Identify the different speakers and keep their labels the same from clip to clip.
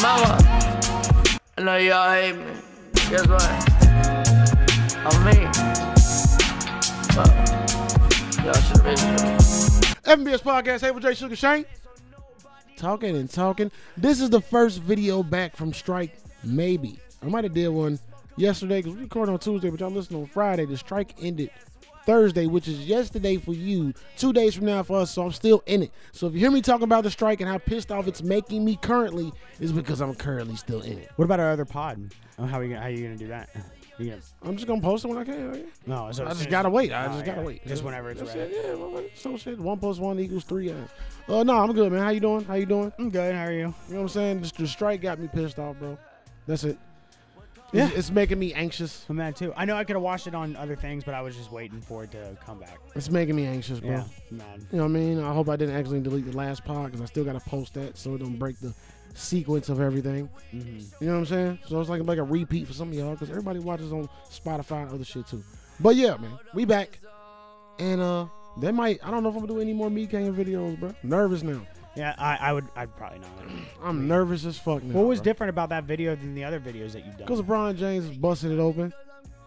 Speaker 1: mama. I know y'all hate me. Guess what? I'm me. But y'all should have been here.
Speaker 2: FBS Podcast, Hey with J Sugar Shane. Talking and talking. This is the first video back from strike, maybe. I might have did one yesterday because we recorded on Tuesday, but y'all listen on Friday. The strike ended Thursday, which is yesterday for you, two days from now for us, so I'm still in it. So if you hear me talking about the strike and how pissed off it's making me currently, is because I'm currently still in it.
Speaker 3: What about our other pod? Oh, how are you gonna, how you gonna do that? You gonna,
Speaker 2: I'm just gonna post it when I can. right?
Speaker 3: no, so
Speaker 2: I
Speaker 3: as soon
Speaker 2: just
Speaker 3: as-
Speaker 2: gotta wait. I
Speaker 3: Oh,
Speaker 2: just gotta
Speaker 3: yeah.
Speaker 2: wait.
Speaker 3: Just whenever it's
Speaker 2: That's
Speaker 3: ready.
Speaker 2: it. Yeah, well, well, so shit. One plus one equals three. Yeah. Uh, no, I'm good, man. How you doing? How you doing?
Speaker 3: I'm good. How are you?
Speaker 2: You know what I'm saying? Just the strike got me pissed off, bro. That's it.
Speaker 3: Yeah.
Speaker 2: It's, it's making me anxious.
Speaker 3: I'm mad too. I know I could have watched it on other things, but I was just waiting for it to come back.
Speaker 2: It's making me anxious, bro.
Speaker 3: Yeah, mad.
Speaker 2: You know what I mean? I hope I didn't actually delete the last pod because I still got to post that so it don't break the sequence of everything.
Speaker 3: hmm
Speaker 2: You know what I'm saying? So it's like like a repeat for some of y'all because everybody watches on Spotify and other shit too. But yeah, man, we back, and uh, they might. I don't know if I'm gonna do any more me game videos, bro. Nervous now.
Speaker 3: Yeah, I, I would. I'd probably not.
Speaker 2: I'm nervous as fuck now.
Speaker 3: What was
Speaker 2: bro.
Speaker 3: different about that video than the other videos that you've done?
Speaker 2: Because LeBron James was busting it open,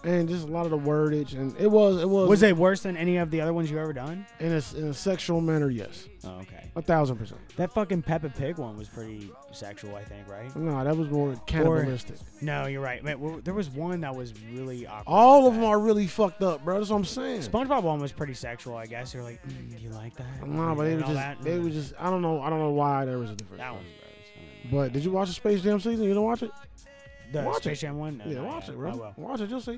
Speaker 2: and just a lot of the wordage, and it was it was
Speaker 3: was it worse than any of the other ones you ever done?
Speaker 2: in a, in a sexual manner. Yes,
Speaker 3: Oh, okay.
Speaker 2: a thousand percent.
Speaker 3: That fucking Peppa Pig one was pretty sexual, I think, right?
Speaker 2: No, that was more cannibalistic.
Speaker 3: No, you're right. Man, well, there was one that was really awkward.
Speaker 2: All
Speaker 3: like
Speaker 2: of
Speaker 3: that.
Speaker 2: them are really fucked up, bro. That's what I'm saying.
Speaker 3: SpongeBob one was pretty sexual, I guess. You're like, mm, you like that?
Speaker 2: Nah, but they
Speaker 3: And
Speaker 2: were
Speaker 3: all that?
Speaker 2: just they were just I don't know I don't know why there was a difference.
Speaker 3: that
Speaker 2: bro.
Speaker 3: one. Gross.
Speaker 2: But did you watch the Space Jam season? You didn't watch it?
Speaker 3: The
Speaker 2: Watch
Speaker 3: Space Jam one. No,
Speaker 2: yeah,
Speaker 3: not
Speaker 2: watch
Speaker 3: yet.
Speaker 2: it, bro.
Speaker 3: I will.
Speaker 2: Watch it, you'll see.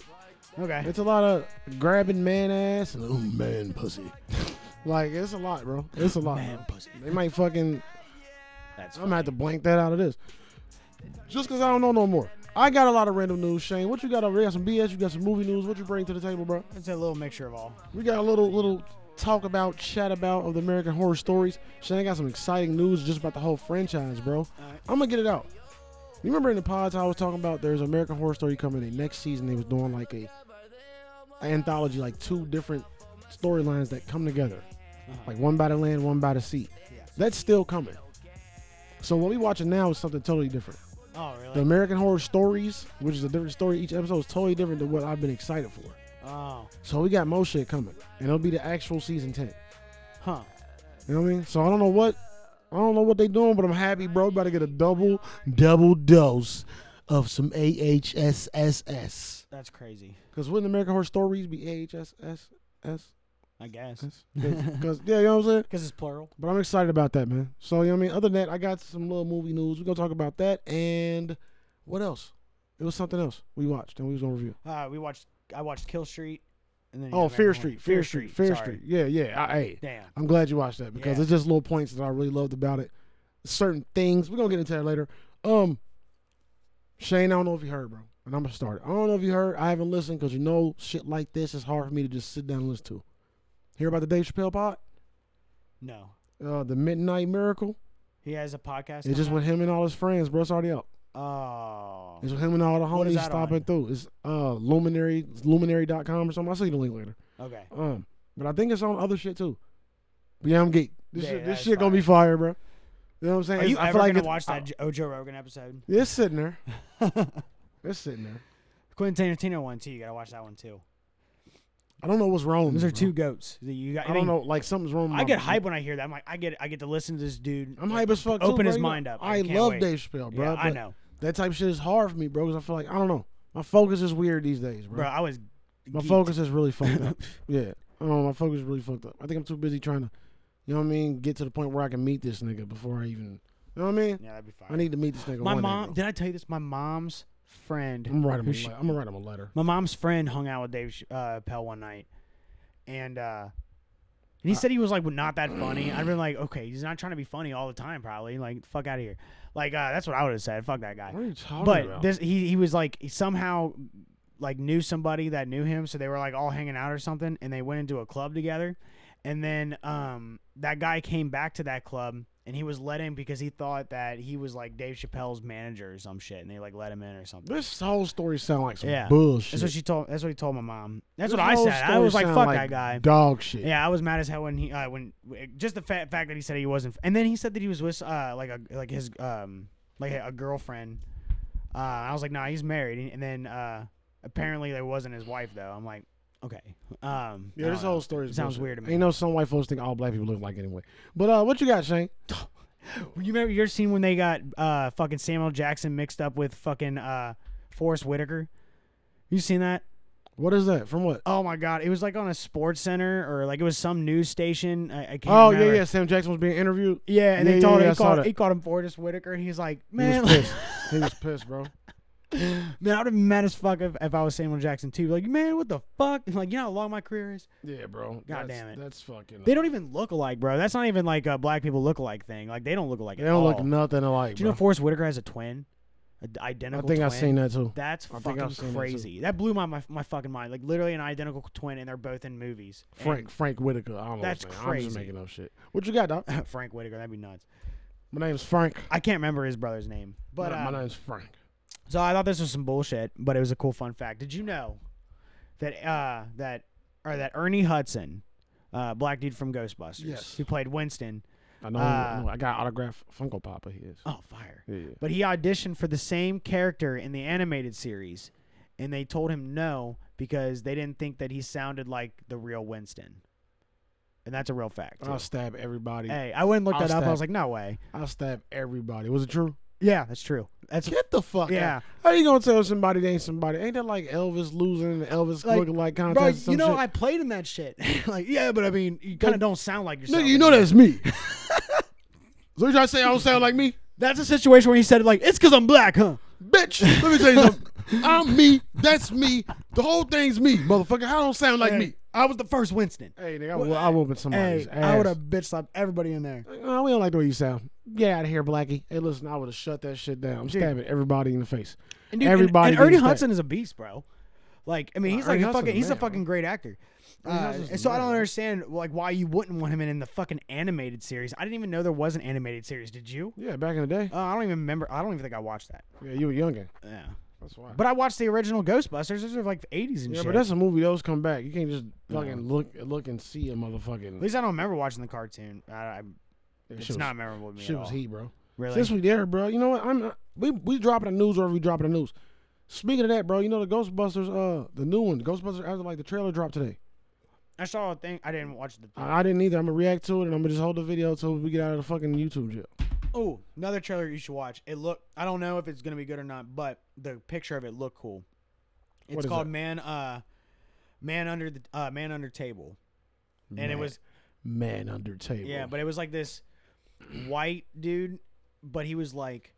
Speaker 3: Okay.
Speaker 2: It's a lot of grabbing man ass and ooh man pussy. like it's a lot, bro. It's a lot.
Speaker 3: Man,
Speaker 2: bro.
Speaker 3: pussy.
Speaker 2: They might fucking
Speaker 3: That's.
Speaker 2: I'm gonna have to blank that out of this. Just cause I don't know no more. I got a lot of random news, Shane. What you got over there? You got some BS, you got some movie news. What you bring to the table, bro?
Speaker 3: It's a little mixture of all.
Speaker 2: We got a little little talk about, chat about of the American horror stories. Shane I got some exciting news just about the whole franchise, bro.
Speaker 3: Alright.
Speaker 2: I'm gonna get it out. You remember in the pods I was talking about there's American horror story coming in next season. They was doing like a anthology, like two different storylines that come together.
Speaker 3: Uh,
Speaker 2: Like one by the land, one by the sea. That's still coming. So what we watching now is something totally different.
Speaker 3: Oh,
Speaker 2: The
Speaker 3: really?
Speaker 2: American Horror Stories, which is a different story, each episode is totally different than what I've been excited for.
Speaker 3: oh,
Speaker 2: So we got more shit coming, and it'll be the actual season ten.
Speaker 3: huh.
Speaker 2: You know what I mean? So I don't know what I don't know what they doing, but I'm happy, bro. About to get a double double dose of some AHSSS.
Speaker 3: That's crazy.
Speaker 2: Cause wouldn't American Horror Stories be AHSSS?
Speaker 3: I guess.
Speaker 2: Cause yeah, you know what I'm saying.
Speaker 3: Because it's plural.
Speaker 2: But I'm excited about that, man. So you know what I mean. Other than that, I got some little movie news. We're gonna talk about that and what else? It was something else we watched and we was gonna review.
Speaker 3: Uh, we watched. I watched Kill Street. And then you
Speaker 2: Oh,
Speaker 3: got
Speaker 2: Fear
Speaker 3: Ragnarok.
Speaker 2: Street, Fear Street, Fear
Speaker 3: sorry.
Speaker 2: Street. Yeah, yeah. I, hey,
Speaker 3: Damn.
Speaker 2: I'm glad you watched that because
Speaker 3: Yeah.
Speaker 2: it's just little points that I really loved about it. Certain things. We're gonna get into that later. Um Shane, I don't know if you heard, bro. And I'm gonna start. it. I don't know if you heard. I haven't listened because you know shit like this is hard for me to just sit down and listen to. Hear about the Dave Chappelle pod?
Speaker 3: No.
Speaker 2: Uh the Midnight Miracle.
Speaker 3: He has a podcast.
Speaker 2: It's just
Speaker 3: coming
Speaker 2: with him and all his friends, bro. It's already out.
Speaker 3: out?
Speaker 2: It's with him and all the
Speaker 3: What is
Speaker 2: homies
Speaker 3: that on?
Speaker 2: stopping through. It's uh luminary it's luminary.com or something. I'll send you the link later.
Speaker 3: Oh. Okay.
Speaker 2: Um, but I think it's on other shit too. But yeah, I'm geek. This
Speaker 3: Yeah,
Speaker 2: shit, this
Speaker 3: that's
Speaker 2: shit gonna be fire, bro. You know what I'm saying?
Speaker 3: Are you
Speaker 2: I feel
Speaker 3: ever
Speaker 2: like
Speaker 3: gonna
Speaker 2: it's-
Speaker 3: watch
Speaker 2: I-
Speaker 3: that Jo- Joe Rogan episode?
Speaker 2: It's sitting there. It's sitting there.
Speaker 3: Quentin Tarantino one too. You gotta watch that one too.
Speaker 2: I don't know what's wrong. with
Speaker 3: Those
Speaker 2: me,
Speaker 3: are
Speaker 2: bro.
Speaker 3: two goats. that You got.
Speaker 2: I don't know. Like something's wrong. With
Speaker 3: I
Speaker 2: my-
Speaker 3: get hype when I hear that. I'm like, I get, I get to listen to this dude.
Speaker 2: I'm
Speaker 3: like,
Speaker 2: hype as fuck. too,
Speaker 3: Open
Speaker 2: bro.
Speaker 3: his
Speaker 2: You know,
Speaker 3: mind up.
Speaker 2: I,
Speaker 3: can't
Speaker 2: love
Speaker 3: wait.
Speaker 2: Dave Chappelle, bro.
Speaker 3: Yeah, I
Speaker 2: but
Speaker 3: know,
Speaker 2: That type of shit is hard for me, bro. Because I feel like I don't know. My focus is weird these days, bro.
Speaker 3: bro. I was.
Speaker 2: my
Speaker 3: geeked.
Speaker 2: focus is really fucked up. Yeah. Oh, my focus is really fucked up. I think I'm too busy trying to, you know what I mean, get to the point where I can meet this nigga before I even, you know what I mean?
Speaker 3: Yeah, that'd be fine.
Speaker 2: I need to meet this nigga.
Speaker 3: my
Speaker 2: one day,
Speaker 3: mom.
Speaker 2: bro.
Speaker 3: Did I tell you this? My mom's friend.
Speaker 2: I'm writing him
Speaker 3: who
Speaker 2: a
Speaker 3: she-
Speaker 2: letter. I'm gonna write him a letter.
Speaker 3: My mom's friend hung out with Dave Ch- uh, Pell one night, and uh, and he
Speaker 2: Uh,
Speaker 3: said he was like not that funny. I'd been like, okay, he's not trying to be funny all the time, probably. Like, fuck out of here. Like, uh, that's what I would have said. Fuck that guy.
Speaker 2: What are you talking
Speaker 3: But
Speaker 2: about?
Speaker 3: this, he he was like he somehow like knew somebody that knew him, so they were like all hanging out or something, and they went into a club together, and then um that guy came back to that club. And he was let in because he thought that he was like Dave Chappelle's manager or some shit, and they like let him in or something.
Speaker 2: this whole story sounds like some
Speaker 3: Yeah.
Speaker 2: bullshit.
Speaker 3: That's what she told. That's what he told my mom. That's
Speaker 2: This
Speaker 3: what I
Speaker 2: whole
Speaker 3: said. I
Speaker 2: story
Speaker 3: was like,
Speaker 2: sound
Speaker 3: "Fuck that guy."
Speaker 2: Dog shit.
Speaker 3: Yeah, I was mad as hell when he uh, when just the fa- fact that he said he wasn't. And then he said that he was with uh like a like his um like a girlfriend. Uh, I was like, nah, he's married. And- And then uh, apparently there wasn't his wife though. I'm like, okay. Um, I
Speaker 2: Yeah, this
Speaker 3: don't know.
Speaker 2: whole story is
Speaker 3: sounds
Speaker 2: bullshit.
Speaker 3: weird to me.
Speaker 2: Ain't no some white folks think all black people look like anyway. But uh, what you got, Shane?
Speaker 3: You remember your scene when they got uh fucking Samuel Jackson mixed up with fucking uh Forrest Whitaker? You seen that?
Speaker 2: What is that? From what?
Speaker 3: Oh my god, it was like on a sports center or like it was some news station. I, I can't.
Speaker 2: Oh yeah,
Speaker 3: remember.
Speaker 2: yeah. Sam Jackson was being interviewed.
Speaker 3: Yeah, and
Speaker 2: Yeah,
Speaker 3: they
Speaker 2: yeah,
Speaker 3: told
Speaker 2: yeah,
Speaker 3: him
Speaker 2: I
Speaker 3: he
Speaker 2: saw
Speaker 3: called,
Speaker 2: that.
Speaker 3: he called him Forrest Whitaker, and he's like,
Speaker 2: He was
Speaker 3: man,
Speaker 2: pissed. he was pissed, bro.
Speaker 3: man, I'd have been mad as fuck if, if I was Samuel Jackson too. Like, man, what the fuck? Like, you know how long my career is?
Speaker 2: Yeah, bro.
Speaker 3: God
Speaker 2: That's-
Speaker 3: damn it.
Speaker 2: That's fucking.
Speaker 3: They don't even look alike, bro. That's not even like a black people look alike thing. Like, they don't look alike.
Speaker 2: They
Speaker 3: at
Speaker 2: don't look
Speaker 3: all.
Speaker 2: nothing alike.
Speaker 3: Oh. Do you know
Speaker 2: bro.
Speaker 3: Forrest Whitaker has a twin, an
Speaker 2: I
Speaker 3: identical?
Speaker 2: think I've
Speaker 3: twin?
Speaker 2: seen that too.
Speaker 3: That's
Speaker 2: I think I've seen that,
Speaker 3: fucking
Speaker 2: too.
Speaker 3: crazy. That blew my, my my fucking mind. Like literally an identical twin, and they're both in movies. And-
Speaker 2: Frank Frank Whitaker. I don't know.
Speaker 3: That's
Speaker 2: his name. I'm just
Speaker 3: crazy.
Speaker 2: making up shit. What you got, doc?
Speaker 3: Frank Whitaker. That'd be nuts.
Speaker 2: My name's Frank.
Speaker 3: I can't remember his brother's name, but
Speaker 2: my,
Speaker 3: uh,
Speaker 2: my name's Frank.
Speaker 3: so I thought this was some bullshit, but it was a cool fun fact. Did you know that uh that or that Ernie Hudson, uh black dude from Ghostbusters,
Speaker 2: Yes.
Speaker 3: who played Winston?
Speaker 2: I know.
Speaker 3: Uh,
Speaker 2: I, know. I got autograph Funko Pop of his.
Speaker 3: Oh, fire!
Speaker 2: Yeah, yeah.
Speaker 3: But he auditioned for the same character in the animated series, and they told him no because they didn't think that he sounded like the real Winston. And that's a real fact. too.
Speaker 2: I'll stab everybody.
Speaker 3: Hey, I went and looked
Speaker 2: I'll
Speaker 3: Oh, that up. I
Speaker 2: stab-
Speaker 3: was like, no way.
Speaker 2: I'll stab everybody. Was it true?
Speaker 3: Yeah, that's true. That's
Speaker 2: Get the fuck
Speaker 3: Yeah.
Speaker 2: out. How you gonna tell somebody they ain't somebody? Ain't that like Elvis losing and Elvis
Speaker 3: Like,
Speaker 2: looking like contest?
Speaker 3: bro.
Speaker 2: or some
Speaker 3: You know,
Speaker 2: shit?
Speaker 3: I played in that shit. like, yeah, but I mean, you kind of don't sound like
Speaker 2: Nigga,
Speaker 3: yourself.
Speaker 2: you know that's me. so you trying to say I don't sound like me?
Speaker 3: That's a situation where he said like, it's because I'm black, huh?
Speaker 2: Bitch, let me tell you something. I'm me. That's me. The whole thing's me, motherfucker. I don't sound like
Speaker 3: Hey,
Speaker 2: me.
Speaker 3: I was the first Winston.
Speaker 2: Hey, nigga, I, whoop- I whooping somebody's
Speaker 3: Hey,
Speaker 2: ass.
Speaker 3: I would have bitch slapped everybody in there.
Speaker 2: Oh, we don't like the way you sound. Get out of here, Blackie. Hey, listen, I would have shut that shit down. I'm stabbing everybody in the face.
Speaker 3: And dude,
Speaker 2: everybody.
Speaker 3: And, and Ernie
Speaker 2: gets stabbed.
Speaker 3: Hudson is a beast, bro. Like, I mean,
Speaker 2: Nah,
Speaker 3: he's
Speaker 2: Ernie
Speaker 3: like a
Speaker 2: Hudson's
Speaker 3: fucking. He's a
Speaker 2: mad, bro.
Speaker 3: fucking great actor.
Speaker 2: Ernie
Speaker 3: Uh,
Speaker 2: Hudson's
Speaker 3: and so I
Speaker 2: mad,
Speaker 3: don't
Speaker 2: bro.
Speaker 3: understand like why you wouldn't want him in, in the fucking animated series. I didn't even know there was an animated series. Did you?
Speaker 2: Yeah, back in the day.
Speaker 3: Uh, I don't even remember. I don't even think I watched that.
Speaker 2: Yeah, you were younger.
Speaker 3: Yeah.
Speaker 2: That's why.
Speaker 3: But I watched the original Ghostbusters. Those are like eighties and
Speaker 2: yeah,
Speaker 3: shit.
Speaker 2: but that's a movie. Those come back. You can't just fucking look, look and see a motherfucking.
Speaker 3: At least I don't remember watching the cartoon. I, I,
Speaker 2: Yeah,
Speaker 3: it's
Speaker 2: shit was-
Speaker 3: not memorable to me.
Speaker 2: Shit
Speaker 3: at
Speaker 2: was
Speaker 3: all.
Speaker 2: heat, bro.
Speaker 3: Really?
Speaker 2: Since we there, bro, you know what? I'm uh, we we dropping the news or we dropping the news. Speaking of that, bro, you know the Ghostbusters, uh, the new one, Ghostbusters after like the trailer dropped today.
Speaker 3: I saw a thing. I didn't watch the.
Speaker 2: I, I didn't either. I'm gonna react to it and I'm gonna just hold the video till we get out of the fucking YouTube jail.
Speaker 3: oh, another trailer you should watch. It look. I don't know if it's gonna be good or not, but the picture of it looked cool. It's
Speaker 2: What is
Speaker 3: called
Speaker 2: that?
Speaker 3: Man. Uh, Man under the uh, Man under table, and it
Speaker 2: Man-
Speaker 3: was
Speaker 2: man under table.
Speaker 3: yeah, but it was like this white dude, but he was like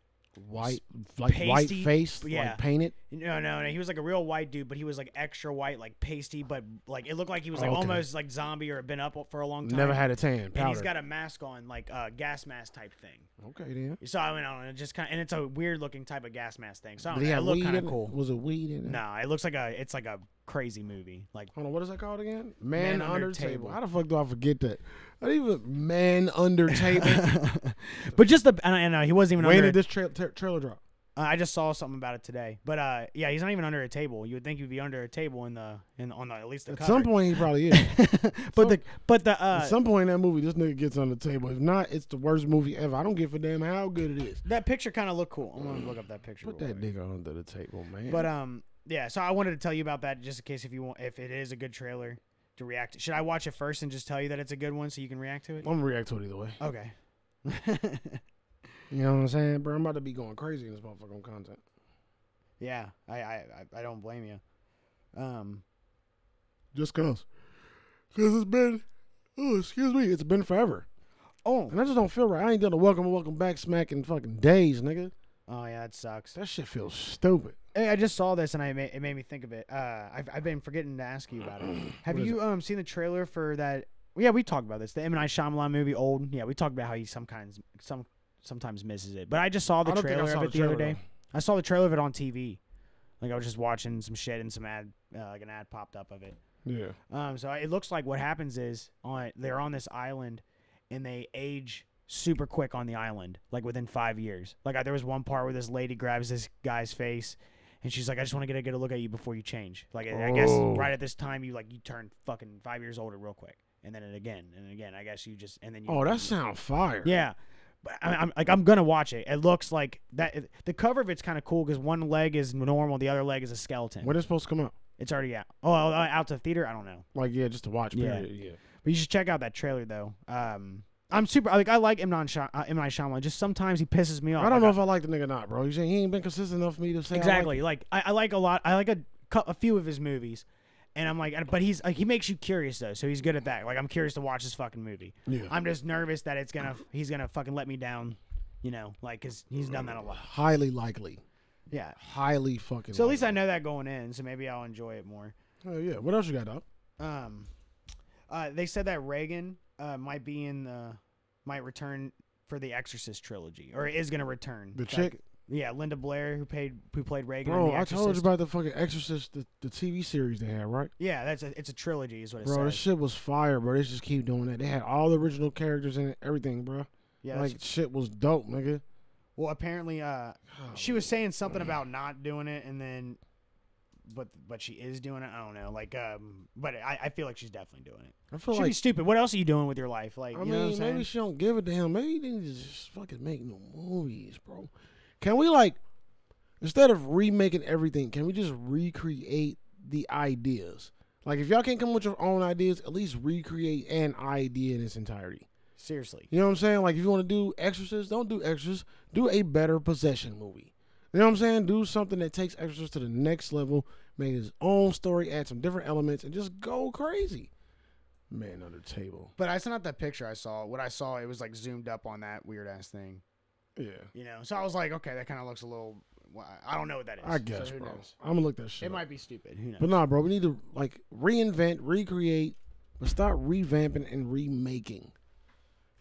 Speaker 2: white like white
Speaker 3: pasty-
Speaker 2: face,
Speaker 3: yeah.
Speaker 2: like painted.
Speaker 3: No, no, no. He was like a real white dude, but he was like extra white, like pasty, but like it looked like he was like
Speaker 2: Okay.
Speaker 3: almost like zombie or had been up for a long time.
Speaker 2: Never had a tan.
Speaker 3: And he's
Speaker 2: Powder.
Speaker 3: got a mask on, like a gas mask type thing.
Speaker 2: okay then.
Speaker 3: So I went on and it just kind of, and it's a weird looking type of gas mask thing. So I
Speaker 2: Did he
Speaker 3: don't know, it
Speaker 2: have
Speaker 3: looked
Speaker 2: weed
Speaker 3: kind of
Speaker 2: in it?
Speaker 3: cool.
Speaker 2: Was it weed in it?
Speaker 3: No, it looks like a, it's like a crazy movie. Like
Speaker 2: Hold on, what is that called again? Man,
Speaker 3: Man
Speaker 2: under,
Speaker 3: Under
Speaker 2: table.
Speaker 3: Table.
Speaker 2: How the fuck do I forget that? I didn't even man under table.
Speaker 3: but just the, and, and uh, he wasn't even
Speaker 2: when
Speaker 3: under.
Speaker 2: did this tra- tra- trailer drop?
Speaker 3: uh, I just saw something about it today. But uh, yeah, he's not even under a table. You would think he'd be under a table in the, in on the at least the
Speaker 2: At
Speaker 3: cover.
Speaker 2: some point, he probably is.
Speaker 3: but
Speaker 2: some-
Speaker 3: the, but the uh,
Speaker 2: At some point in that movie, this nigga gets on the table. If not, it's the worst movie ever. I don't give a damn how good it is.
Speaker 3: that picture kind of looked cool. I'm gonna look up that picture.
Speaker 2: Put
Speaker 3: real
Speaker 2: that
Speaker 3: quick.
Speaker 2: nigga under the table, man.
Speaker 3: But um, yeah. So I wanted to tell you about that just in case if you want, if it is a good trailer to react. Should I watch it first and just tell you that it's a good one so you can react to it?
Speaker 2: I'm gonna react to it either way.
Speaker 3: Okay.
Speaker 2: You know what I'm saying, bro? I'm about to be going crazy in this motherfucking content.
Speaker 3: yeah, I, I I- I don't blame you. Um,
Speaker 2: Just cause, cause it's been, oh excuse me, it's been forever,
Speaker 3: oh,
Speaker 2: and I just don't feel right. I ain't done a welcome, welcome back, smack in fucking days, nigga.
Speaker 3: oh yeah, that sucks.
Speaker 2: That shit feels stupid.
Speaker 3: Hey, I just saw this and I ma- it made me think of it. Uh, I've I've been forgetting to ask you about it. Have
Speaker 2: What is
Speaker 3: you um seen the trailer for that? Yeah, we talked about this. The M Night Shyamalan movie, Old. Yeah, we talked about how he sometimes some sometimes misses it. But I just saw the
Speaker 2: I don't think I
Speaker 3: trailer
Speaker 2: saw
Speaker 3: of
Speaker 2: the
Speaker 3: it the other
Speaker 2: trailer,
Speaker 3: day. I saw the trailer of it on TV. Like I was just watching some shit and some ad, uh, like an ad popped up of it.
Speaker 2: Yeah.
Speaker 3: Um, so it looks like what happens is on they're on this island, and they age super quick on the island, like within five years. Like I, there was one part where this lady grabs this guy's face, and she's like, "I just want to get a good look at you before you change." Like I I guess
Speaker 2: Oh.
Speaker 3: right at this time you like you turn fucking five years older real quick, and then it again and again. I guess you just and then you.
Speaker 2: Oh, that sound fire.
Speaker 3: Yeah, But I, I'm like I'm gonna watch it. It looks like that. The cover of it's kind of cool because one leg is normal, the other leg is a skeleton.
Speaker 2: When it's supposed to come out?
Speaker 3: It's already out. Oh, uh, out to theater. I don't know,
Speaker 2: Like, yeah, just to watch.
Speaker 3: Yeah.
Speaker 2: Period. Yeah.
Speaker 3: but you should check out that trailer though. Um, I'm super like I like M. Non Shy- uh, M. Night Shyamalan. Just sometimes he pisses me off.
Speaker 2: I don't
Speaker 3: Like,
Speaker 2: know if I like the nigga or not, bro. He's, he ain't been consistent enough for me to say I like
Speaker 3: Exactly. Like I, I like a lot. I like a cou- a few of his movies, and I'm like, but he's like he makes you curious though, so he's good at that. Like I'm curious to watch this fucking movie.
Speaker 2: Yeah.
Speaker 3: I'm just nervous that it's gonna he's gonna fucking let me down, you know, like because he's done that a lot.
Speaker 2: highly likely.
Speaker 3: Yeah.
Speaker 2: Highly fucking.
Speaker 3: So at least I know that going in, so maybe I'll enjoy it more.
Speaker 2: Oh yeah. What else you got, dog?
Speaker 3: Um, uh, they said that Reagan uh, might be in the might return for the Exorcist trilogy, or is gonna return.
Speaker 2: The
Speaker 3: Like,
Speaker 2: chick,
Speaker 3: yeah, Linda Blair who paid who played Reagan. in
Speaker 2: bro.
Speaker 3: the
Speaker 2: I told you
Speaker 3: Exorcist.
Speaker 2: about the fucking Exorcist, the, the TV series they had, right?
Speaker 3: Yeah, that's a, it's a trilogy, is what it
Speaker 2: Bro, this
Speaker 3: says.
Speaker 2: shit was fire, bro. They just keep doing that. They had all the original characters in it, everything, bro.
Speaker 3: Yeah, that's-
Speaker 2: like shit was dope, nigga.
Speaker 3: Well, apparently, uh, she was saying something about not doing it, and then, but but she is doing it. I don't know, like, um, but I, I feel like she's definitely doing it.
Speaker 2: I feel
Speaker 3: She'd be
Speaker 2: like.
Speaker 3: stupid. What else are you doing with your life? Like,
Speaker 2: I
Speaker 3: you know what
Speaker 2: mean,
Speaker 3: I'm
Speaker 2: maybe
Speaker 3: saying?
Speaker 2: she don't give it to him. Maybe they need to just fucking make no movies, bro. Can we like, instead of remaking everything, can we just recreate the ideas? Like, if y'all can't come up with your own ideas, at least recreate an idea in its entirety.
Speaker 3: Seriously,
Speaker 2: You know what I'm saying? Like if you want to do Exorcist, don't do Exorcist. Do a better possession movie. You know what I'm saying? Do something that takes Exorcist to the next level. Make his own story, add some different elements, and just go crazy. Man under table.
Speaker 3: but that's not that picture I saw. What I saw, it was like zoomed up on that weird ass thing.
Speaker 2: Yeah,
Speaker 3: You know, so I was like, okay, that kind of looks a little. wh- I don't know what that is.
Speaker 2: I
Speaker 3: so
Speaker 2: guess,
Speaker 3: who
Speaker 2: bro.
Speaker 3: knows?
Speaker 2: I'm gonna look that shit.
Speaker 3: It
Speaker 2: up.
Speaker 3: might be stupid. Who knows?
Speaker 2: But nah, bro. We need to like reinvent, recreate, but start revamping and remaking.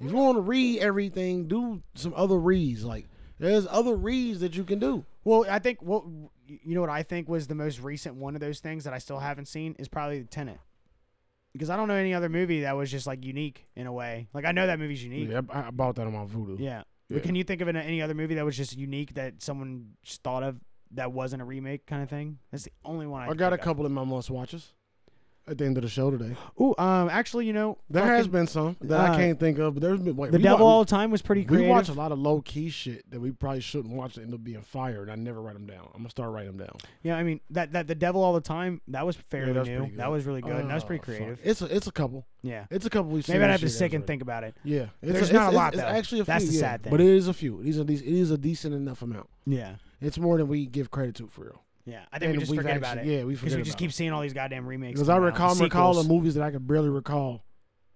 Speaker 2: If you want to read everything, do some other reads. Like there's other reads that you can do.
Speaker 3: Well, I think what you know what I think was the most recent one of those things that I still haven't seen is probably the Tenant. Because I don't know any other movie that was just like unique in a way. Like I know that movie's unique.
Speaker 2: Yeah, I, I bought that on my voodoo.
Speaker 3: Yeah.
Speaker 2: Yeah.
Speaker 3: But can you think of an- any other movie that was just unique that someone just thought of that wasn't a remake kind of thing? That's the only one I,
Speaker 2: I
Speaker 3: can
Speaker 2: got a
Speaker 3: think of.
Speaker 2: couple in my must watches at the end of the show today.
Speaker 3: Ooh, um, actually, you know,
Speaker 2: There has
Speaker 3: fucking
Speaker 2: been some that I
Speaker 3: uh,
Speaker 2: can't think of, but there's been wait,
Speaker 3: the
Speaker 2: we
Speaker 3: Devil
Speaker 2: wa-
Speaker 3: All the Time was pretty
Speaker 2: we
Speaker 3: creative.
Speaker 2: watch a lot of low key shit that we probably shouldn't watch that end up being fired. I never write them down. I'm gonna start writing them down.
Speaker 3: yeah, I mean that that the Devil All the Time that was fairly
Speaker 2: that's pretty
Speaker 3: new.
Speaker 2: good.
Speaker 3: That was really good. and that was
Speaker 2: Oh,
Speaker 3: pretty
Speaker 2: fuck.
Speaker 3: creative.
Speaker 2: It's a it's a couple.
Speaker 3: Yeah.
Speaker 2: It's a couple we've seen.
Speaker 3: Maybe I'd
Speaker 2: this
Speaker 3: have to
Speaker 2: year
Speaker 3: sick
Speaker 2: that's
Speaker 3: and
Speaker 2: right.
Speaker 3: think about it.
Speaker 2: Yeah, it's
Speaker 3: There's
Speaker 2: a,
Speaker 3: not
Speaker 2: it's-
Speaker 3: a lot,
Speaker 2: It's, it's
Speaker 3: though.
Speaker 2: actually a few.
Speaker 3: That's the
Speaker 2: yeah,
Speaker 3: sad thing.
Speaker 2: but it is a few. It is a dec- it is a decent enough amount.
Speaker 3: Yeah.
Speaker 2: It's more than we give credit to for real.
Speaker 3: Yeah, I think
Speaker 2: And
Speaker 3: we just
Speaker 2: we've
Speaker 3: forget about it.
Speaker 2: actually- yeah, we
Speaker 3: because
Speaker 2: forget
Speaker 3: we just
Speaker 2: about
Speaker 3: keep
Speaker 2: it.
Speaker 3: seeing all these goddamn remakes.
Speaker 2: Because I
Speaker 3: come out,
Speaker 2: recall I'm recalling
Speaker 3: sequels.
Speaker 2: movies that I can barely recall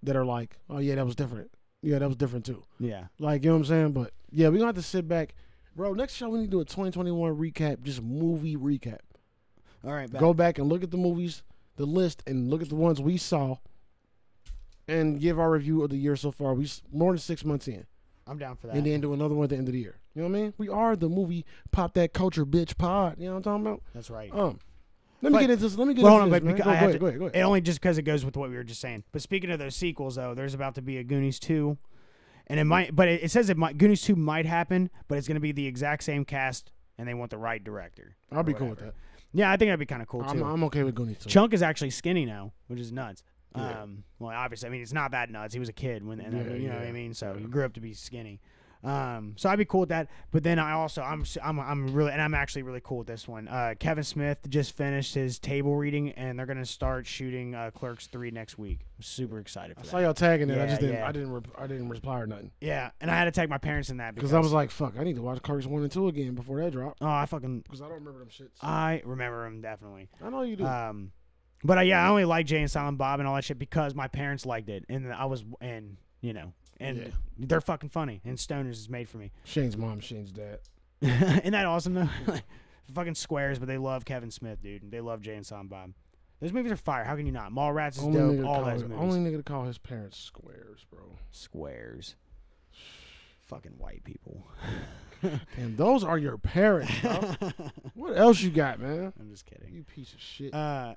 Speaker 2: that are like, oh yeah, that was different. Yeah, that was different too.
Speaker 3: Yeah,
Speaker 2: Like, you know what I'm saying? But yeah, we're gonna have to sit back. Bro, next show we need to do a 2021 recap, just movie recap.
Speaker 3: all right,
Speaker 2: Go back and look at the movies, the list, and look at the ones we saw, and give our review of the year so far. We s- more than six months in,
Speaker 3: I'm down for that.
Speaker 2: and then do another one at the end of the year. You know what I mean? We are the movie pop that culture bitch pod. You know what I'm talking
Speaker 3: That's right.
Speaker 2: about? Um, let me
Speaker 3: But-
Speaker 2: get into this. Let me get
Speaker 3: Well, hold on,
Speaker 2: into
Speaker 3: but
Speaker 2: this. man.
Speaker 3: because
Speaker 2: Go,
Speaker 3: I
Speaker 2: go
Speaker 3: have
Speaker 2: ahead,
Speaker 3: to-
Speaker 2: go ahead, go ahead.
Speaker 3: It only just because it goes with what we were just saying. But speaking of those sequels, though, there's about to be a Goonies two, and it might. But it, it says it might Goonies two might happen, but it's going to be the exact same cast, and they want the right director.
Speaker 2: I'll
Speaker 3: or
Speaker 2: be cool with
Speaker 3: whatever.
Speaker 2: that.
Speaker 3: Yeah, I think that'd be kind of cool
Speaker 2: I'm,
Speaker 3: too.
Speaker 2: I'm okay with Goonies too.
Speaker 3: Chunk is actually skinny now, which is nuts.
Speaker 2: Yeah.
Speaker 3: Um, well, obviously, I mean, it's not that nuts. He was a kid when, and,
Speaker 2: Yeah,
Speaker 3: you know what
Speaker 2: yeah,
Speaker 3: I mean. So
Speaker 2: yeah.
Speaker 3: he grew up to be skinny. Um, so I'd be cool with that. But then I also, I'm, s- I'm, I'm really, and I'm actually really cool with this one. Uh, Kevin Smith just finished his table reading, and they're gonna start shooting uh, Clerks three next week. I'm super excited
Speaker 2: I
Speaker 3: for
Speaker 2: saw
Speaker 3: that.
Speaker 2: y'all tagging it. I
Speaker 3: Yeah,
Speaker 2: just didn't.
Speaker 3: yeah.
Speaker 2: I didn't. Rep- I didn't reply or nothing.
Speaker 3: Yeah, and I had to tag my parents in that because
Speaker 2: Because I was like, fuck, I need to watch Cars 1 and 2 again before that drop.
Speaker 3: oh, I fucking,
Speaker 2: Because I don't remember them shits.
Speaker 3: I remember him definitely.
Speaker 2: I know you do.
Speaker 3: Um, but uh, yeah, I only like Jay and Silent Bob and all that shit because my parents liked it, and I was, and you know, and
Speaker 2: Yeah.
Speaker 3: they're fucking funny, and Stoners is made for me.
Speaker 2: Shane's mom, Shane's dad.
Speaker 3: Isn't that awesome though? fucking squares, but they love Kevin Smith, dude. They love Jay and Silent Bob. Those movies are fire. How can you not? Mallrats is
Speaker 2: Only nigga,
Speaker 3: dope.
Speaker 2: to
Speaker 3: All
Speaker 2: call,
Speaker 3: those
Speaker 2: his-
Speaker 3: movies.
Speaker 2: only nigga to call his parents squares, bro.
Speaker 3: Squares. Fucking white people.
Speaker 2: Damn, those are your parents, bro. what else you got, man?
Speaker 3: I'm just kidding.
Speaker 2: You piece of shit.
Speaker 3: Uh,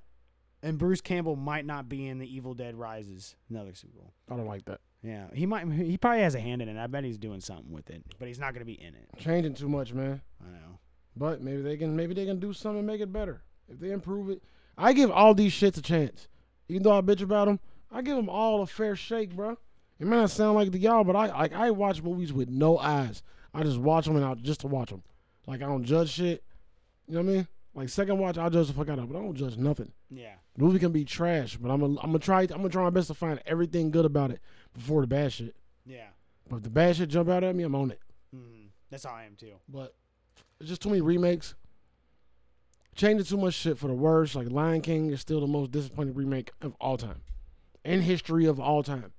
Speaker 3: and Bruce Campbell might not be in the Evil Dead Rises, another sequel.
Speaker 2: I don't like that.
Speaker 3: Yeah, he might. He probably has a hand in it. I bet he's doing something with it, but he's not gonna be in it.
Speaker 2: Changing too much, man.
Speaker 3: I know.
Speaker 2: But maybe they can maybe they can do something and make it better. If they improve it. I give all these shits a chance. Even though I bitch about them, I give them all a fair shake, bro. It may not sound like the y'all, but I like I watch movies with no eyes. I just watch them and I just to watch them. Like I don't judge shit. You know what I mean? Like second watch, I'll judge the fuck out of it, but I don't judge nothing.
Speaker 3: Yeah.
Speaker 2: The movie can be trash, but I'm gonna I'm gonna try I'm gonna try my best to find everything good about it before the bad shit.
Speaker 3: Yeah.
Speaker 2: But if the bad shit jump out at me, I'm on it.
Speaker 3: Mm, that's how I am too.
Speaker 2: But it's just too many remakes. Changing too much shit for the worse. Like Lion King is still the most disappointing remake of all time, in history of all time.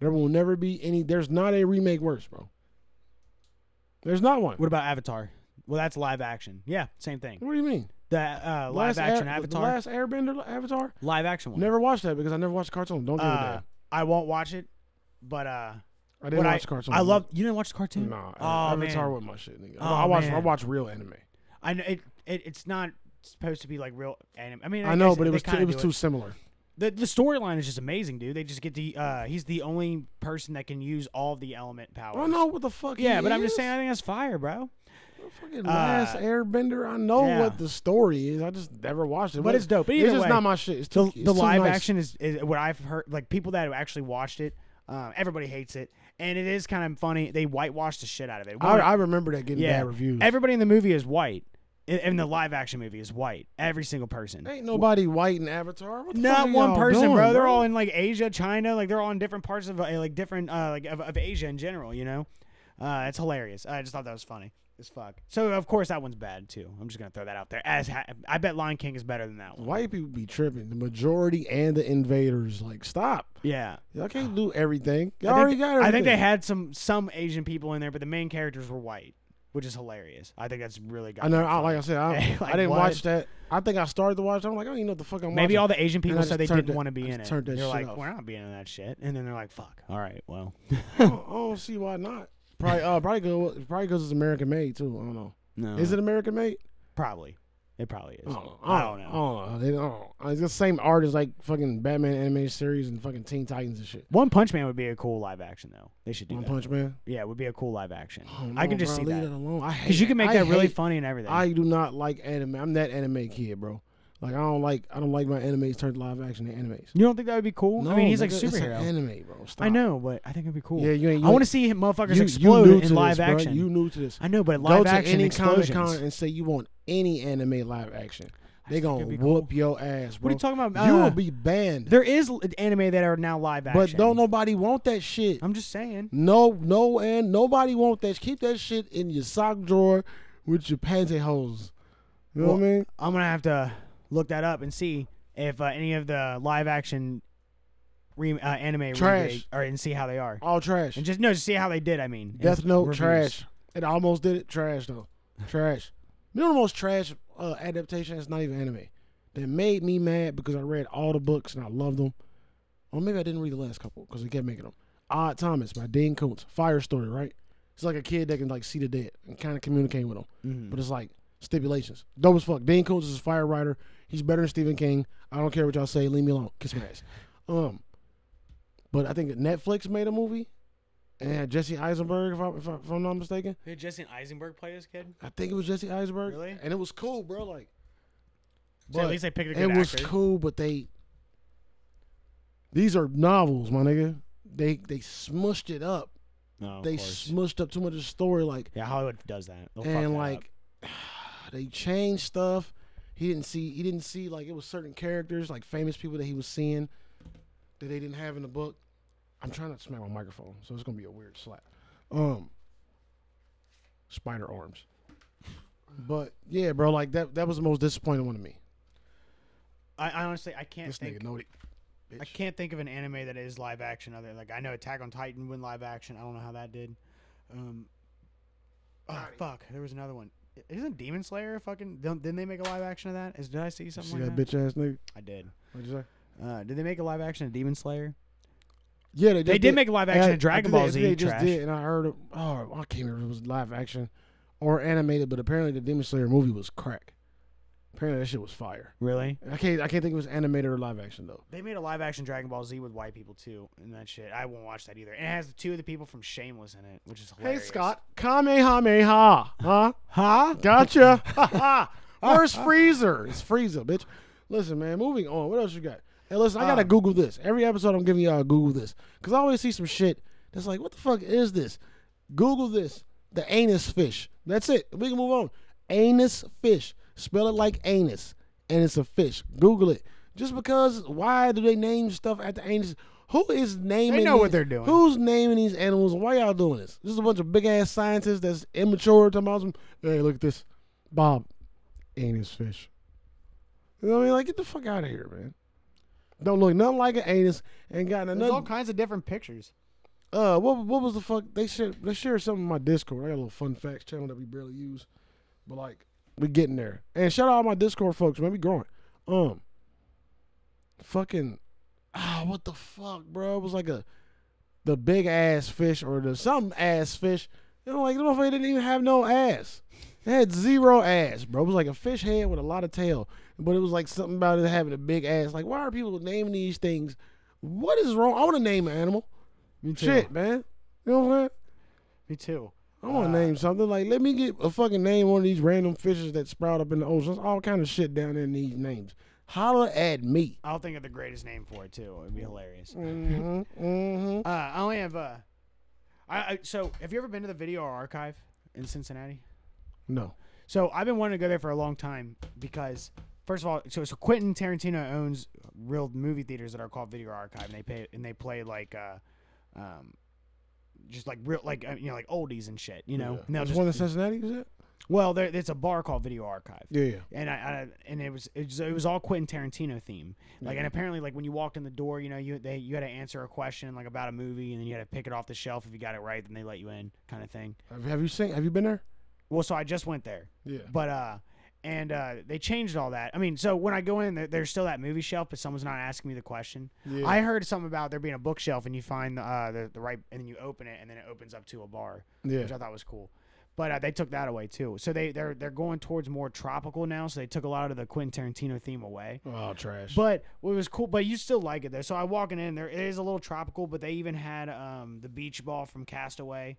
Speaker 2: There will never be any. There's not a remake worse, bro. There's not one.
Speaker 3: What about Avatar? Well, that's live action. Yeah, same thing.
Speaker 2: What do you mean?
Speaker 3: The uh, live
Speaker 2: Last
Speaker 3: action
Speaker 2: Air-
Speaker 3: Avatar,
Speaker 2: The last Airbender Avatar.
Speaker 3: live action one.
Speaker 2: Never watched that because I never watched the cartoon. Don't give a
Speaker 3: uh,
Speaker 2: damn.
Speaker 3: I won't watch it, but uh,
Speaker 2: I didn't
Speaker 3: what
Speaker 2: watch the cartoon.
Speaker 3: I love you didn't watch the cartoon.
Speaker 2: Nah,
Speaker 3: oh
Speaker 2: Avatar
Speaker 3: man,
Speaker 2: wasn't my shit, nigga.
Speaker 3: Oh,
Speaker 2: I watch I
Speaker 3: man.
Speaker 2: watch real anime.
Speaker 3: I know it, it. It's not supposed to be like real anime. I mean, I,
Speaker 2: I know,
Speaker 3: guess
Speaker 2: but
Speaker 3: they
Speaker 2: it was too,
Speaker 3: kinda
Speaker 2: it was
Speaker 3: do
Speaker 2: too similar.
Speaker 3: The, the storyline is just amazing, dude. They just get the uh, he's the only person that can use all the element powers.
Speaker 2: I don't know what the fuck.
Speaker 3: Yeah,
Speaker 2: he
Speaker 3: but I'm just
Speaker 2: is.
Speaker 3: saying, I think that's fire, bro.
Speaker 2: Fucking last
Speaker 3: Uh,
Speaker 2: Airbender. I know
Speaker 3: yeah.
Speaker 2: what the story is. I just never watched it.
Speaker 3: But it's dope. But
Speaker 2: it's
Speaker 3: either
Speaker 2: just
Speaker 3: way,
Speaker 2: not my shit. It's too,
Speaker 3: the,
Speaker 2: it's
Speaker 3: the
Speaker 2: too
Speaker 3: live
Speaker 2: nice.
Speaker 3: action is, is what I've heard. Like people that have actually watched it, um, everybody hates it, and it is kind of funny. They whitewash the shit out of it.
Speaker 2: I, I remember that getting
Speaker 3: yeah,
Speaker 2: bad reviews.
Speaker 3: Everybody in the movie is white, in, in the live action movie is white. Every single person.
Speaker 2: Ain't nobody white in Avatar. What the fuck
Speaker 3: Not
Speaker 2: are
Speaker 3: one
Speaker 2: y'all
Speaker 3: person,
Speaker 2: doing,
Speaker 3: bro. They're all in like Asia, China. Like they're all in different parts of uh, like different uh, like of, of Asia in general. You know, uh, it's hilarious. I just thought that was funny as fuck. So of course that one's bad too. I'm just gonna throw that out there. As ha- I bet Lion King is better than that one.
Speaker 2: White people be tripping. The majority and the invaders. Like, stop.
Speaker 3: Yeah.
Speaker 2: Y'all can't do everything.
Speaker 3: I
Speaker 2: Y'all
Speaker 3: think-
Speaker 2: already got everything.
Speaker 3: I think they had some some Asian people in there, but the main characters were white, which is hilarious. I think that's really good.
Speaker 2: I know. I, like I said, I,
Speaker 3: Like,
Speaker 2: I didn't
Speaker 3: what?
Speaker 2: watch that. I think I started to watch. That. I'm like, I don't even know what the fuck I'm
Speaker 3: Maybe
Speaker 2: watching.
Speaker 3: all the Asian people
Speaker 2: just
Speaker 3: said they
Speaker 2: turned
Speaker 3: didn't
Speaker 2: it-
Speaker 3: want to
Speaker 2: I
Speaker 3: be in it.
Speaker 2: just turned that
Speaker 3: they're
Speaker 2: shit
Speaker 3: like,
Speaker 2: off.
Speaker 3: we're not being in that shit, and then they're like, fuck. All right, well,
Speaker 2: I don't, I don't see why not. Probably, uh, probably go. Probably because it's American made too. I don't know.
Speaker 3: no,
Speaker 2: Is it Oh, American made?
Speaker 3: probably? It probably is.
Speaker 2: I don't know.
Speaker 3: I don't know.
Speaker 2: I don't know. They don't- It's the same artist like fucking Batman animated series and fucking Teen Titans and shit.
Speaker 3: One Punch Man would be a cool live action though. They should do
Speaker 2: One
Speaker 3: that.
Speaker 2: Punch Man.
Speaker 3: Yeah, it would be a cool live action.
Speaker 2: Oh,
Speaker 3: I
Speaker 2: no,
Speaker 3: can just
Speaker 2: bro,
Speaker 3: see
Speaker 2: leave
Speaker 3: that
Speaker 2: alone. I hate
Speaker 3: because you can make
Speaker 2: I
Speaker 3: that really
Speaker 2: hate-
Speaker 3: funny and everything.
Speaker 2: I do not like anime. I'm that anime kid, bro. Like I don't like. I don't like my animes turned live action to animes.
Speaker 3: you don't think that would be cool?
Speaker 2: No,
Speaker 3: I mean, he's like
Speaker 2: nigga, it's an
Speaker 3: superhero.
Speaker 2: anime, bro. Stop.
Speaker 3: I know, but I think it'd be cool.
Speaker 2: Yeah, you ain't. You
Speaker 3: I want to
Speaker 2: ain't-
Speaker 3: see him motherfuckers
Speaker 2: you,
Speaker 3: explode
Speaker 2: you new to
Speaker 3: in live
Speaker 2: this, bro.
Speaker 3: action.
Speaker 2: You new to this.
Speaker 3: I know, but
Speaker 2: Go
Speaker 3: live
Speaker 2: to
Speaker 3: action
Speaker 2: any Comic
Speaker 3: explosions.
Speaker 2: Con and say you want any anime live action. They
Speaker 3: think
Speaker 2: gonna
Speaker 3: it'd be
Speaker 2: whoop
Speaker 3: cool.
Speaker 2: your ass, bro.
Speaker 3: What are you talking about?
Speaker 2: You
Speaker 3: Uh,
Speaker 2: will be banned.
Speaker 3: There is l- anime that are now live action,
Speaker 2: But don't nobody want that shit.
Speaker 3: I'm just saying.
Speaker 2: No, no, and nobody want that. Keep that shit in your sock drawer with your pantyhose. You know what I
Speaker 3: Well,
Speaker 2: mean?
Speaker 3: I'm gonna have to look that up and see if uh, any of the live action re- uh, anime
Speaker 2: Trash.
Speaker 3: remake- or and see how they are.
Speaker 2: All trash.
Speaker 3: And just no, just see how they did. I mean, and
Speaker 2: Death Note,
Speaker 3: reviews.
Speaker 2: trash. It almost did it. Trash though. Trash. You know the most trash uh, adaptation that's not even anime that made me mad because I read all the books and I loved them. Or maybe I didn't read the last couple because they kept making them. Odd Thomas by Dean Koontz. Fire story, right? It's like a kid that can like see the dead and kind of communicate with them.
Speaker 3: Mm-hmm.
Speaker 2: But it's like stipulations. Dope as fuck. Dan Coates is a fire writer. He's better than Stephen King. I don't care what y'all say. Leave me alone. Kiss my ass. Um, but I think Netflix made a movie, and it had Jesse Eisenberg, if, I, if, I, if I'm not mistaken.
Speaker 3: Did Justin Eisenberg play this kid?
Speaker 2: I think it was Jesse Eisenberg.
Speaker 3: Really?
Speaker 2: And it was cool, bro. Like,
Speaker 3: So at least they picked a
Speaker 2: it
Speaker 3: good
Speaker 2: was
Speaker 3: actor.
Speaker 2: cool, but they these are novels, my nigga. They they smushed it up.
Speaker 3: No,
Speaker 2: they smushed up too much of the story. Like
Speaker 3: yeah, Hollywood does that. They'll fuck that up.
Speaker 2: and like they changed stuff. He didn't see he didn't see like it was certain characters like famous people that he was seeing that they didn't have in the book. I'm trying not to smack my microphone, so it's gonna be a weird slap. Um, spider arms. But yeah, bro, like that that was the most disappointing one to me.
Speaker 3: I, I honestly, I can't
Speaker 2: This
Speaker 3: think.
Speaker 2: nigga know it.
Speaker 3: I can't think of an anime that is live action other like I know Attack on Titan went live action. I don't know how that did. Um, oh fuck, there was another one. I- Isn't Demon Slayer a fucking? Don't, didn't they make a live action of that? Is did I see
Speaker 2: See
Speaker 3: something like
Speaker 2: that
Speaker 3: that?
Speaker 2: bitch ass nigga?
Speaker 3: I did.
Speaker 2: What'd you say?
Speaker 3: Uh, did they make a live action of Demon Slayer?
Speaker 2: Yeah, they, just
Speaker 3: They did make a live action of Dragon Ball Z.
Speaker 2: They just
Speaker 3: trash.
Speaker 2: did, and I heard. Of, oh, I can't remember if it was live action or animated, but apparently the Demon Slayer movie was crack. Apparently that shit was fire.
Speaker 3: Really?
Speaker 2: I can't. I can't think it was animated or live action though.
Speaker 3: They made a live action Dragon Ball Z with white people too, and that shit. I won't watch that either. And it has two of the people from Shameless in it, which is hilarious.
Speaker 2: Hey Scott, Kamehameha, huh?
Speaker 3: Huh?
Speaker 2: Gotcha. Where's Freezer? It's Frieza, bitch. Listen, man. Moving on. What else you got? Hey, listen, I gotta
Speaker 3: Um,
Speaker 2: Google this. Every episode, I'm giving y'all a Google this because I always see some shit that's like, what the fuck is this? Google this. The anus fish. That's it. We can move on. Anus fish. Spell it like anus, and it's a fish. Google it. Just because, why do they name stuff after anus? Who is naming?
Speaker 3: know what
Speaker 2: these-
Speaker 3: they're doing.
Speaker 2: Who's naming these animals? Why y'all doing this? This is a bunch of big ass scientists that's immature talking about some. Hey, look at this, Bob, anus fish. You know what I mean? Like, get the fuck out of here, man. Don't look nothing like an anus. Ain't got
Speaker 3: There's all
Speaker 2: nothing.
Speaker 3: kinds of different pictures.
Speaker 2: Uh, what what was the fuck? They shared they shared something in my Discord. I got a little fun facts channel that we barely use, but like we getting there. And shout out all my Discord folks, man. We growing. Um, fucking ah, what the fuck, bro? It was like a the big ass fish or the some ass fish. You know, like the motherfucker didn't even have no ass. It had zero ass, bro. It was like a fish head with a lot of tail, but it was like something about it having a big ass. Like, why are people naming these things? What is wrong? I want to name an animal. Shit, man. You know what I'm saying?
Speaker 3: Me too.
Speaker 2: I want to
Speaker 3: Uh,
Speaker 2: name something. Like, let me get a fucking name one of these random fishes that sprout up in the oceans. All kind of shit down there in these names. Holla at me.
Speaker 3: I'll think of the greatest name for it too. It'd be hilarious.
Speaker 2: hmm hmm
Speaker 3: Uh, I only have uh, I, I so have you ever been to the video archive in Cincinnati?
Speaker 2: No.
Speaker 3: So I've been wanting to go there for a long time because first of all, so, so Quentin Tarantino owns real movie theaters that are called Video Archive, and they pay and they play like uh, um, just like real like uh, you know like oldies and shit, you know. And they'll
Speaker 2: There's
Speaker 3: just-
Speaker 2: one in Cincinnati, is it?
Speaker 3: well, there, it's a bar called Video Archive.
Speaker 2: Yeah, yeah.
Speaker 3: And I, I and it was, it was it was all Quentin Tarantino theme. Like and apparently like when you walked in the door, you know you they you had to answer a question like about a movie, and then you had to pick it off the shelf. If you got it right, then they let you in, kind of thing.
Speaker 2: Have, have you seen? Have you been there?
Speaker 3: Well, so I just went there.
Speaker 2: Yeah.
Speaker 3: But uh, and uh, they changed all that. I mean, so when I go in, there, there's still that movie shelf, but someone's not asking me the question.
Speaker 2: Yeah.
Speaker 3: I heard something about there being a bookshelf, and you find uh, the the right, and then you open it, and then it opens up to a bar,
Speaker 2: Yeah.
Speaker 3: which I thought was cool. But uh, they took that away too. So they they're they're going towards more tropical now. So they took a lot of the Quentin Tarantino theme away.
Speaker 2: Oh, trash.
Speaker 3: But what was cool, but you still like it there. So I walking in there, it is a little tropical, but they even had um the beach ball from Castaway,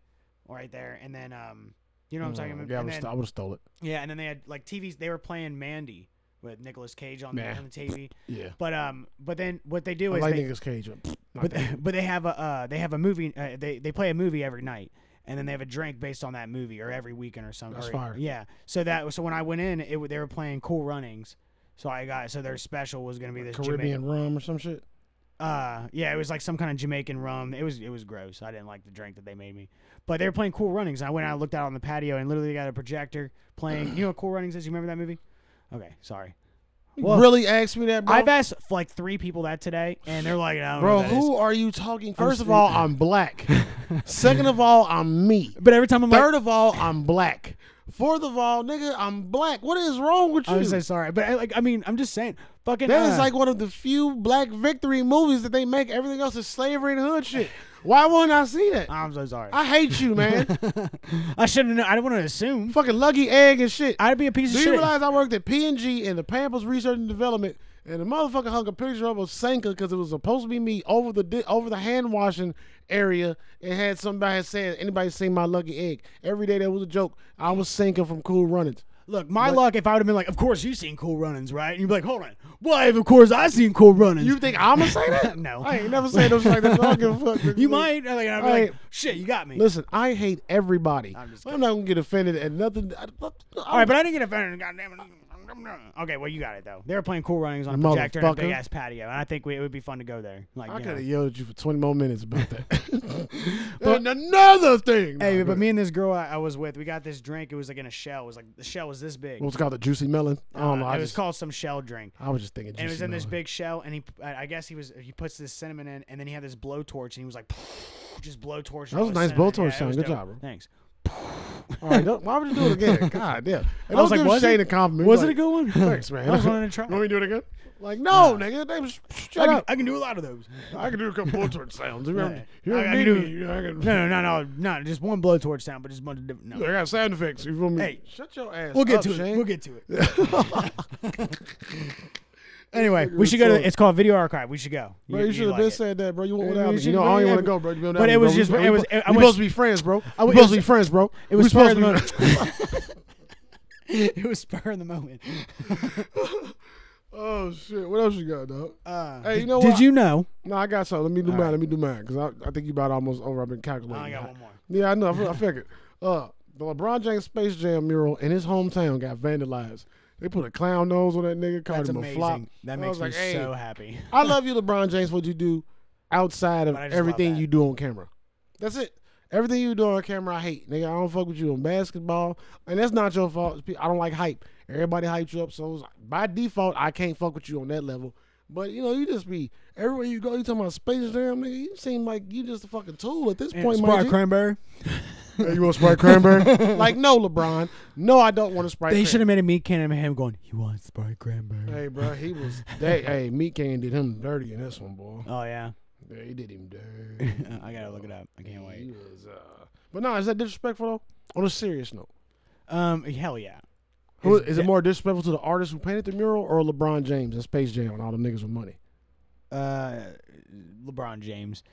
Speaker 3: right there, and then um you know what I'm talking about.
Speaker 2: Mm, Yeah, I
Speaker 3: And
Speaker 2: would
Speaker 3: then-
Speaker 2: st- I would have stole it.
Speaker 3: yeah, and then they had like TVs. They were playing Mandy with Nicolas Cage on,
Speaker 2: Nah.
Speaker 3: the, on the TV.
Speaker 2: Yeah.
Speaker 3: But um, but then what they do
Speaker 2: I
Speaker 3: is
Speaker 2: like
Speaker 3: they,
Speaker 2: niggas cage. Up.
Speaker 3: but but they have a uh, they have a movie. Uh, they they play a movie every night, and then they have a drink based on that movie or every weekend or something.
Speaker 2: That's
Speaker 3: or-
Speaker 2: fire.
Speaker 3: Yeah. So that so when I went in, it w- they were playing Cool Runnings. So I got so their special was gonna be this Jamaican.
Speaker 2: Caribbean rum or some shit.
Speaker 3: Uh, yeah, it was like some kind of Jamaican rum. It was it was gross. I didn't like the drink that they made me. But they were playing Cool Runnings. And I went out, and looked out on the patio, and literally got a projector playing. You know what Cool Runnings is? You remember that movie? Okay, sorry.
Speaker 2: You
Speaker 3: Well,
Speaker 2: really asked me that, bro.
Speaker 3: I've asked like three people that today, and they're like, I don't know
Speaker 2: bro,
Speaker 3: what that is."
Speaker 2: who are you talking? First of
Speaker 3: st-
Speaker 2: all, I'm black. Second of all, I'm me.
Speaker 3: But every time I'm like,
Speaker 2: Third of all, I'm black. Fourth of all, nigga, I'm black. What is wrong with you?
Speaker 3: I'm so sorry. But I, like, I mean, I'm just saying, fucking.
Speaker 2: that is
Speaker 3: uh,
Speaker 2: like one of the few black victory movies that they make. Everything else is slavery and hood shit. Why wouldn't I see that?
Speaker 3: I'm so sorry. I,
Speaker 2: I hate you, man.
Speaker 3: shouldn't. I don't want to assume.
Speaker 2: Fucking lucky egg and shit.
Speaker 3: I'd be a piece of
Speaker 2: Do you
Speaker 3: shit.
Speaker 2: realize I worked at P&G and the Pampers Research and Development, and the motherfucker hung a picture of a Sanka because it was supposed to be me over the di- over the hand washing area, and had somebody saying, "Anybody seen my lucky egg?" Every day there was a joke. I was Sanka from Cool Runnings.
Speaker 3: Look, my luck. If I would have been like, of course you've seen Cool Runnings, right? And you'd be like, hold on, why? Of course I've seen Cool Runnings.
Speaker 2: You think I'ma say that?
Speaker 3: No.
Speaker 2: I ain't never say no shit like that. so I don't give a fuck.
Speaker 3: You might. and, Like, I'd be
Speaker 2: I-
Speaker 3: like, shit, you got me.
Speaker 2: Listen, I hate everybody. I'm,
Speaker 3: I'm just
Speaker 2: not gonna get offended at nothing. I, I,
Speaker 3: All right, but I didn't get offended. Goddamn it. Okay, well you got it though. They were playing Cool Runnings on a projector in a
Speaker 2: Motherfucker.
Speaker 3: big ass patio, and I think we, it would be fun to go there. Like,
Speaker 2: I
Speaker 3: you
Speaker 2: could have
Speaker 3: know.
Speaker 2: yelled at you for 20 more minutes about that. and another thing. Nah,
Speaker 3: Hey,
Speaker 2: go
Speaker 3: but
Speaker 2: ahead.
Speaker 3: me and this girl I, I was with, we got this drink. It was like in a shell. It was like the shell was this big.
Speaker 2: What was it called? The juicy melon? I don't know.
Speaker 3: Uh,
Speaker 2: I,
Speaker 3: it was
Speaker 2: just,
Speaker 3: called some shell drink.
Speaker 2: I was just thinking juicy
Speaker 3: and it was in this
Speaker 2: melon.
Speaker 3: big shell and he i I guess he was he puts this cinnamon in and then he had this blowtorch and he was like just blowtorch
Speaker 2: That was a nice blowtorch sound. Good job, bro.
Speaker 3: thanks
Speaker 2: All right, don't- why would you do it again? God damn. And
Speaker 3: I
Speaker 2: don't
Speaker 3: was like,
Speaker 2: give
Speaker 3: was
Speaker 2: Shane
Speaker 3: it-
Speaker 2: a compliment.
Speaker 3: was
Speaker 2: Like,
Speaker 3: it a good one
Speaker 2: Thanks, man.
Speaker 3: i was wanting to try
Speaker 2: You want me to do it again? Like, no, nigga. They was,
Speaker 3: I
Speaker 2: shut
Speaker 3: can,
Speaker 2: up.
Speaker 3: I can do a lot of those
Speaker 2: I can do a couple more torch sounds. You
Speaker 3: Yeah.
Speaker 2: remember? You
Speaker 3: I- I
Speaker 2: remember
Speaker 3: can
Speaker 2: me?
Speaker 3: do-
Speaker 2: I can-
Speaker 3: no no no no not just one blowtorch sound but just a bunch of different
Speaker 2: I
Speaker 3: no.
Speaker 2: got sound effects. You feel me?
Speaker 3: Hey,
Speaker 2: shut your ass.
Speaker 3: we'll get
Speaker 2: up,
Speaker 3: to it
Speaker 2: Shane.
Speaker 3: we'll get to it anyway we should go to
Speaker 2: retarded.
Speaker 3: it's called video archive we should go
Speaker 2: Bro, you,
Speaker 3: you'd
Speaker 2: should have
Speaker 3: like
Speaker 2: been
Speaker 3: it.
Speaker 2: said that, bro. You went
Speaker 3: You
Speaker 2: without me. You
Speaker 3: should-
Speaker 2: know, I ain't
Speaker 3: yeah,
Speaker 2: want to
Speaker 3: but-
Speaker 2: go, bro. You went
Speaker 3: but
Speaker 2: without
Speaker 3: it
Speaker 2: me,
Speaker 3: was
Speaker 2: bro.
Speaker 3: just-
Speaker 2: We-
Speaker 3: it was-
Speaker 2: We
Speaker 3: I
Speaker 2: we
Speaker 3: went-
Speaker 2: supposed to be friends, bro. We
Speaker 3: was-
Speaker 2: supposed to be friends, bro.
Speaker 3: it was
Speaker 2: We
Speaker 3: spur of
Speaker 2: supposed
Speaker 3: the
Speaker 2: to be.
Speaker 3: moment it was spur of the moment
Speaker 2: Oh shit! What else you got, dog?
Speaker 3: Uh,
Speaker 2: Hey,
Speaker 3: did,
Speaker 2: you know
Speaker 3: did
Speaker 2: what?
Speaker 3: you know?
Speaker 2: No, I got something. Let me do
Speaker 3: All
Speaker 2: mine.
Speaker 3: right.
Speaker 2: Let me do mine because I, I think you about almost over. I've been calculating.
Speaker 3: I
Speaker 2: that.
Speaker 3: got one more.
Speaker 2: Yeah, I know. I fi- I figured. Uh, the LeBron James Space Jam mural in his hometown got vandalized. They put a clown nose on that nigga, called
Speaker 3: That's
Speaker 2: him
Speaker 3: amazing.
Speaker 2: a flop.
Speaker 3: That
Speaker 2: I
Speaker 3: makes
Speaker 2: was
Speaker 3: me
Speaker 2: like, hey.
Speaker 3: so happy.
Speaker 2: I love you, LeBron James. What you do outside of
Speaker 3: But I just love
Speaker 2: everything
Speaker 3: that.
Speaker 2: you do on camera. That's it. Everything you do on camera, I hate. Nigga, I don't fuck with you on basketball, and that's not your fault. It's pe- I don't like hype. Everybody hypes you up, so it's like, by default, I can't fuck with you on that level. But you know, you just be everywhere you go. You talking about Space Jam, nigga? You seem like you just a fucking tool at this point, my G.
Speaker 3: cranberry.
Speaker 2: Hey, you want Sprite Cranberry? like, no, LeBron. No, I don't want a Sprite.
Speaker 3: They
Speaker 2: cran-
Speaker 3: should have made a meat can of him going. You want Sprite cranberry?
Speaker 2: Hey, bro, he was. They, hey, Meat Can did him dirty in this one, boy.
Speaker 3: Oh yeah,
Speaker 2: Yeah, he did him dirty.
Speaker 3: I gotta look it up. I
Speaker 2: He
Speaker 3: can't wait.
Speaker 2: was, uh, but no, is that disrespectful though? On a serious note,
Speaker 3: Um, hell yeah.
Speaker 2: who,
Speaker 3: His
Speaker 2: is it
Speaker 3: de-
Speaker 2: more disrespectful to the artist who painted the mural or LeBron James and Space Jam and all them niggas with money?
Speaker 3: Uh, LeBron James,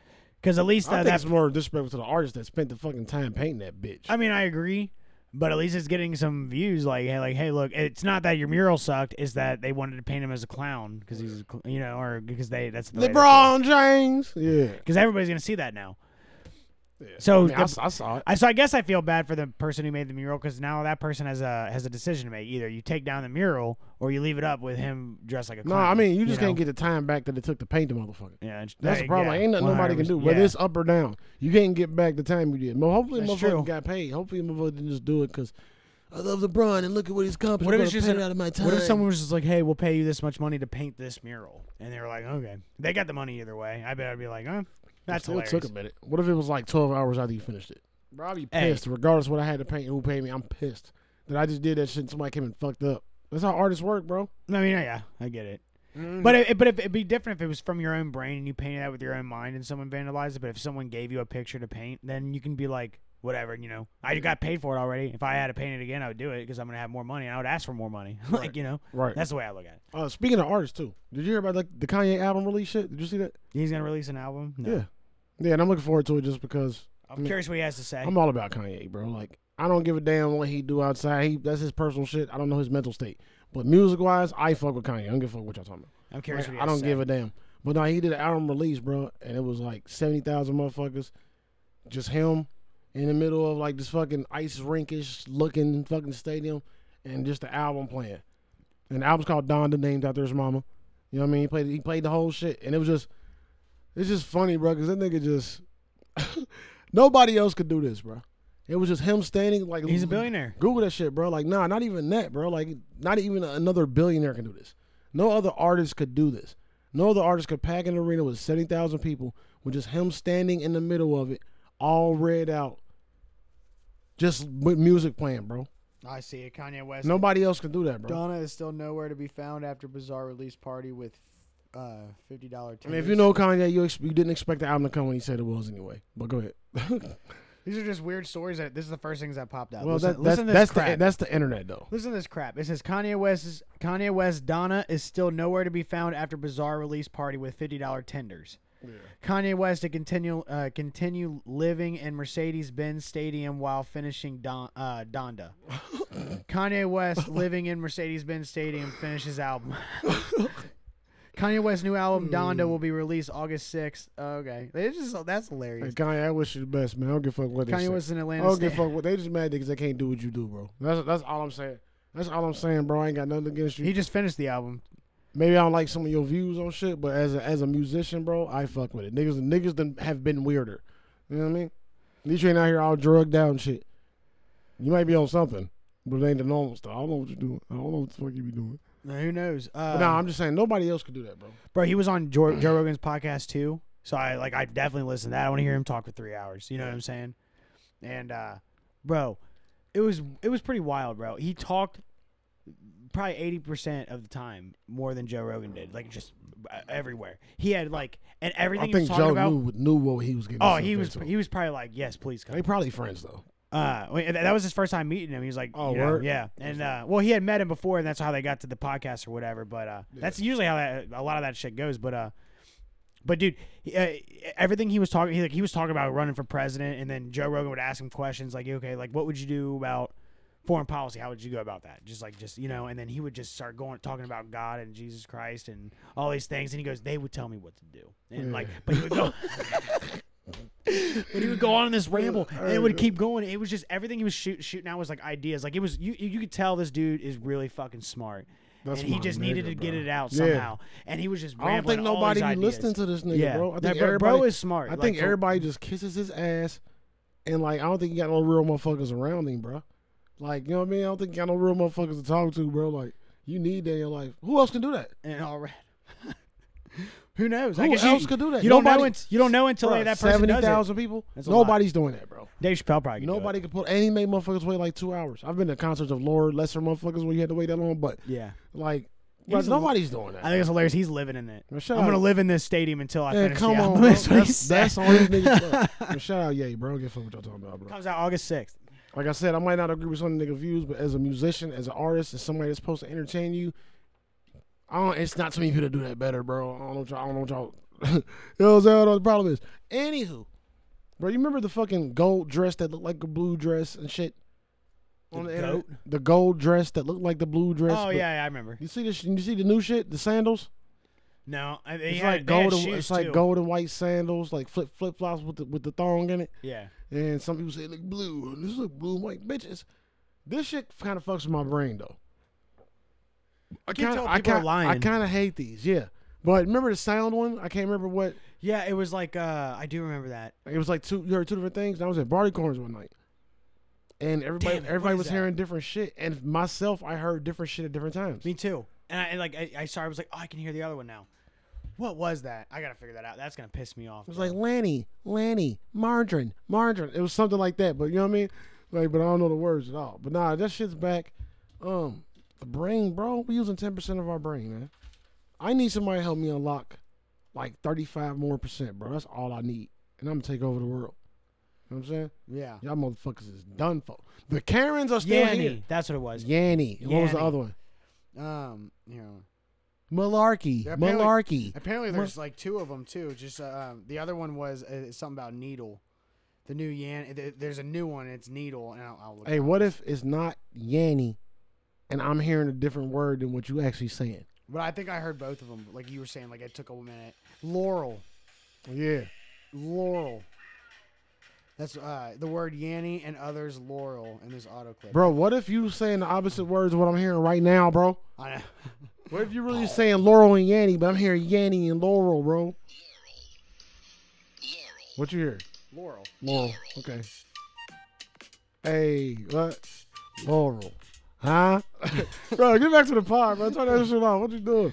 Speaker 3: because at least
Speaker 2: I
Speaker 3: that,
Speaker 2: think
Speaker 3: that's.
Speaker 2: it's more disrespectful to the artist that spent the fucking time painting that bitch.
Speaker 3: I mean, I agree, but at least it's getting some views. Like, hey, like, hey, look, it's not that your mural sucked; it's that they wanted to paint him as a clown because he's, a cl- you know, or because they that's the way they feel.
Speaker 2: LeBron James, yeah.
Speaker 3: because everybody's gonna see that now.
Speaker 2: Yeah.
Speaker 3: So
Speaker 2: I, mean, I
Speaker 3: the-
Speaker 2: s- I saw it.
Speaker 3: I so I guess I feel bad for the person who made the mural because now that person has a has a decision to make. Either you take down the mural or you leave it up with him dressed like a
Speaker 2: No,
Speaker 3: clown.
Speaker 2: I mean you just can't
Speaker 3: know?
Speaker 2: get the time back that it took to paint the motherfucker.
Speaker 3: Yeah, it's-
Speaker 2: That's
Speaker 3: hey,
Speaker 2: the problem.
Speaker 3: yeah,
Speaker 2: Ain't nothing nobody can do,
Speaker 3: 100%,
Speaker 2: whether
Speaker 3: yeah.
Speaker 2: it's up or down. You can't get back the time you did. Mo- Hopefully,
Speaker 3: That's
Speaker 2: motherfucker
Speaker 3: true.
Speaker 2: got paid. Hopefully, motherfucker didn't just do it because I love LeBron and look at what he's accomplished.
Speaker 3: What if
Speaker 2: I'm
Speaker 3: it's
Speaker 2: gonna
Speaker 3: just
Speaker 2: paint
Speaker 3: an-
Speaker 2: it out of my time?
Speaker 3: What if someone was just like, "Hey, we'll pay you this much money to paint this mural," and they were like, "Okay, they got the money either way." I bet I'd be like, "Huh, that's
Speaker 2: It
Speaker 3: hilarious."
Speaker 2: took a minute. What if it was like 12 hours after you finished it? Bro, I'd be
Speaker 3: Hey.
Speaker 2: pissed. Regardless of what I had to paint and who paid me, I'm pissed that I just did that shit and somebody came and fucked up. That's how artists work, bro.
Speaker 3: I mean, yeah, I get it.
Speaker 2: Mm-hmm.
Speaker 3: But it, but if, it'd be different if it was from your own brain and you painted that with your own mind and someone vandalized it. But if someone gave you a picture to paint, then you can be like, whatever, you know. I
Speaker 2: Mm-hmm.
Speaker 3: got paid for it already. If I had to paint it again, I would do it because I'm gonna have more money and I would ask for more money. like you know,
Speaker 2: Right.
Speaker 3: that's the way I look at it.
Speaker 2: Uh, speaking of artists, too, did you hear about like the Kanye album release shit? Did you see that?
Speaker 3: He's gonna release an album. No.
Speaker 2: Yeah. Yeah, and I'm looking forward to it just because
Speaker 3: I'm curious what he has to say.
Speaker 2: I'm all about Kanye, bro. Like, I don't give a damn what he do outside. He, that's his personal shit. I don't know his mental state. But music wise, I fuck with Kanye. I don't give a fuck what y'all talking about.
Speaker 3: I'm curious.
Speaker 2: Like,
Speaker 3: what he
Speaker 2: I
Speaker 3: has
Speaker 2: don't
Speaker 3: to
Speaker 2: give
Speaker 3: say.
Speaker 2: a damn. But no, he did an album release, bro, and it was like seventy thousand motherfuckers, just him in the middle of like this fucking ice rinkish looking fucking stadium, and just the album playing. And the album's called Donda, named after his mama. You know what I mean? He played he played the whole shit, and it was just it's just funny, bro, because that nigga just nobody else could do this, bro. It was just him standing like
Speaker 3: He's a billionaire.
Speaker 2: Google that shit, bro. Like, nah, not even that, bro. Like, not even another billionaire can do this. No other artist could do this. No other artist could pack an arena with 70,000 people with just him standing in the middle of it, all read out, just with music playing, bro.
Speaker 3: I see it. Kanye West.
Speaker 2: Nobody else can do that, bro.
Speaker 4: Donna is still nowhere to be found after bizarre release party with uh, fifty dollar.
Speaker 2: I mean, if you know Kanye, you, ex- you didn't expect the album to come when he said it was anyway. But go ahead.
Speaker 4: these are just weird stories. That this is the first things that popped up.
Speaker 2: well,
Speaker 4: listen,
Speaker 2: that, that's,
Speaker 4: listen to this
Speaker 2: that's,
Speaker 4: crap.
Speaker 2: the, that's the internet, though.
Speaker 4: Listen to this crap. It says Kanye West's Kanye West Donna is still nowhere to be found after bizarre release party with fifty dollar tenders. Kanye West to continue uh, continue living in Mercedes Benz Stadium while finishing Don, uh, Donda. Kanye West living in Mercedes Benz Stadium finishes album. Kanye West's new album Donda will be released August sixth. Okay, it's just that's
Speaker 2: Hey,
Speaker 4: hilarious.
Speaker 2: Kanye, I wish you the best, man. I don't give a fuck what they
Speaker 4: Kanye
Speaker 2: say.
Speaker 4: West in Atlanta.
Speaker 2: I don't give a
Speaker 4: sta-
Speaker 2: fuck what they just mad because they can't do what you do, bro. That's that's all I'm saying. That's all I'm saying, bro. I ain't got nothing against you.
Speaker 4: He just finished the album.
Speaker 2: Maybe I don't like some of your views on shit, but as a, as a musician, bro, I fuck with it. Niggas niggas done have been weirder. You know what I mean? At least you ain't out here all drugged out and shit. You might be on something, but it ain't the normal stuff. I don't know what you're doing. I don't know what the fuck you be doing.
Speaker 4: Who knows?
Speaker 2: But
Speaker 4: Uh,
Speaker 3: Um,
Speaker 2: nah, I'm just saying nobody else could do that, bro.
Speaker 3: Bro, he was on Joe, Joe Rogan's podcast too. So I like I definitely listen to that. I want to
Speaker 2: Mm-hmm.
Speaker 3: hear him talk for three hours. You know what I'm saying?
Speaker 4: and uh,
Speaker 3: Bro, it was it was pretty wild, bro. He talked probably eighty percent of the time more than Joe Rogan did. Like just uh, everywhere. He had like and everything
Speaker 2: I
Speaker 3: he was
Speaker 2: think
Speaker 3: talking
Speaker 2: Joe
Speaker 3: about.
Speaker 2: knew knew what he was getting.
Speaker 3: Oh,
Speaker 2: himself
Speaker 3: he was
Speaker 2: into.
Speaker 3: he was probably like, yes, please come.
Speaker 2: they probably friends though.
Speaker 3: Uh, wait, th- that was his first time meeting him. He was like,
Speaker 2: Oh,
Speaker 3: you know,
Speaker 2: word?
Speaker 3: yeah, and uh, well, he had met him before, and that's how they got to the podcast or whatever. But uh, that's usually how that, a lot of that shit goes. But uh, but dude, he, uh, everything he was talking, he like he was talking about running for president, and then Joe Rogan would ask him questions like, okay, like what would you do about foreign policy. How would you go about that? Just like just you know, and then he would just start going talking about God and Jesus Christ and all these things, and he goes, they would tell me what to do, and like, but he would go. but he would go on in this ramble, and it would keep going. It was just everything he was shoot, shooting out was like ideas. Like it was you, you you could tell this dude is really fucking smart,
Speaker 2: That's
Speaker 3: and he
Speaker 2: my
Speaker 3: just
Speaker 2: nigga,
Speaker 3: needed to get
Speaker 2: bro.
Speaker 3: it out
Speaker 2: Yeah.
Speaker 3: somehow. And he was just
Speaker 2: I don't
Speaker 3: rambling
Speaker 2: think
Speaker 3: all
Speaker 2: nobody
Speaker 3: his
Speaker 2: be
Speaker 3: ideas.
Speaker 2: listening to this nigga,
Speaker 3: yeah.
Speaker 2: bro. I think
Speaker 3: that bro,
Speaker 2: everybody,
Speaker 3: bro is smart.
Speaker 2: I
Speaker 3: Like,
Speaker 2: think
Speaker 3: for-
Speaker 2: everybody just kisses his ass, and like I don't think he got no real motherfuckers around him, bro. Like you know what I mean? I don't think he got no real motherfuckers to talk to, bro. Like you need that in your life. Who else can do that?
Speaker 3: and all right. Who knows? I
Speaker 2: Who
Speaker 3: guess
Speaker 2: else
Speaker 3: you,
Speaker 2: could do that?
Speaker 3: You don't know.
Speaker 2: Nobody-
Speaker 3: It, you don't know until
Speaker 2: Bruh,
Speaker 3: that person does it.
Speaker 2: people.
Speaker 3: That's a lot.
Speaker 2: Nobody's doing that, bro.
Speaker 3: Dave Chappelle probably. Could do it.
Speaker 2: Nobody can put any made motherfuckers wait like two hours. I've been to concerts of lower lesser motherfuckers where you had to wait that long, but
Speaker 3: Yeah,
Speaker 2: like, bruh,
Speaker 3: He's a-
Speaker 2: nobody's doing that.
Speaker 3: I think it's hilarious. He's living in it.
Speaker 2: Now, shout
Speaker 3: I'm gonna
Speaker 2: out-
Speaker 3: live in this stadium until I
Speaker 2: Yeah,
Speaker 3: finish.
Speaker 2: come
Speaker 3: the
Speaker 2: on,
Speaker 3: album.
Speaker 2: bro.
Speaker 3: That's what he
Speaker 2: That's,
Speaker 3: said.
Speaker 2: that's on these niggas. Bro. Shout out, yeah, bro. I don't Give a fuck what y'all talking about, bro.
Speaker 3: Comes out August sixth.
Speaker 2: Like I said, I might not agree with some of the nigga views, but as a musician, as an artist, as somebody that's supposed to entertain you, I don't, it's not too many people that do that better, bro. I don't know what y'all. I don't know what y'all you know what I'm saying? I don't know what the problem is. Anywho, bro, you remember the fucking gold dress that looked like a blue dress and shit? On the, internet? The gold dress that looked like the blue dress.
Speaker 3: Oh
Speaker 2: but-
Speaker 3: yeah, yeah, I remember.
Speaker 2: You see this? You see the new shit? The sandals?
Speaker 3: No, I, they
Speaker 2: It's
Speaker 3: had,
Speaker 2: like
Speaker 3: they had
Speaker 2: golden.
Speaker 3: shoes,
Speaker 2: It's like
Speaker 3: too.
Speaker 2: gold and white sandals, like flip flip flops with the with the thong in it.
Speaker 3: Yeah,
Speaker 2: And some people say it look blue, and this look blue, I'm like bitches. This shit kind of fucks with my brain though. I
Speaker 3: keep
Speaker 2: kinda-
Speaker 3: telling
Speaker 2: I
Speaker 3: people are
Speaker 2: kinda- I
Speaker 3: lying.
Speaker 2: kind of hate these, yeah. But remember the sound one? I can't remember what
Speaker 3: yeah. It was like uh, I do remember that.
Speaker 2: it was like. Two you heard two different things. And I was at Barty Corners one night, and everybody
Speaker 3: Damn it, what
Speaker 2: everybody
Speaker 3: is
Speaker 2: was
Speaker 3: that?
Speaker 2: hearing different shit, and myself I heard different shit at different times.
Speaker 3: Me too. And I and like I, I started. I was like, oh, I can hear the other one now. What was that? I gotta figure that out. That's gonna piss me off.
Speaker 2: It was like Lanny, Lanny, Margarine, Margarine. It was something like that, but you know what I mean? Like, but I don't know the words at all. But nah, that shit's back. Um, the brain, bro. We using ten percent of our brain, man. I need somebody to help me unlock like thirty-five more percent, bro. That's all I need, and I'm gonna take over the world. You know what I'm saying?
Speaker 3: yeah,
Speaker 2: Y'all motherfuckers is done for. The Karens are still
Speaker 3: Yanny. That's what it was.
Speaker 2: here. Yanny. And What was the
Speaker 3: Yanny.
Speaker 2: other one?
Speaker 4: Um, you know,
Speaker 2: Malarkey.
Speaker 4: Yeah, apparently-
Speaker 2: Malarkey.
Speaker 4: apparently there's like two of them too. Just uh, um, the other one was uh, something about needle. The new Yan, th- there's a new one. It's needle, and I'll, I'll look.
Speaker 2: Hey, what if it's not Yanny, and I'm hearing a different word than what you actually saying?
Speaker 4: But I think I heard both of them. Like you were saying, like it took a minute. Laurel,
Speaker 2: Yeah.
Speaker 4: laurel. That's uh, the word Yanny and others laurel in this autoclave.
Speaker 2: Bro, what if you saying the opposite words of what I'm hearing right now, bro?
Speaker 4: I know.
Speaker 2: What if you really saying Laurel and Yanny, but I'm hearing Yanny and Laurel, bro? What you hear?
Speaker 4: Laurel.
Speaker 2: Laurel. Okay. Hey, what? Laurel. Huh? bro, get back to the pod, bro. Turn that shit off. What you doing?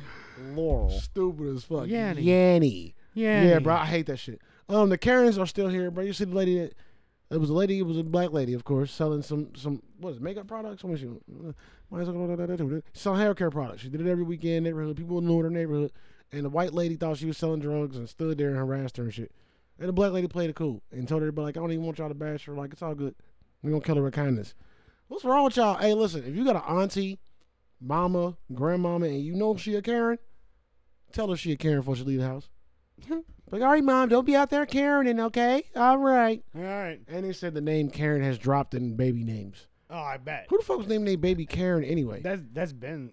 Speaker 4: Laurel.
Speaker 2: Stupid as fuck.
Speaker 4: Yanny.
Speaker 2: Yanny.
Speaker 4: Yeah.
Speaker 2: Yeah, bro, I hate that shit. Um, the Karens are still here, bro. You see the lady that it was a lady, it was a black lady, of course, selling some some what is it, makeup products? What was she? uh, Might as well go da- da- da- da- selling hair care products. She did it every weekend neighborhood. People knew her neighborhood, and the white lady thought she was selling drugs and stood there and harassed her and shit. And the black lady played it cool and told everybody like, I don't even want y'all to bash her. Like it's all good. We gonna kill her with kindness. What's wrong with y'all? Hey, listen, if you got an auntie, mama, grandmama, and you know she a Karen, tell her she a Karen before she leave the house. Like, all right, mom, don't be out there Karening, okay? All right.
Speaker 4: All right.
Speaker 2: And they said the name Karen has dropped in baby names.
Speaker 4: Oh, I bet.
Speaker 2: Who the fuck was naming their baby Karen anyway?
Speaker 4: That's that's been.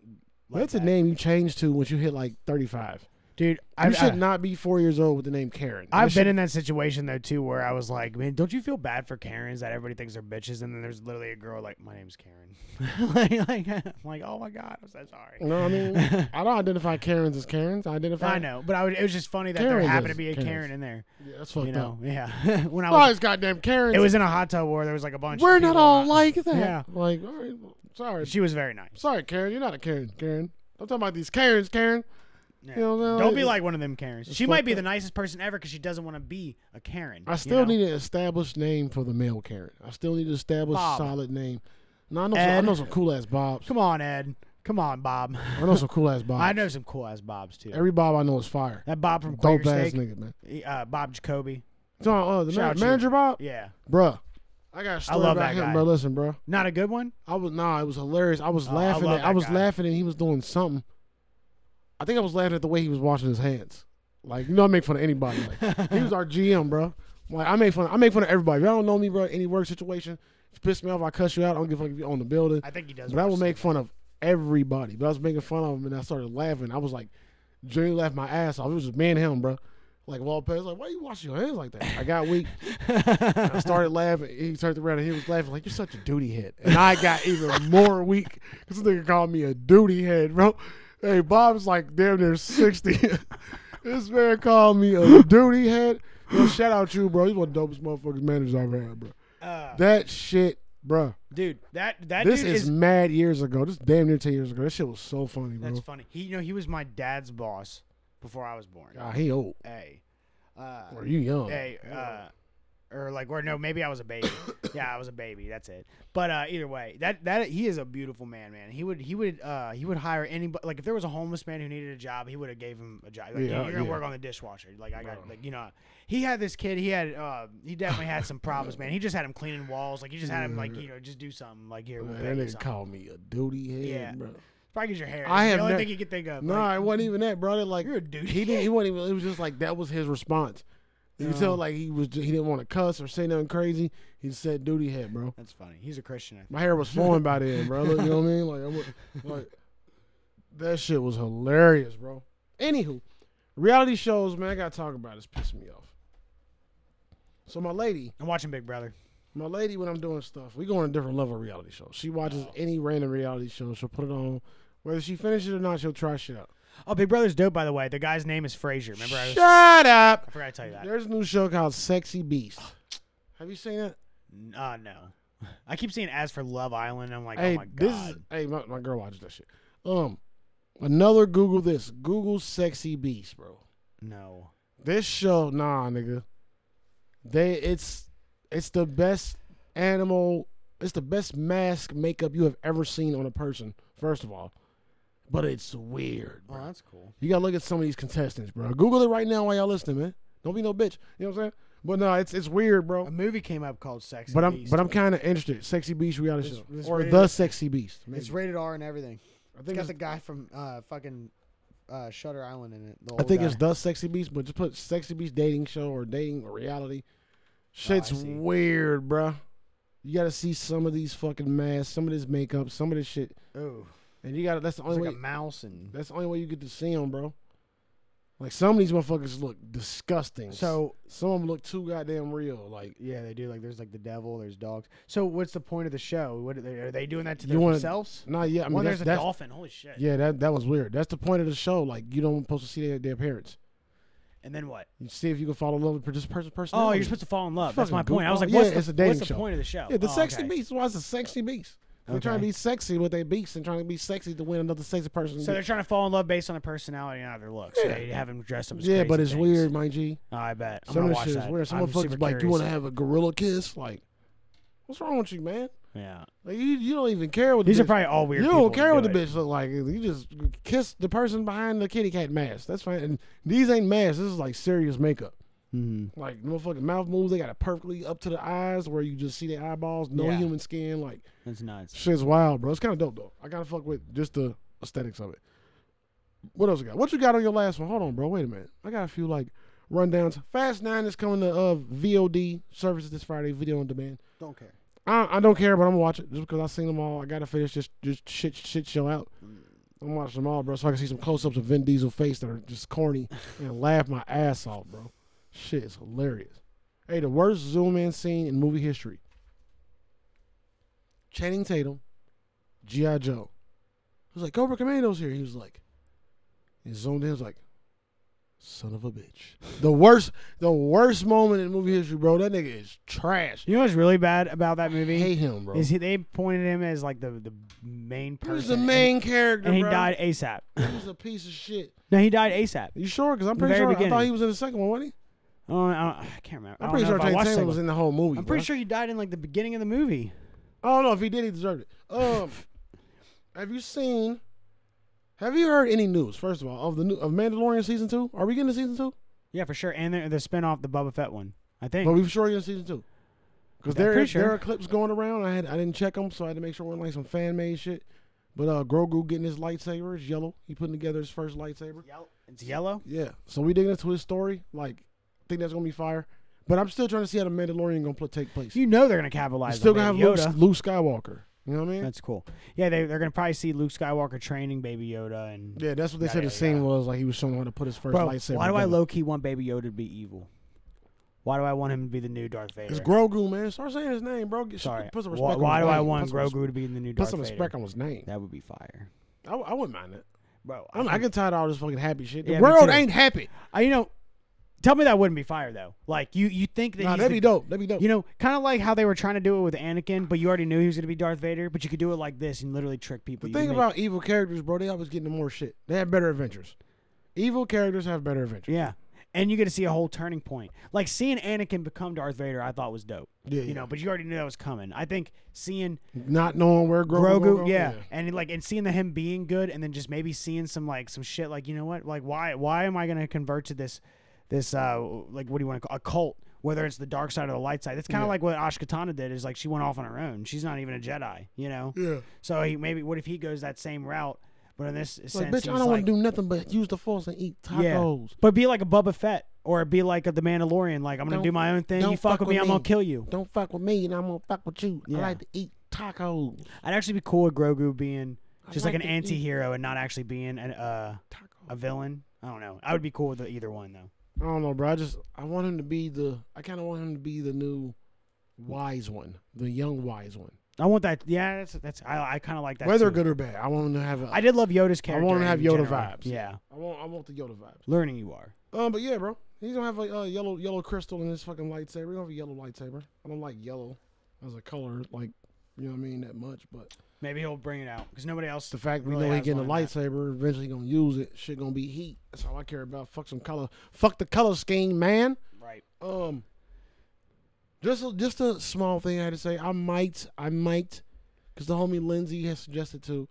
Speaker 4: Like
Speaker 2: That's
Speaker 4: that.
Speaker 2: a name you change to once you hit like 35.
Speaker 3: Dude,
Speaker 2: You
Speaker 3: I've,
Speaker 2: should
Speaker 3: I-
Speaker 2: not be four years old with the name Karen.
Speaker 3: I've
Speaker 2: That
Speaker 3: been
Speaker 2: shit-
Speaker 3: in that situation though too, where I was like, man, don't you feel bad for Karens that everybody thinks they're bitches, and then there's literally a girl like, my name's Karen. like, like, I'm like, oh my god, I'm so sorry.
Speaker 2: You know what I mean? I don't identify Karens as Karens. I identify.
Speaker 3: I know, but I would, it was just funny that
Speaker 2: Karens
Speaker 3: there happened to
Speaker 2: is
Speaker 3: be a
Speaker 2: Karens.
Speaker 3: Karen in there.
Speaker 2: Yeah, that's fucked
Speaker 3: You
Speaker 2: up.
Speaker 3: know, yeah. when I
Speaker 2: All
Speaker 3: was,
Speaker 2: these goddamn Karens.
Speaker 3: it was in a hot tub where there was like a bunch.
Speaker 2: We're
Speaker 3: of
Speaker 2: not
Speaker 3: people
Speaker 2: all
Speaker 3: and I-
Speaker 2: like that.
Speaker 3: Yeah.
Speaker 2: Like, all right, well, sorry.
Speaker 3: She was very nice.
Speaker 2: Sorry, Karen. You're not a Karen, Karen. I'm talking about these Karens, Karen.
Speaker 3: Yeah.
Speaker 2: You know what I'm saying?
Speaker 3: Don't be like one of them Karens. She might
Speaker 2: fucked
Speaker 3: be
Speaker 2: up.
Speaker 3: the nicest person ever because she doesn't want to be a Karen.
Speaker 2: I
Speaker 3: you
Speaker 2: still
Speaker 3: know?
Speaker 2: need an established name for the male Karen. I still need to establish a
Speaker 3: Bob.
Speaker 2: solid name. No, I know, some, I
Speaker 3: Ed.
Speaker 2: know some cool ass Bobs.
Speaker 3: Come on, Ed. Come on, Bob.
Speaker 2: I know some cool ass Bobs.
Speaker 3: I know some cool ass Bobs too.
Speaker 2: Every Bob I know is fire.
Speaker 3: That Bob from Quaker
Speaker 2: Dope ass
Speaker 3: Steak.
Speaker 2: nigga, man.
Speaker 3: uh, Bob Jacoby.
Speaker 2: So, uh, the
Speaker 3: Shout
Speaker 2: man,
Speaker 3: out to you.
Speaker 2: manager Bob,
Speaker 3: Yeah,
Speaker 2: bruh. I got a story
Speaker 3: love
Speaker 2: about
Speaker 3: that
Speaker 2: him,
Speaker 3: guy.
Speaker 2: bro. Listen, bro.
Speaker 3: not a good one.
Speaker 2: I was nah, it was hilarious. I was
Speaker 3: Oh, I
Speaker 2: laughing.
Speaker 3: love
Speaker 2: at, I
Speaker 3: that
Speaker 2: was
Speaker 3: guy.
Speaker 2: laughing, and he was doing something. I think I was laughing at the way he was washing his hands. Like you know, I make fun of anybody. Like, he was our GM, bro. Like I make fun. I make fun of everybody. If y'all don't know me, bro, any work situation. If If you piss me off, I cuss you out. I don't give a fuck if you own the building.
Speaker 3: I think he does.
Speaker 2: But I
Speaker 3: worse.
Speaker 2: would make fun of everybody. But I was making fun of him and I started laughing. I was like, Jerry laughed my ass off. It was just me and him, bro. Like Walt Pez, like, why you washing your hands like that? I got weak. I started laughing. He turned around and he was laughing like you're such a duty head. And I got even more weak because this nigga called me a duty head, bro. Hey, Bob's like damn near sixty. this man called me a duty head. Yo, shout out you, bro. He's one of the dopest motherfuckers managers I ever had, bro.
Speaker 3: Uh,
Speaker 2: That shit, bro.
Speaker 3: dude, that that
Speaker 2: This
Speaker 3: dude
Speaker 2: is, mad years ago. This is damn near ten years ago. That shit was so funny, bro.
Speaker 3: that's funny. He, you know, he was my dad's boss before I was born.
Speaker 2: God, Ah, he old.
Speaker 3: Hey,
Speaker 2: Or
Speaker 3: uh,
Speaker 2: you young?
Speaker 3: hey, uh, or like, or no, maybe I was a baby. yeah, I was a baby. That's it. But uh, either way, that that he is a beautiful man, man. He would he would uh he would hire anybody. Like if there was a homeless man who needed a job, he would have gave him a job. Like,
Speaker 2: Yeah,
Speaker 3: you're gonna
Speaker 2: yeah.
Speaker 3: work on the dishwasher. Like I got like you know, he had this kid. He had uh he definitely had some problems, man. He just had him cleaning walls. Like he just had him like you know just do something. Like here, we'll
Speaker 2: Man,
Speaker 3: pay
Speaker 2: that
Speaker 3: you
Speaker 2: nigga
Speaker 3: something.
Speaker 2: called me a duty head,
Speaker 3: Yeah.
Speaker 2: bro.
Speaker 3: Probably get your hair.
Speaker 2: I
Speaker 3: It's
Speaker 2: have
Speaker 3: the only
Speaker 2: ne-
Speaker 3: thing you could think of.
Speaker 2: No,
Speaker 3: like,
Speaker 2: it wasn't even that, bro. It, like
Speaker 3: You're a dude.
Speaker 2: he didn't. He wasn't even. It was just like that was his response. You could
Speaker 3: Oh.
Speaker 2: tell like he was. He didn't want to cuss or say nothing crazy. He just said duty head, bro.
Speaker 3: That's funny. He's a Christian. I think.
Speaker 2: My hair was flowing by then, bro. Look, you know what I mean? Like, I wa- like that shit was hilarious, bro. Anywho, reality shows, man. I gotta talk about. It's pissing me off. So my lady,
Speaker 3: I'm watching Big Brother.
Speaker 2: my lady, when I'm doing stuff, we go on a different level of reality show. She watches any random reality show. She'll put it on. Whether she finishes it or not, she'll try shit out.
Speaker 3: Oh, Big Brother's dope, by the way. The guy's name is Frazier. Remember, I, was,
Speaker 2: Shut up.
Speaker 3: I forgot to tell you that.
Speaker 2: There's a new show called Sexy Beast. Have you seen it?
Speaker 3: N- Uh, no. I keep seeing ads for Love Island. I'm like,
Speaker 2: hey,
Speaker 3: oh my god.
Speaker 2: this is hey, my, my girl watches that shit. Um, another Google this. Google Sexy Beast, bro.
Speaker 3: no.
Speaker 2: This show, nah, nigga. They it's it's the best animal. It's the best mask makeup you have ever seen on a person. First of all, but it's weird.
Speaker 4: Oh,
Speaker 2: Bro.
Speaker 4: Uh-huh.
Speaker 3: that's cool.
Speaker 2: You gotta look at some of these contestants, bro. Google it right now while y'all listening, man. Don't be no bitch. You know what I'm saying? But no, it's it's weird, bro.
Speaker 3: A movie came up called Sex.
Speaker 2: But
Speaker 3: and
Speaker 2: I'm
Speaker 3: Beast.
Speaker 2: but I'm kind of interested. Sexy Beast reality
Speaker 3: This-
Speaker 2: show
Speaker 3: this
Speaker 2: or
Speaker 3: rated-
Speaker 2: the Sexy Beast. maybe.
Speaker 4: It's rated R and everything.
Speaker 2: I
Speaker 4: It's
Speaker 2: think
Speaker 4: got
Speaker 2: it's,
Speaker 4: the guy from uh fucking uh Shutter Island in it. The
Speaker 2: I
Speaker 4: old
Speaker 2: think
Speaker 4: guy.
Speaker 2: it's the Sexy Beast, but just put Sexy Beast dating show or dating or reality. Shit's
Speaker 4: Oh, see.
Speaker 2: weird, bruh. You gotta see some of these fucking masks, some of this makeup, some of this shit,
Speaker 4: Ooh,
Speaker 2: and you gotta. That's the
Speaker 4: it's
Speaker 2: only
Speaker 4: like a
Speaker 2: way.
Speaker 4: mouse and
Speaker 2: That's the only way you get to see them, bro. Like some of these motherfuckers look disgusting.
Speaker 4: so
Speaker 2: some of them look too goddamn real. Like
Speaker 4: yeah, they do like there's like the devil, there's dogs. So what's the point of the show? What are they, are they doing that to
Speaker 2: You wanna-
Speaker 4: themselves?
Speaker 2: nah, yeah. I mean,
Speaker 3: well,
Speaker 2: that's,
Speaker 3: there's a
Speaker 2: that's,
Speaker 3: dolphin. Holy shit.
Speaker 2: yeah, that that was weird. That's the point of the show. Like you don't supposed to see their, their parents.
Speaker 3: And then what?
Speaker 2: You see if you can fall in love with this person's personality.
Speaker 3: Oh, you're supposed to fall in love. That's
Speaker 2: Fucking
Speaker 3: my point. I was
Speaker 2: goofball.
Speaker 3: like, what's
Speaker 2: Yeah,
Speaker 3: the,
Speaker 2: it's a dating
Speaker 3: what's the
Speaker 2: show.
Speaker 3: point of the show?
Speaker 2: Yeah, the
Speaker 3: Oh,
Speaker 2: sexy
Speaker 3: okay. Oh,
Speaker 2: beast. Why is a sexy beast? They're trying to
Speaker 4: Okay.
Speaker 2: be sexy with their beast and trying to be sexy to win another sexy person.
Speaker 3: So they're trying to fall in love based on their personality and not their looks.
Speaker 2: Yeah.
Speaker 3: They have them dressed up as
Speaker 2: yeah,
Speaker 3: crazy
Speaker 2: but it's
Speaker 3: things.
Speaker 2: weird, my G.
Speaker 3: Oh, I bet.
Speaker 2: Some
Speaker 3: I'm gonna
Speaker 2: of this
Speaker 3: watch
Speaker 2: shit is
Speaker 3: that.
Speaker 2: weird. Some
Speaker 3: I'm super
Speaker 2: motherfuckers like, you
Speaker 3: curious.
Speaker 2: want to have a gorilla kiss? Like, what's wrong with you, man?
Speaker 3: Yeah.
Speaker 2: Like, you, you don't even care what
Speaker 3: These
Speaker 2: the
Speaker 3: are
Speaker 2: bitch-
Speaker 3: probably all weird.
Speaker 2: You
Speaker 3: people
Speaker 2: don't
Speaker 3: who
Speaker 2: care
Speaker 3: do
Speaker 2: what the
Speaker 3: it.
Speaker 2: bitch look like. You just kiss the person behind the kitty cat mask. That's fine. And these ain't masks. This is like serious makeup.
Speaker 3: Mm-hmm.
Speaker 2: Like motherfucking mouth moves. They got it perfectly up to the eyes where you just see the eyeballs. No
Speaker 3: Yeah.
Speaker 2: human skin. Like
Speaker 3: That's nuts.
Speaker 2: Shit's wild, bro. It's kind of dope though. I gotta fuck with just the aesthetics of it. What else you got? What you got on your last one? Hold on, bro. Wait a minute. I got a few like rundowns. Fast Nine is coming to uh, VOD services this Friday, video on demand.
Speaker 4: Don't care.
Speaker 2: I, I don't care, but I'm gonna watch it just because I seen them all. I gotta finish this just shit shit show out. I'm watching them all, bro, so I can see some close ups of Vin Diesel face that are just corny and laugh my ass off, bro. Shit is hilarious. Hey, the worst zoom in scene in movie history. Channing Tatum, G.I. Joe. I was like, Cobra Commando's here. He was like, he zoomed in, he was like, son of a bitch. the worst, the worst moment in movie history, bro. That nigga is trash.
Speaker 3: You know what's really bad about that
Speaker 2: I
Speaker 3: movie?
Speaker 2: hate him, bro.
Speaker 3: Is he? They pointed him as like the the main person.
Speaker 2: He was the
Speaker 3: and-
Speaker 2: main character,
Speaker 3: and, he
Speaker 2: bro.
Speaker 3: died ASAP.
Speaker 2: He was a piece of shit.
Speaker 3: No, he died ASAP.
Speaker 2: You sure? Because I'm pretty
Speaker 3: Very
Speaker 2: sure. I thought
Speaker 3: beginning.
Speaker 2: he was in the second one, wasn't he?
Speaker 3: Oh, I, don't- I can't remember.
Speaker 2: I'm
Speaker 3: I don't
Speaker 2: pretty
Speaker 3: know
Speaker 2: sure
Speaker 3: if I
Speaker 2: Channing
Speaker 3: watched
Speaker 2: Taylor
Speaker 3: that
Speaker 2: was
Speaker 3: one.
Speaker 2: in the whole movie.
Speaker 3: I'm pretty
Speaker 2: bruh.
Speaker 3: sure he died in like the beginning of the movie.
Speaker 2: I don't know if he did. He deserved it. Um, have you seen? Have you heard any news? First of all, of the new of Mandalorian season two. Are we getting to season two?
Speaker 3: Yeah, for sure. And the, the spinoff, the Boba Fett one. I think.
Speaker 2: But we've sure getting to season two. Because
Speaker 3: I'm
Speaker 2: there,
Speaker 3: pretty
Speaker 2: is- there
Speaker 3: sure.
Speaker 2: are clips going around. I had I didn't check them, so I had to make sure it wasn't like some fan made shit. But uh, Grogu getting his lightsaber. It's yellow. He putting together his first lightsaber.
Speaker 3: It's yellow.
Speaker 2: Yeah. So we digging into his story. Like, I think that's gonna be fire. But I'm still trying to see how the Mandalorian gonna pl- take place.
Speaker 3: You know they're gonna capitalize.
Speaker 2: still
Speaker 3: on
Speaker 2: gonna have
Speaker 3: Baby
Speaker 2: Luke,
Speaker 3: Yoda.
Speaker 2: Luke Skywalker. You know what I mean?
Speaker 3: That's cool. Yeah, they, they're gonna probably see Luke Skywalker training Baby Yoda and.
Speaker 2: yeah, that's what they
Speaker 3: Yeah,
Speaker 2: said.
Speaker 3: yeah,
Speaker 2: the scene
Speaker 3: yeah.
Speaker 2: was like he was showing how to put his first
Speaker 3: Bro, why do
Speaker 2: lightsaber.
Speaker 3: I
Speaker 2: together.
Speaker 3: low key want Baby Yoda to be evil? Why do I want him to be the new Darth Vader?
Speaker 2: It's Grogu, man. Start saying his name, bro. Get,
Speaker 3: Sorry.
Speaker 2: Put some
Speaker 3: Wh-
Speaker 2: respect.
Speaker 3: why
Speaker 2: on his
Speaker 3: do I
Speaker 2: name.
Speaker 3: want
Speaker 2: Put some
Speaker 3: Grogu to be the new
Speaker 2: Put
Speaker 3: Darth
Speaker 2: some
Speaker 3: Vader?
Speaker 2: respect on his name.
Speaker 3: That would be fire,
Speaker 2: I, I wouldn't mind it.
Speaker 3: bro.
Speaker 2: I'm, I get tired of all this fucking happy shit. The
Speaker 3: Yeah, me
Speaker 2: world
Speaker 3: too.
Speaker 2: ain't happy.
Speaker 3: I, you know, tell me that wouldn't be fire though. Like you, you think that
Speaker 2: Nah,
Speaker 3: he's
Speaker 2: that'd
Speaker 3: the-
Speaker 2: be dope. That'd be dope.
Speaker 3: You know, kind of like how they were trying to do it with Anakin, but you already knew he was going to be Darth Vader. But you could do it like this and literally trick people.
Speaker 2: the
Speaker 3: You
Speaker 2: thing
Speaker 3: make-
Speaker 2: about evil characters, bro, they always get into more shit. They have better adventures. Evil characters have better adventures.
Speaker 3: yeah, and you get to see a whole turning point. Like seeing Anakin become Darth Vader, I thought was dope.
Speaker 2: Yeah,
Speaker 3: you
Speaker 2: yeah.
Speaker 3: know, but you already knew that was coming. I think seeing
Speaker 2: Not knowing where Grogu.
Speaker 3: Grogu,
Speaker 2: gonna go,
Speaker 3: yeah, and like and seeing the him being good, and then just maybe seeing some like some shit like you know what, like why why am I going to convert to this this uh like what do you want to call a cult? Whether it's the dark side or the light side, it's kind of
Speaker 2: Yeah.
Speaker 3: like what Ashkatana did. Is like she went off on her own. She's not even a Jedi, you know.
Speaker 2: Yeah.
Speaker 3: So he maybe what if he goes that same route, but in this
Speaker 2: Like, bitch,
Speaker 3: sense,
Speaker 2: I don't
Speaker 3: he's
Speaker 2: want
Speaker 3: like,
Speaker 2: to do nothing but use the force and eat
Speaker 3: yeah,
Speaker 2: tacos.
Speaker 3: but be like a Bubba Fett or be like a, the Mandalorian. Like I'm gonna
Speaker 2: Don't-
Speaker 3: do my own thing. You
Speaker 2: don't
Speaker 3: fuck, with me, I'm gonna kill you.
Speaker 2: Don't fuck with me, and I'm gonna fuck with you.
Speaker 3: Yeah.
Speaker 2: I like to eat tacos.
Speaker 3: I'd actually be cool with Grogu being
Speaker 2: I
Speaker 3: just like,
Speaker 2: like
Speaker 3: an
Speaker 2: to eat-
Speaker 3: anti-hero and not actually being an, uh,
Speaker 2: Tacos.
Speaker 3: a villain. I don't know. I would be cool with either one though.
Speaker 2: I don't know, bro. I just I want him to be the. I kind of want him to be the new wise one, the young wise one.
Speaker 3: I want that. Yeah, that's that's. I, I kind of like that.
Speaker 2: Whether
Speaker 3: too.
Speaker 2: good or bad, I want him to have. A,
Speaker 3: I did love Yoda's character.
Speaker 2: want him to have
Speaker 3: in
Speaker 2: Yoda
Speaker 3: general.
Speaker 2: vibes.
Speaker 3: Yeah,
Speaker 2: I want. I want the Yoda vibes.
Speaker 3: learning you are.
Speaker 2: Um, but yeah, bro, he's gonna have a uh, yellow yellow crystal in his fucking lightsaber. He's gonna have a yellow lightsaber. I don't like yellow as a color, like you know what I mean, that much. But
Speaker 3: Maybe he'll bring it out because nobody else.
Speaker 2: the fact we
Speaker 3: Really
Speaker 2: know he
Speaker 3: has
Speaker 2: getting a
Speaker 3: one in
Speaker 2: lightsaber, eventually gonna use it. Shit gonna be heat. That's all I care about. Fuck some color. Fuck the color scheme, man.
Speaker 3: Right.
Speaker 2: Um, just a, just a small thing I had to say. I might, I might, because the homie Lindsay has suggested to.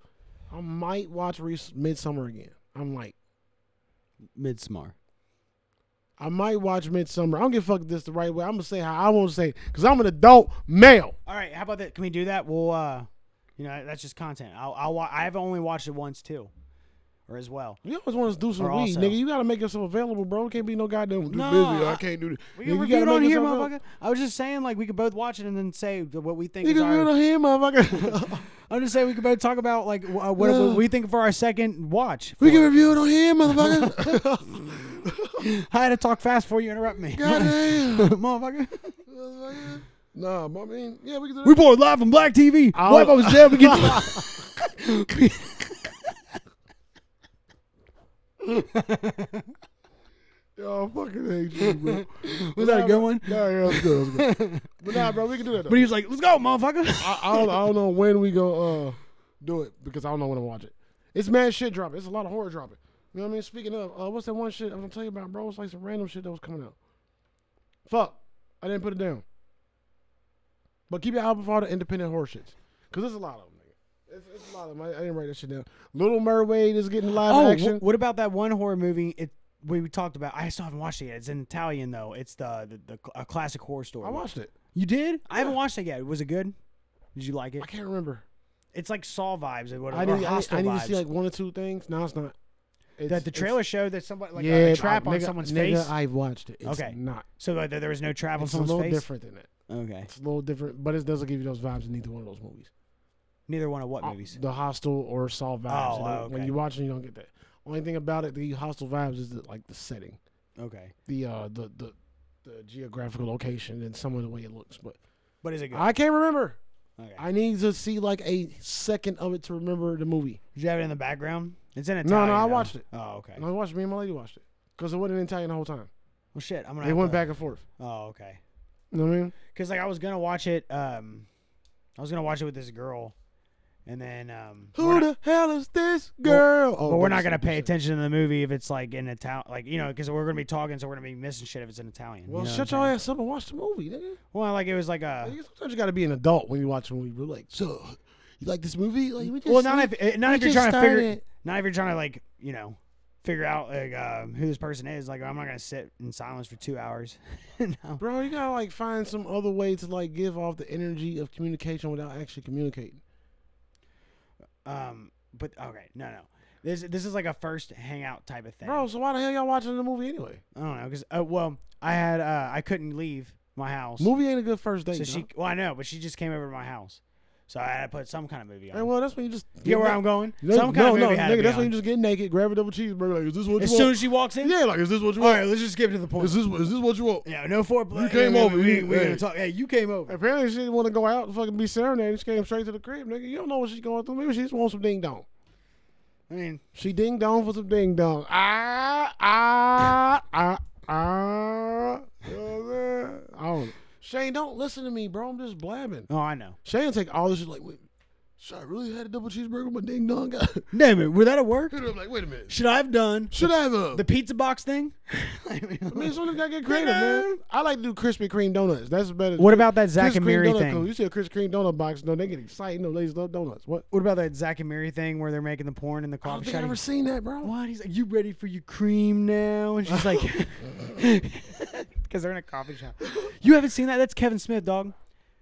Speaker 2: I might watch Re- Midsummer again. I'm like,
Speaker 3: Midsmar.
Speaker 2: I might watch Midsummer. I don't give a fuck if this the right way. I'm gonna say how I want to say because I'm an adult male.
Speaker 3: All right, how about that? Can we do that? We'll, uh, you know, that's just content. I'll, I'll wa- I've only watched it once too, or as well.
Speaker 2: You always want to do some
Speaker 3: Or
Speaker 2: weed,
Speaker 3: also-
Speaker 2: nigga. You gotta make yourself available, bro. It can't be no goddamn too
Speaker 3: No,
Speaker 2: busy. I,
Speaker 3: I-
Speaker 2: can't do this.
Speaker 3: We
Speaker 2: Nigga,
Speaker 3: can
Speaker 2: you
Speaker 3: review it
Speaker 2: gotta
Speaker 3: on
Speaker 2: make
Speaker 3: here,
Speaker 2: yourself available.
Speaker 3: motherfucker. I was just saying, like, we could both watch it and then say th- what we think
Speaker 2: You
Speaker 3: is
Speaker 2: can review it
Speaker 3: our.
Speaker 2: on here, motherfucker.
Speaker 3: I'm just saying we could both talk about like wh- uh, what
Speaker 2: No.
Speaker 3: we think for our second watch.
Speaker 2: we can review it on here, motherfucker.
Speaker 3: I had to talk fast before you interrupt me,
Speaker 2: Goddamn.
Speaker 3: motherfucker.
Speaker 2: Motherfucker. Nah, but I mean, yeah, we can do that.
Speaker 3: We board live from Black TV.
Speaker 2: I'll-
Speaker 3: Wipe was dead. We get.
Speaker 2: Yo, I fucking hate you, bro.
Speaker 3: Was that a good one?
Speaker 2: Yeah, yeah, it was good. It was good. but nah, bro, we can do that. Though.
Speaker 3: But he was like, "Let's go, motherfucker."
Speaker 2: I, I, don't, I don't know when we go uh do it because I don't know when to watch it. It's mad shit dropping. It's a lot of horror dropping. You know what I mean? Speaking of, uh, what's that one shit I'm gonna tell you about, bro? It's like some random shit that was coming out. Fuck, I didn't put it down. But keep your album for all the independent horror shits, cause there's a lot of them. Nigga. It's, it's a lot of them. I, I didn't write that shit down. Little Mermaid is getting live
Speaker 3: Oh,
Speaker 2: action.
Speaker 3: wh- what about that one horror movie? It we we talked about. I still haven't watched it yet. It's in Italian though. It's the the, the cl- a classic horror story.
Speaker 2: I watched it.
Speaker 3: You did? I haven't watched it yet. Was it good? Did you like it?
Speaker 2: I can't remember.
Speaker 3: It's like Saw vibes and whatever.
Speaker 2: I need,
Speaker 3: or
Speaker 2: I need,
Speaker 3: hostile
Speaker 2: I need to
Speaker 3: vibes.
Speaker 2: see like one or two things. No, it's not. It's,
Speaker 3: that the
Speaker 2: it's-
Speaker 3: trailer showed that somebody like
Speaker 2: yeah,
Speaker 3: a trap
Speaker 2: I-
Speaker 3: on
Speaker 2: nigga-
Speaker 3: someone's
Speaker 2: nigga,
Speaker 3: face.
Speaker 2: I've watched it. It's
Speaker 3: Okay.
Speaker 2: not.
Speaker 3: so that there was no trap on
Speaker 2: It's a
Speaker 3: someone's
Speaker 2: little
Speaker 3: face.
Speaker 2: different than that.
Speaker 3: Okay.
Speaker 2: It's a little different, but it doesn't give you those vibes in either one of those movies.
Speaker 3: Neither one of what
Speaker 2: Uh,
Speaker 3: movies?
Speaker 2: The hostile or Saw vibes.
Speaker 3: Oh,
Speaker 2: you know?
Speaker 3: oh,
Speaker 2: When
Speaker 3: okay.
Speaker 2: you watch it, you don't get that. Only thing about it, the hostile vibes is the, like the setting,
Speaker 3: Okay.
Speaker 2: the uh, the the the geographical location, and some of the way it looks. But
Speaker 3: But is it good?
Speaker 2: I can't remember.
Speaker 3: okay.
Speaker 2: I need to see like a second of it to remember the movie.
Speaker 3: Did you have it in the background? It's in
Speaker 2: no,
Speaker 3: Italian.
Speaker 2: I
Speaker 3: though.
Speaker 2: watched it.
Speaker 3: Oh, okay.
Speaker 2: And I watched me and my lady watched it because it wasn't in Italian the whole time.
Speaker 3: Well, shit. I'm gonna.
Speaker 2: They
Speaker 3: have
Speaker 2: went
Speaker 3: to-
Speaker 2: back and forth.
Speaker 3: Oh, okay.
Speaker 2: You know what I mean?
Speaker 3: Cause like I was gonna watch it. Um, I was gonna watch it with this girl, and then um, we're
Speaker 2: Who
Speaker 3: not-
Speaker 2: the hell is this girl? oh,
Speaker 3: but we're
Speaker 2: that's-
Speaker 3: not gonna pay
Speaker 2: that's-
Speaker 3: attention to the movie if it's like in Italian, like you know, because we're gonna be talking, so we're gonna be missing shit if it's in Italian.
Speaker 2: Well,
Speaker 3: you know what
Speaker 2: shut
Speaker 3: I'm
Speaker 2: your
Speaker 3: saying?
Speaker 2: ass up and watch the movie, nigga.
Speaker 3: Well, like it was like a.
Speaker 2: Nigga, Sometimes you gotta be an adult when you watch a movie. We're like, so you like this movie? Like, we just
Speaker 3: Well, not
Speaker 2: see-
Speaker 3: if eh, not
Speaker 2: we
Speaker 3: if you're
Speaker 2: just
Speaker 3: trying to figure,
Speaker 2: started.
Speaker 3: not if you're trying to like you know, figure out like um, who this person is. Like I'm not gonna sit in silence for two hours. no.
Speaker 2: bro, you gotta like find some other way to like give off the energy of communication without actually communicating.
Speaker 3: Um, but okay, no, no. This this is like a first hangout type of thing.
Speaker 2: Bro, so why the hell y'all watching the movie anyway?
Speaker 3: I don't know because uh, well, I had uh, I couldn't leave my house,
Speaker 2: Movie ain't a good first date.
Speaker 3: so
Speaker 2: So
Speaker 3: she well I know, but she just came over to my house, so I had to put some kind of movie on.
Speaker 2: well, that's when you just
Speaker 3: you get where I'm going?
Speaker 2: No,
Speaker 3: some kind
Speaker 2: no,
Speaker 3: of movie
Speaker 2: no,
Speaker 3: had to
Speaker 2: nigga.
Speaker 3: be
Speaker 2: That's when
Speaker 3: on.
Speaker 2: you just get naked, grab a double cheeseburger. Like, is this what
Speaker 3: as
Speaker 2: you
Speaker 3: soon
Speaker 2: want?
Speaker 3: as she walks in,
Speaker 2: yeah, like, is this what you
Speaker 3: all
Speaker 2: want?
Speaker 3: right, let's just skip to the point.
Speaker 2: Is this is this what you want?
Speaker 3: yeah, no foreplay.
Speaker 2: You came
Speaker 3: We-
Speaker 2: over,
Speaker 3: We,
Speaker 2: you-
Speaker 3: we, are
Speaker 2: hey.
Speaker 3: gonna talk. Hey, you came over.
Speaker 2: Apparently, she didn't want to go out and fucking be serenaded. She came straight to the crib, nigga. You don't know what she's going through. Maybe she just wants some ding dong.
Speaker 3: I mean,
Speaker 2: She ding dong for some ding dong. Ah, ah, ah, ah. You know what I'm saying? I don't know. Shane, don't listen to me, bro. I'm just blabbing.
Speaker 3: oh, I know.
Speaker 2: Shane take all this shit like, wait, should I really had a double cheeseburger with my ding dong? guy?"
Speaker 3: Damn it, were that at work?
Speaker 2: I'm like, wait a minute.
Speaker 3: Should I have done
Speaker 2: Should I have a?
Speaker 3: the pizza box thing? I
Speaker 2: I mean,
Speaker 3: mean,
Speaker 2: sometimes gotta get creative, man. I like to do Krispy Kreme donuts. That's better.
Speaker 3: what about that Zach
Speaker 2: Krispy
Speaker 3: and
Speaker 2: Kreme
Speaker 3: Mary
Speaker 2: donut
Speaker 3: thing?
Speaker 2: cool. You see a Krispy Kreme donut box, no, they get excited. No, ladies love donuts. What?
Speaker 3: What about that Zach and Mary thing where they're making the porn in the
Speaker 2: I
Speaker 3: coffee
Speaker 2: don't think
Speaker 3: shop?
Speaker 2: I've ever seen that, bro.
Speaker 3: what? He's like, you ready for your cream now? And she's like, because they're in a coffee shop. You haven't seen that? That's Kevin Smith, dog.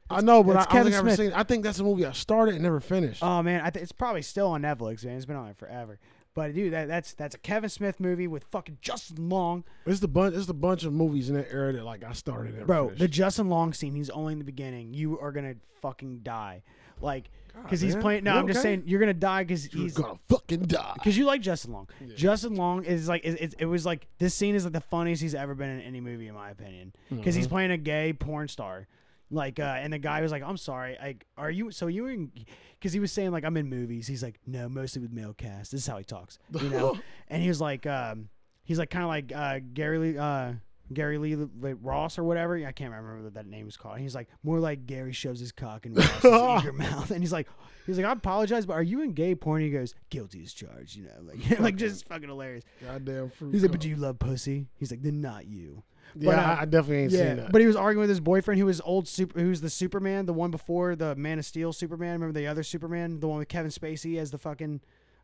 Speaker 2: I know, but I, I
Speaker 3: That's
Speaker 2: don't
Speaker 3: Kevin
Speaker 2: think I've ever
Speaker 3: Smith.
Speaker 2: seen. it. I think that's a movie I started and never finished.
Speaker 3: Oh man, I th- it's probably still on Netflix, man. It's been on there forever. But dude, that, that's that's a Kevin Smith movie with fucking Justin Long,
Speaker 2: it's the bunch. It's the bunch of movies in that era that like I started. And never
Speaker 3: bro. The
Speaker 2: finished.
Speaker 3: Justin Long scene, he's only in the beginning. You are gonna fucking die, like, because he's
Speaker 2: man.
Speaker 3: playing. No,
Speaker 2: You
Speaker 3: I'm just
Speaker 2: okay?
Speaker 3: saying you're gonna die because
Speaker 2: you're
Speaker 3: he's
Speaker 2: gonna fucking die.
Speaker 3: because you like Justin Long. Justin Long is like it, it, it was like this scene is like the funniest he's ever been in any movie in my opinion because he's
Speaker 2: Mm-hmm.
Speaker 3: playing a gay porn star. Like uh, and the guy was like, "I'm sorry, like, are you so you in?" Because he was saying like, "I'm in movies." He's like, "No, mostly with male cast." This is how he talks, you know. and he was like, um, he's like kind of like uh, Gary Lee, uh, Gary Lee like, Ross or whatever. I can't remember what that name is called. He's like, more like Gary shows his cock and Ross's eager mouth. And he's like, he's like, I apologize, but are you in gay porn? He goes, guilty as charged, you know, like, like just fucking hilarious.
Speaker 2: Goddamn fruit.
Speaker 3: He's like,
Speaker 2: cup.
Speaker 3: but do you love pussy? He's like, then not you.
Speaker 2: yeah,
Speaker 3: but, uh,
Speaker 2: I, I definitely ain't seen that.
Speaker 3: But he was arguing with his boyfriend who was old super who's the Superman, the one before the Man of Steel Superman. Remember the other Superman, the one with Kevin Spacey as the fucking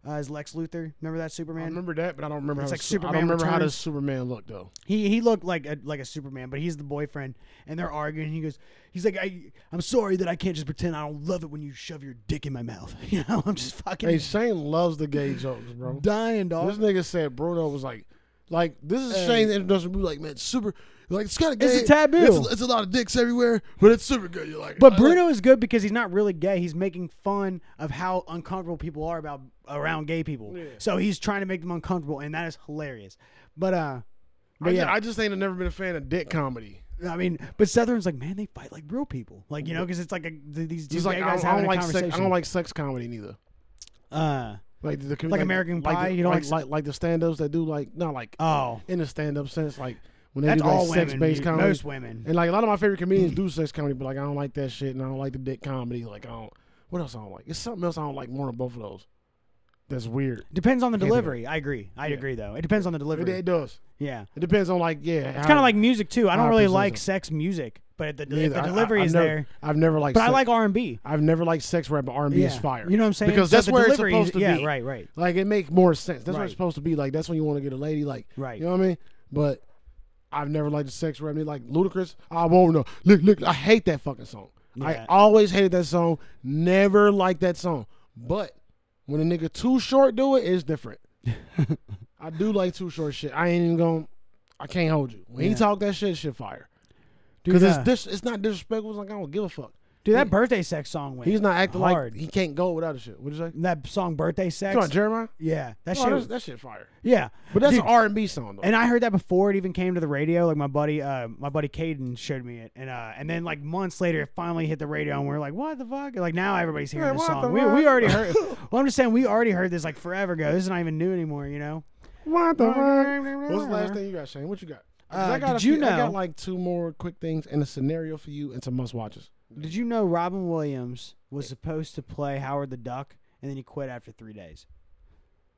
Speaker 3: uh, as Lex Luthor? Remember that
Speaker 2: I
Speaker 3: Superman?
Speaker 2: remember that, but I don't remember
Speaker 3: It's
Speaker 2: how.
Speaker 3: like
Speaker 2: the su- I
Speaker 3: Superman
Speaker 2: don't remember how
Speaker 3: Returns.
Speaker 2: does Superman look though.
Speaker 3: He he looked like a, like a Superman, but he's the boyfriend, and they're arguing. he goes, he's like, I I'm sorry that I can't just pretend I don't love it when you shove your dick in my mouth. You know, I'm just fucking
Speaker 2: Hey, Shane loves the gay jokes, bro.
Speaker 3: dying,
Speaker 2: This
Speaker 3: dog.
Speaker 2: nigga said Bruno was like, like this is Shane's introduction. We like, man, super. Like it's kind of
Speaker 3: It's a taboo.
Speaker 2: It's a, it's a lot of dicks everywhere, but it's super good. You're like, I
Speaker 3: But
Speaker 2: like-
Speaker 3: Bruno is good because he's not really gay. He's making fun of how uncomfortable people are about around gay people. So he's trying to make them uncomfortable, and that is hilarious. But uh,
Speaker 2: I,
Speaker 3: but
Speaker 2: just,
Speaker 3: yeah,
Speaker 2: I just ain't never been a fan of dick comedy.
Speaker 3: I, mean, but Southern's like, man, they fight like real people, like you know, because it's like a, th- these two
Speaker 2: Just like
Speaker 3: gay
Speaker 2: I
Speaker 3: guys
Speaker 2: don't, I don't
Speaker 3: having a
Speaker 2: like sex.
Speaker 3: conversation.
Speaker 2: I don't like sex comedy neither.
Speaker 3: uh,
Speaker 2: Like the
Speaker 3: Like American
Speaker 2: like the-
Speaker 3: Pie, you don't
Speaker 2: like
Speaker 3: like-
Speaker 2: like, like the stand ups that do like not like uh,
Speaker 3: oh,
Speaker 2: in the stand up sense like when they
Speaker 3: that's
Speaker 2: do like
Speaker 3: all
Speaker 2: sex
Speaker 3: women.
Speaker 2: based
Speaker 3: dude.
Speaker 2: comedy.
Speaker 3: Most women.
Speaker 2: And like a lot of my favorite comedians do sex comedy, but like I don't like that shit, and I don't like the dick comedy. Like I don't. What else I don't like? It's something else I don't like more than both of those. That's weird.
Speaker 3: Depends on the
Speaker 2: Can't do it.
Speaker 3: delivery. I agree. I agree, though. It Um, depends on the
Speaker 2: It,
Speaker 3: delivery.
Speaker 2: it does.
Speaker 3: yeah,
Speaker 2: It depends on like yeah.
Speaker 3: it's kind of like music too. I don't
Speaker 2: I
Speaker 3: really
Speaker 2: presume
Speaker 3: like
Speaker 2: so.
Speaker 3: sex music, but if the, if the delivery is
Speaker 2: never,
Speaker 3: there.
Speaker 2: I've never liked.
Speaker 3: But I
Speaker 2: sex-
Speaker 3: like R and B.
Speaker 2: I've never liked sex rap, but R and B is fire.
Speaker 3: You know what I'm saying?
Speaker 2: Because
Speaker 3: So
Speaker 2: that's
Speaker 3: the
Speaker 2: where it's
Speaker 3: delivery is-
Speaker 2: supposed to
Speaker 3: yeah,
Speaker 2: be.
Speaker 3: right, right.
Speaker 2: Like it makes more sense. That's what
Speaker 3: Right.
Speaker 2: it's supposed to be. Like that's when you want to get a lady. Like
Speaker 3: Right.
Speaker 2: You know what I mean? But I've never liked the sex rap. I mean, like ludicrous. I won't know. Look, look. I hate that fucking song.
Speaker 3: Yeah.
Speaker 2: I always hated that song. Never liked that song. But when a nigga too short do it, it's different. I do like too short shit. I ain't even going. to I can't hold you. When
Speaker 3: Yeah.
Speaker 2: he talk that shit, shit fire.
Speaker 3: Dude,
Speaker 2: Because
Speaker 3: uh,
Speaker 2: it's dis- it's not disrespectful. It's like I don't give a fuck.
Speaker 3: Dude, that birthday sex song went.
Speaker 2: He's not acting
Speaker 3: hard.
Speaker 2: like he can't go without a shit. What'd you say?
Speaker 3: that song birthday sex.
Speaker 2: Come on, Jeremiah.
Speaker 3: yeah, that
Speaker 2: Oh,
Speaker 3: shit.
Speaker 2: that's-
Speaker 3: was-
Speaker 2: that shit fire.
Speaker 3: yeah,
Speaker 2: But that's
Speaker 3: Dude,
Speaker 2: an R and B song though.
Speaker 3: and I heard that before it even came to the radio. Like my buddy, uh, my buddy Caden showed me it, and uh, and then like months later, it finally hit the radio, and we are like, what the fuck? Like now everybody's hearing
Speaker 2: Yeah,
Speaker 3: this
Speaker 2: what the
Speaker 3: song. We,
Speaker 2: fuck?
Speaker 3: we already heard. well, I'm just saying we already heard this like forever ago. This is not even new anymore. You know.
Speaker 2: what the fuck? What's the last thing you got, Shane? What you got? 'Cause
Speaker 3: Uh,
Speaker 2: I got a
Speaker 3: did you
Speaker 2: few- I
Speaker 3: know-
Speaker 2: got like two more quick things and a scenario for you and some must watches.
Speaker 3: Did you know Robin Williams was supposed to play Howard the Duck, and then he quit after three days?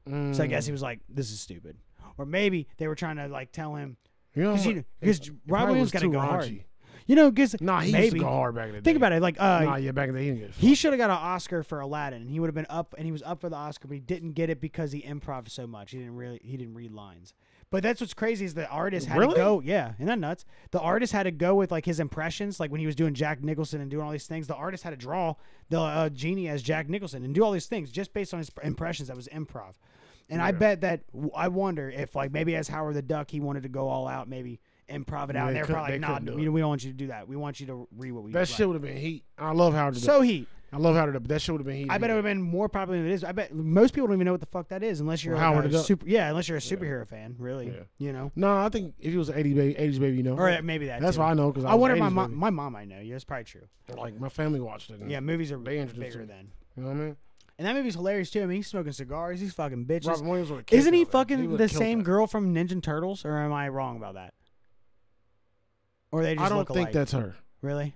Speaker 3: Mm. So I guess he was like, "This is stupid," or maybe they were trying to like tell him
Speaker 2: you know,
Speaker 3: because you
Speaker 2: it-
Speaker 3: because
Speaker 2: it
Speaker 3: Rob
Speaker 2: probably
Speaker 3: Williams
Speaker 2: was
Speaker 3: got to
Speaker 2: too
Speaker 3: go hard.
Speaker 2: raunchy.
Speaker 3: You know, because
Speaker 2: Nah, he
Speaker 3: maybe
Speaker 2: used to go hard back in the day.
Speaker 3: think about it. Like, uh,
Speaker 2: Nah, yeah, back in the day, he didn't get
Speaker 3: he should have got an Oscar for Aladdin. He would have been up, and he was up for the Oscar, but he didn't get it because he improv so much. He didn't really he didn't read lines. But that's what's crazy is the artist had
Speaker 2: Really?
Speaker 3: to go. Yeah, isn't that nuts? The artist had to go with like his impressions, like when he was doing Jack Nicholson and doing all these things. The artist had to draw the uh, genie as Jack Nicholson and do all these things just based on his impressions. That was improv. And I bet that I wonder if like maybe as Howard the Duck he wanted to go all out maybe improv it
Speaker 2: Yeah,
Speaker 3: out.
Speaker 2: they
Speaker 3: and they're
Speaker 2: could- they
Speaker 3: probably like,
Speaker 2: could
Speaker 3: nah,
Speaker 2: do
Speaker 3: we,
Speaker 2: it."
Speaker 3: we don't want you to do that. We want you to read what we
Speaker 2: That
Speaker 3: write."
Speaker 2: shit would have been heat. I love Howard the Duck.
Speaker 3: so heat.
Speaker 2: I love Howard the Duck, but that shit would have been heat.
Speaker 3: I bet it would have been more popular than it is. I bet most people don't even know what the fuck that is unless you're
Speaker 2: Well,
Speaker 3: like,
Speaker 2: Howard
Speaker 3: a
Speaker 2: the Duck.
Speaker 3: super. Yeah, unless you're a superhero fan, really.
Speaker 2: Yeah.
Speaker 3: You know,
Speaker 2: No, I think if he was an 80s baby, 80s baby, you know.
Speaker 3: or uh, maybe that.
Speaker 2: That's
Speaker 3: too.
Speaker 2: why I know because I,
Speaker 3: I wonder. if My
Speaker 2: mom.
Speaker 3: mom, my mom, I know. Yeah, it's probably true.
Speaker 2: Like my family watched it. And,
Speaker 3: Yeah, movies are
Speaker 2: They introduced
Speaker 3: bigger
Speaker 2: it.
Speaker 3: then.
Speaker 2: you know what I mean.
Speaker 3: And that movie's hilarious too. I mean, he's smoking cigars. He's fucking bitches.
Speaker 2: Robin Williams would have killed
Speaker 3: Isn't he
Speaker 2: that, man.
Speaker 3: fucking
Speaker 2: would've
Speaker 3: the
Speaker 2: killed
Speaker 3: same
Speaker 2: that.
Speaker 3: girl from Ninja Turtles, or am I wrong about that? Or they just
Speaker 2: I don't
Speaker 3: look
Speaker 2: think
Speaker 3: alike.
Speaker 2: that's her.
Speaker 3: really.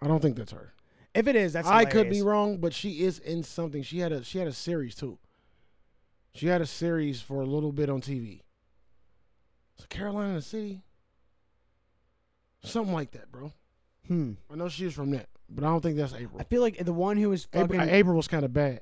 Speaker 2: I don't think that's her.
Speaker 3: If it is, that's
Speaker 2: I could be
Speaker 3: hilarious.
Speaker 2: wrong, but she is in something. She had a she had a series too. She had a series for a little bit on TV. So Carolina in the City, something like that, bro.
Speaker 3: Hmm.
Speaker 2: I know she was from that, but I don't think that's April.
Speaker 3: I feel like the one who was fucking.
Speaker 2: April, uh, April was kind of bad.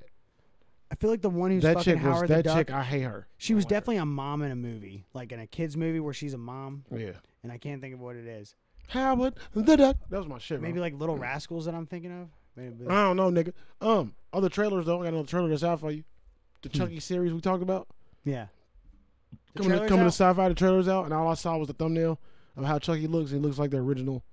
Speaker 3: I feel like the one who's
Speaker 2: That
Speaker 3: fucking
Speaker 2: chick was
Speaker 3: Howard the
Speaker 2: that
Speaker 3: Duck.
Speaker 2: chick. I hate her. Oh,
Speaker 3: she was
Speaker 2: I don't
Speaker 3: definitely a mom in a movie, like in a kids movie where she's a mom,
Speaker 2: like her. yeah.
Speaker 3: and I can't think of what it is.
Speaker 2: Howard the Duck. That was my shit. Maybe
Speaker 3: Maybe like Little Rascals that I'm thinking of. Maybe.
Speaker 2: I don't know, nigga. Um, other trailers though. I got another trailer that's out for you. The
Speaker 3: Hmm.
Speaker 2: Chucky series we talked about.
Speaker 3: Yeah. The
Speaker 2: coming, to,
Speaker 3: trailer's
Speaker 2: coming to
Speaker 3: out?
Speaker 2: sci-fi, the trailers out, and all I saw was the thumbnail of how Chucky looks. He looks like the original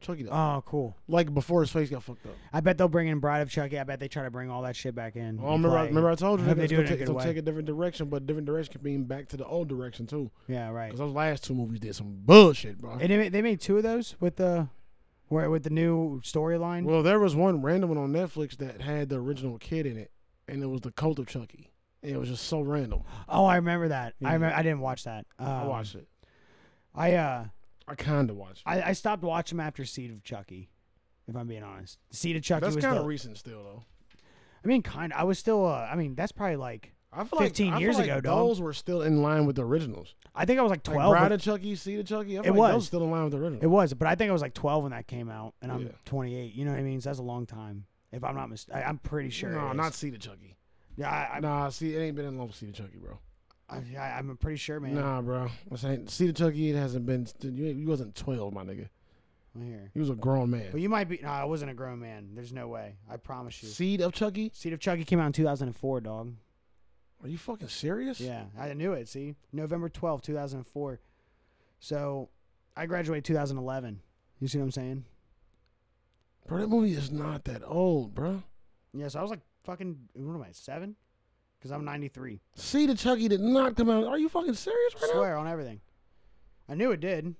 Speaker 2: Chucky, though.
Speaker 3: Oh, cool.
Speaker 2: like before his face got fucked up.
Speaker 3: I bet they'll bring in Bride of Chucky. I bet they try to bring all that shit back in.
Speaker 2: Oh, remember, I,
Speaker 3: Like-
Speaker 2: remember I told you
Speaker 3: I hope
Speaker 2: nigga,
Speaker 3: they
Speaker 2: it's
Speaker 3: do
Speaker 2: gonna
Speaker 3: it in a
Speaker 2: take, it's
Speaker 3: good
Speaker 2: gonna
Speaker 3: way.
Speaker 2: take a different direction, but different direction could mean back to the old direction too.
Speaker 3: Yeah, right.
Speaker 2: Because those last two movies did some bullshit, bro.
Speaker 3: And they made, they made two of those with the, where with the new storyline.
Speaker 2: well, there was one random one on Netflix that had the original kid in it, and it was the Cult of Chucky. And it was just so random.
Speaker 3: Oh, I remember that.
Speaker 2: Yeah.
Speaker 3: I remember, I didn't watch that. Um,
Speaker 2: I watched it.
Speaker 3: I uh
Speaker 2: I kind of watched. it.
Speaker 3: I, I stopped watching them after Seed of Chucky. If I'm being honest, Seed of Chucky
Speaker 2: That's
Speaker 3: was
Speaker 2: kind of
Speaker 3: the.
Speaker 2: recent still, though.
Speaker 3: I mean, kind. I was still. Uh, I mean, that's probably like.
Speaker 2: I feel like
Speaker 3: 15
Speaker 2: I feel
Speaker 3: years
Speaker 2: like
Speaker 3: ago, dog.
Speaker 2: those were still in line with the originals.
Speaker 3: I think I was like
Speaker 2: Like
Speaker 3: 12.
Speaker 2: Bride
Speaker 3: when-
Speaker 2: of Chucky, Seed of Chucky. I
Speaker 3: It
Speaker 2: feel like
Speaker 3: was.
Speaker 2: those still in line with the
Speaker 3: it
Speaker 2: original.
Speaker 3: was, but I think I was like 12 when that came out, and I'm
Speaker 2: Yeah.
Speaker 3: 28. You know what I mean? So that's a long time. If I'm not mistaken, I'm pretty sure.
Speaker 2: no,
Speaker 3: it is.
Speaker 2: not Seed of Chucky.
Speaker 3: Yeah, I, I,
Speaker 2: nah, see, it ain't been in love with Seed of Chucky, bro.
Speaker 3: I, I, I'm pretty sure, man.
Speaker 2: Nah, bro. I'm saying Seed of Chucky. It hasn't been. You, you wasn't 12, my nigga.
Speaker 3: I'm here.
Speaker 2: You was a grown man.
Speaker 3: But you might be. No, I wasn't a grown man. There's no way. I promise you.
Speaker 2: Seed of Chucky?
Speaker 3: Seed of Chucky came out in 2004, dog.
Speaker 2: Are you fucking serious?
Speaker 3: Yeah, I knew it. See, November twelfth, two 2004. So I graduated 2011. You see what I'm saying?
Speaker 2: Bro, that movie is not that old, bro.
Speaker 3: Yeah, so I was like fucking, what am I, seven? Because I'm 93.
Speaker 2: Seed of Chucky did not come out. Are you fucking serious right now?
Speaker 3: Swear on everything. I knew it did.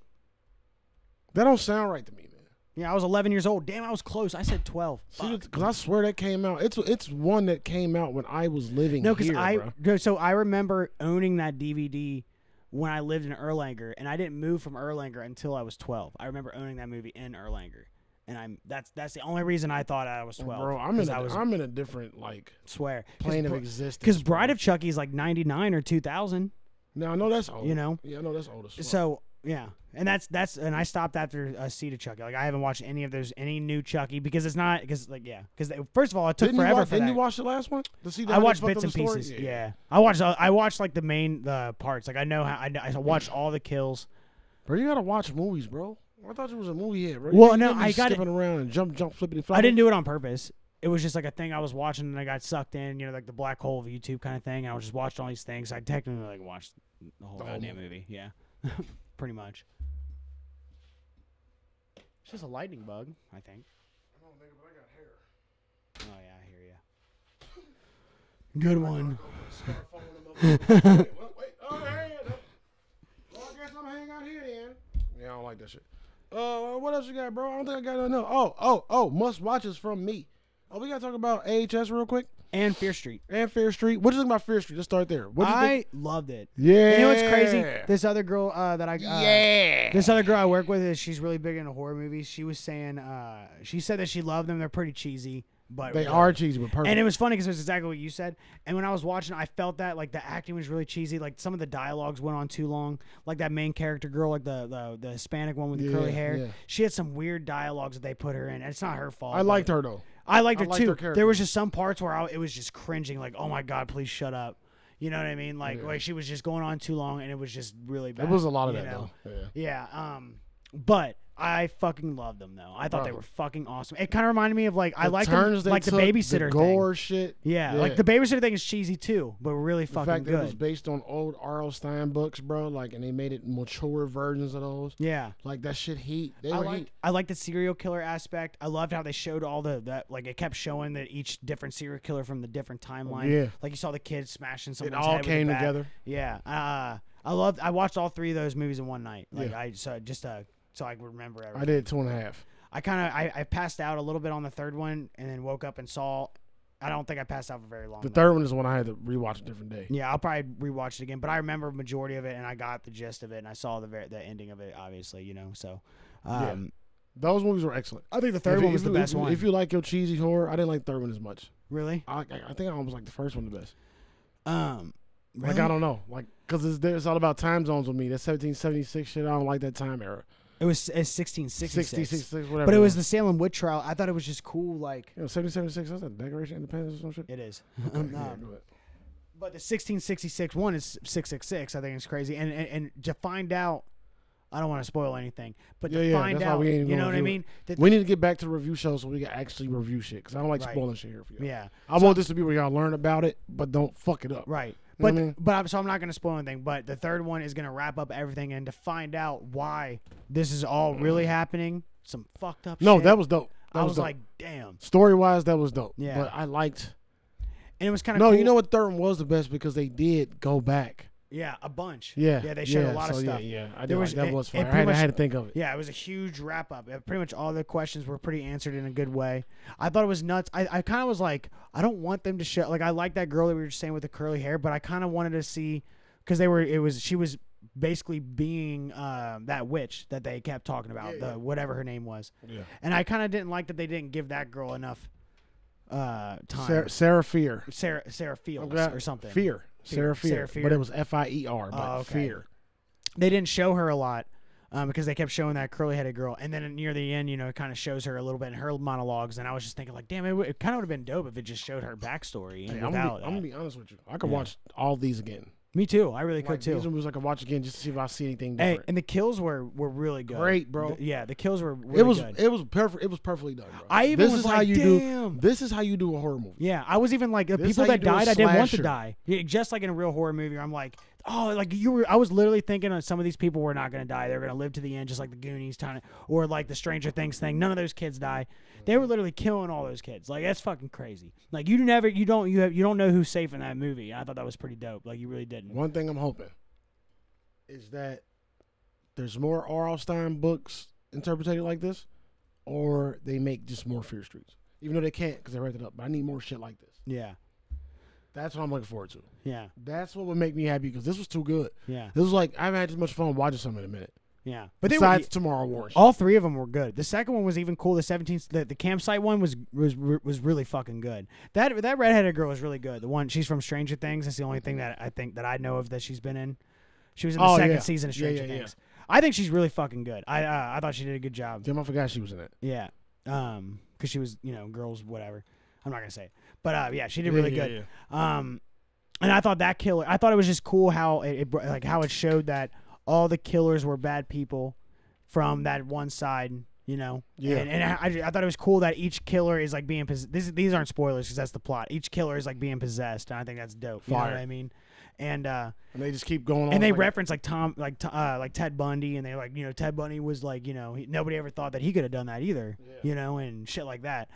Speaker 2: That don't sound right to me, man.
Speaker 3: Yeah, I was 11 years old. Damn, I was close. I said 12. Fuck.
Speaker 2: Because I swear that came out. It's it's one that came out when I was living
Speaker 3: No, because
Speaker 2: here,
Speaker 3: I
Speaker 2: bro.
Speaker 3: no, so I remember owning that DVD when I lived in Erlanger, and I didn't move from Erlanger until I was 12. I remember owning that movie in Erlanger, and I'm that's that's the only reason I thought I was 12.
Speaker 2: bro, I'm
Speaker 3: 'cause
Speaker 2: in.
Speaker 3: I
Speaker 2: A,
Speaker 3: was
Speaker 2: I'm in a different like
Speaker 3: swear
Speaker 2: plane of
Speaker 3: bro-
Speaker 2: existence.
Speaker 3: Because
Speaker 2: bro.
Speaker 3: Bride of Chucky is like 99 or 2000,
Speaker 2: Now I know that's old.
Speaker 3: you know?
Speaker 2: Yeah, I know that's old as fuck.
Speaker 3: So, yeah. And that's, that's, and I stopped after uh, Seed of Chucky. Like, I haven't watched any of those, any new Chucky because it's not, because, like, yeah. Because, first of all, it took
Speaker 2: didn't you
Speaker 3: forever
Speaker 2: watch,
Speaker 3: for
Speaker 2: didn't
Speaker 3: that.
Speaker 2: you watch the last one? To see
Speaker 3: I
Speaker 2: how they
Speaker 3: watched
Speaker 2: fucked
Speaker 3: bits
Speaker 2: up
Speaker 3: and
Speaker 2: the story?
Speaker 3: pieces. Yeah. I watched, uh, I watched, like, the main the parts. Like, I know how, I, know- I watched all the kills.
Speaker 2: Bro, you gotta watch movies, bro. I thought you was a movie head, bro.
Speaker 3: Well,
Speaker 2: you
Speaker 3: no,
Speaker 2: can't be
Speaker 3: I got it-
Speaker 2: skipping around and jump, jump, flippity flop.
Speaker 3: I didn't do it on purpose. It was just like a thing I was watching and I got sucked in, you know, like the black hole of YouTube kind of thing. I was just watching all these things. I technically, like, watched the whole
Speaker 2: The whole
Speaker 3: goddamn movie. Yeah. Pretty much. It's just a lightning bug, I think. Oh yeah, I hear you. Good one.
Speaker 2: Yeah, I don't like that shit. Uh, what else you got, bro? I don't think I got nothing. else. Oh, oh, oh, must watches from me. Oh, we gotta talk about AHS real quick
Speaker 3: And Fear Street.
Speaker 2: and Fair Street. What do you think about Fair Street? Let's start there. What do you
Speaker 3: I
Speaker 2: think?
Speaker 3: loved it.
Speaker 2: Yeah.
Speaker 3: You know what's crazy? This other girl uh, that I uh,
Speaker 2: yeah.
Speaker 3: this other girl I work with is she's really big into horror movies. She was saying uh, she said that she loved them. They're pretty cheesy, but
Speaker 2: they are cheesy, but perfect.
Speaker 3: And it was funny because it was exactly what you said. And when I was watching, I felt that like the acting was really cheesy. Like some of the dialogues went on too long. Like that main character girl, like the the, the Hispanic one with the curly
Speaker 2: Yeah,
Speaker 3: hair,
Speaker 2: yeah.
Speaker 3: she had some weird dialogues that they put her in. And it's not her fault.
Speaker 2: I liked her though.
Speaker 3: I liked
Speaker 2: I
Speaker 3: her
Speaker 2: liked her
Speaker 3: too.
Speaker 2: character.
Speaker 3: there was just some parts where I, it was just cringing. Like, oh my god, please shut up. You know what I mean? Like,
Speaker 2: Yeah.
Speaker 3: like she was just going on too long, and it was just really bad.
Speaker 2: It was a lot of
Speaker 3: you
Speaker 2: that
Speaker 3: know?
Speaker 2: though. Yeah.
Speaker 3: Yeah. Um. But I fucking loved them though. I thought they
Speaker 2: Bro.
Speaker 3: were fucking awesome. It kind of reminded me of like I
Speaker 2: The
Speaker 3: like
Speaker 2: turns they
Speaker 3: like the
Speaker 2: took,
Speaker 3: babysitter
Speaker 2: the
Speaker 3: thing.
Speaker 2: gore shit.
Speaker 3: Yeah, like the babysitter thing is cheesy too, but really
Speaker 2: the
Speaker 3: fucking
Speaker 2: fact that it
Speaker 3: good.
Speaker 2: was based on old R.L. Stein books, bro. Like, and they made it mature versions of those.
Speaker 3: yeah.
Speaker 2: Like that shit heat. They
Speaker 3: I
Speaker 2: were
Speaker 3: liked,
Speaker 2: heat.
Speaker 3: I liked the serial killer aspect. I loved how they showed all the that like it kept showing that each different serial killer from the different timeline.
Speaker 2: Yeah.
Speaker 3: like you saw the kid smashing
Speaker 2: It
Speaker 3: someone's
Speaker 2: all
Speaker 3: head with a
Speaker 2: came
Speaker 3: bat.
Speaker 2: together.
Speaker 3: Yeah, uh, I loved. I watched all three of those movies in one night. Like
Speaker 2: Yeah.
Speaker 3: I so just uh so I could remember everything.
Speaker 2: I did two and a half.
Speaker 3: I kind of I, I passed out a little bit on the third one and then woke up and saw. I don't think I passed out for very long.
Speaker 2: The
Speaker 3: though.
Speaker 2: third one is the one I had to rewatch a different day.
Speaker 3: Yeah, I'll probably rewatch it again, but I remember majority of it and I got the gist of it and I saw the ver- the ending of it, obviously, you know. So, um,
Speaker 2: Those movies were excellent.
Speaker 3: I think the third
Speaker 2: If you-
Speaker 3: one was
Speaker 2: if
Speaker 3: the
Speaker 2: you-
Speaker 3: best
Speaker 2: if you-
Speaker 3: one.
Speaker 2: If you like your cheesy horror, I didn't like the third one as much.
Speaker 3: really?
Speaker 2: I, I, I think I almost like the first one the best.
Speaker 3: Um,
Speaker 2: Like I don't know, like because it's there- it's all about time zones with me. That 1776 shit, I don't like that time era.
Speaker 3: it was it's sixteen sixty
Speaker 2: 66,
Speaker 3: six,
Speaker 2: whatever.
Speaker 3: but it was the Salem witch trial. I thought it was just cool, like
Speaker 2: you know, 1776. That's a Declaration of Independence or some shit.
Speaker 3: it is.
Speaker 2: Okay,
Speaker 3: Um,
Speaker 2: yeah,
Speaker 3: um,
Speaker 2: go ahead.
Speaker 3: but the sixteen sixty six one is six six six. I think it's crazy, and and, and to find out. I don't want to spoil anything, but
Speaker 2: Yeah,
Speaker 3: to
Speaker 2: yeah,
Speaker 3: find
Speaker 2: that's why
Speaker 3: out,
Speaker 2: we ain't
Speaker 3: you
Speaker 2: gonna
Speaker 3: know what
Speaker 2: review
Speaker 3: I
Speaker 2: it.
Speaker 3: mean? That-
Speaker 2: we need to get back to the review show so we can actually review shit because I don't like
Speaker 3: Right.
Speaker 2: spoiling shit here for you.
Speaker 3: yeah,
Speaker 2: I want this to be where y'all learn about it, but don't fuck it up.
Speaker 3: Right.
Speaker 2: know what I
Speaker 3: But
Speaker 2: mean?
Speaker 3: but I'm, so I'm not going to spoil anything. But the third one is going to wrap up everything and to find out why this is all really happening. Some fucked up.
Speaker 2: No,
Speaker 3: shit.
Speaker 2: that was dope. That
Speaker 3: I
Speaker 2: was,
Speaker 3: was
Speaker 2: dope.
Speaker 3: like, damn.
Speaker 2: story wise, that was dope.
Speaker 3: Yeah.
Speaker 2: but I liked.
Speaker 3: And it was kind of
Speaker 2: No, you know what? Third one was the best because they did go back.
Speaker 3: Yeah, a bunch.
Speaker 2: Yeah,
Speaker 3: Yeah, they showed
Speaker 2: yeah,
Speaker 3: a lot
Speaker 2: so
Speaker 3: of stuff. Yeah,
Speaker 2: Yeah, yeah, I did
Speaker 3: There
Speaker 2: like
Speaker 3: was-
Speaker 2: that
Speaker 3: it-
Speaker 2: was
Speaker 3: it
Speaker 2: fun. I
Speaker 3: pretty
Speaker 2: had, I
Speaker 3: much-
Speaker 2: had to think of it.
Speaker 3: it was a huge wrap up. Uh, Pretty much all the questions were pretty answered in a good way. I thought it was nuts. I, I kind of was like, I don't want them to show. Like, I like that girl that we were just saying with the curly hair, but I kind of wanted to see because they were, it was, she was basically being um, that witch that they kept talking about, the whatever her name was.
Speaker 2: Yeah.
Speaker 3: And I kind of didn't like that they didn't give that girl enough uh, time.
Speaker 2: Sarah, Sarah Fear.
Speaker 3: Sarah, Sarah Fields
Speaker 2: Okay.
Speaker 3: or something.
Speaker 2: Fear. Sarah Fear.
Speaker 3: Sarah Fear.
Speaker 2: But it was F I E R, but
Speaker 3: Oh, okay.
Speaker 2: Fear.
Speaker 3: They didn't show her a lot um, because they kept showing that curly headed girl. And then near the end, you know, it kind of shows her a little bit in her monologues. And I was just thinking, like, damn, it, would- it kind of would have been dope if it just showed her backstory.
Speaker 2: Hey,
Speaker 3: and
Speaker 2: I'm, gonna
Speaker 3: without
Speaker 2: be, I'm gonna
Speaker 3: that.
Speaker 2: be honest with you. I could watch all these again.
Speaker 3: Me too. I really
Speaker 2: Like,
Speaker 3: could too.
Speaker 2: These movies I could watch again just to see if I see anything
Speaker 3: Hey,
Speaker 2: different.
Speaker 3: and the kills were, were really good.
Speaker 2: Great, bro.
Speaker 3: The- yeah, the kills were really
Speaker 2: it was
Speaker 3: good.
Speaker 2: it was perfect. It was perfectly done. Bro.
Speaker 3: I even
Speaker 2: this
Speaker 3: was
Speaker 2: is
Speaker 3: like,
Speaker 2: how you do.
Speaker 3: damn.
Speaker 2: This is how you do a horror movie.
Speaker 3: Yeah, I was even like the
Speaker 2: This is
Speaker 3: people
Speaker 2: how you
Speaker 3: that
Speaker 2: do a
Speaker 3: died. I didn't want to
Speaker 2: slasher.
Speaker 3: die. Yeah, just like in a real horror movie, I'm like, oh, like you were. I was literally thinking that some of these people were not going to die. They're going to live to the end, just like the Goonies, kind of, or like the Stranger Things thing. None of those kids die. They were literally killing all those kids. Like that's fucking crazy. Like you never, you don't, you have, you don't know who's safe in that movie. I thought that was pretty dope. Like you really didn't.
Speaker 2: One thing I'm hoping is that there's more R.L. Stein books interpreted like this, or they make just more Fear Streets. Even though they can't because they wrapped it up. But I need more shit like this.
Speaker 3: Yeah,
Speaker 2: That's what I'm looking forward to.
Speaker 3: yeah,
Speaker 2: That's what would make me happy because this was too good.
Speaker 3: yeah,
Speaker 2: This was like I haven't had this much fun watching something in a minute.
Speaker 3: yeah.
Speaker 2: But
Speaker 3: But they were,
Speaker 2: besides tomorrow war.
Speaker 3: all three of them were good. The second one was even cool. The 17th, the, the campsite one was was was really fucking good. That that redheaded girl was really good. The one she's from Stranger Things. That's the only thing that I think that I know of that she's been in. She was in the
Speaker 2: Oh,
Speaker 3: second
Speaker 2: yeah.
Speaker 3: season of
Speaker 2: Yeah,
Speaker 3: Stranger
Speaker 2: yeah, yeah.
Speaker 3: Things. I think she's really fucking good. I uh, I thought she did a good job.
Speaker 2: Damn, I forgot she was in it.
Speaker 3: Yeah. Um, because she was you know girls whatever. I'm not gonna say it, but uh, yeah, she did
Speaker 2: Yeah,
Speaker 3: really
Speaker 2: yeah,
Speaker 3: good. Um, and I thought that killer. I thought it was just cool how it, it br- like how it showed that all the killers were bad people from that one side. You know,
Speaker 2: Yeah.
Speaker 3: And, and I, I thought it was cool that each killer is like being possessed. This, these aren't spoilers because that's the plot. Each killer is like being possessed, and I think that's dope. You know
Speaker 2: Fire.
Speaker 3: what I mean? And uh,
Speaker 2: And they just keep going on.
Speaker 3: and they
Speaker 2: like,
Speaker 3: reference like Tom, like T- uh, like Ted Bundy, and they like you know Ted Bundy was like you know he, nobody ever thought that he could have done that either, you know, and shit like that.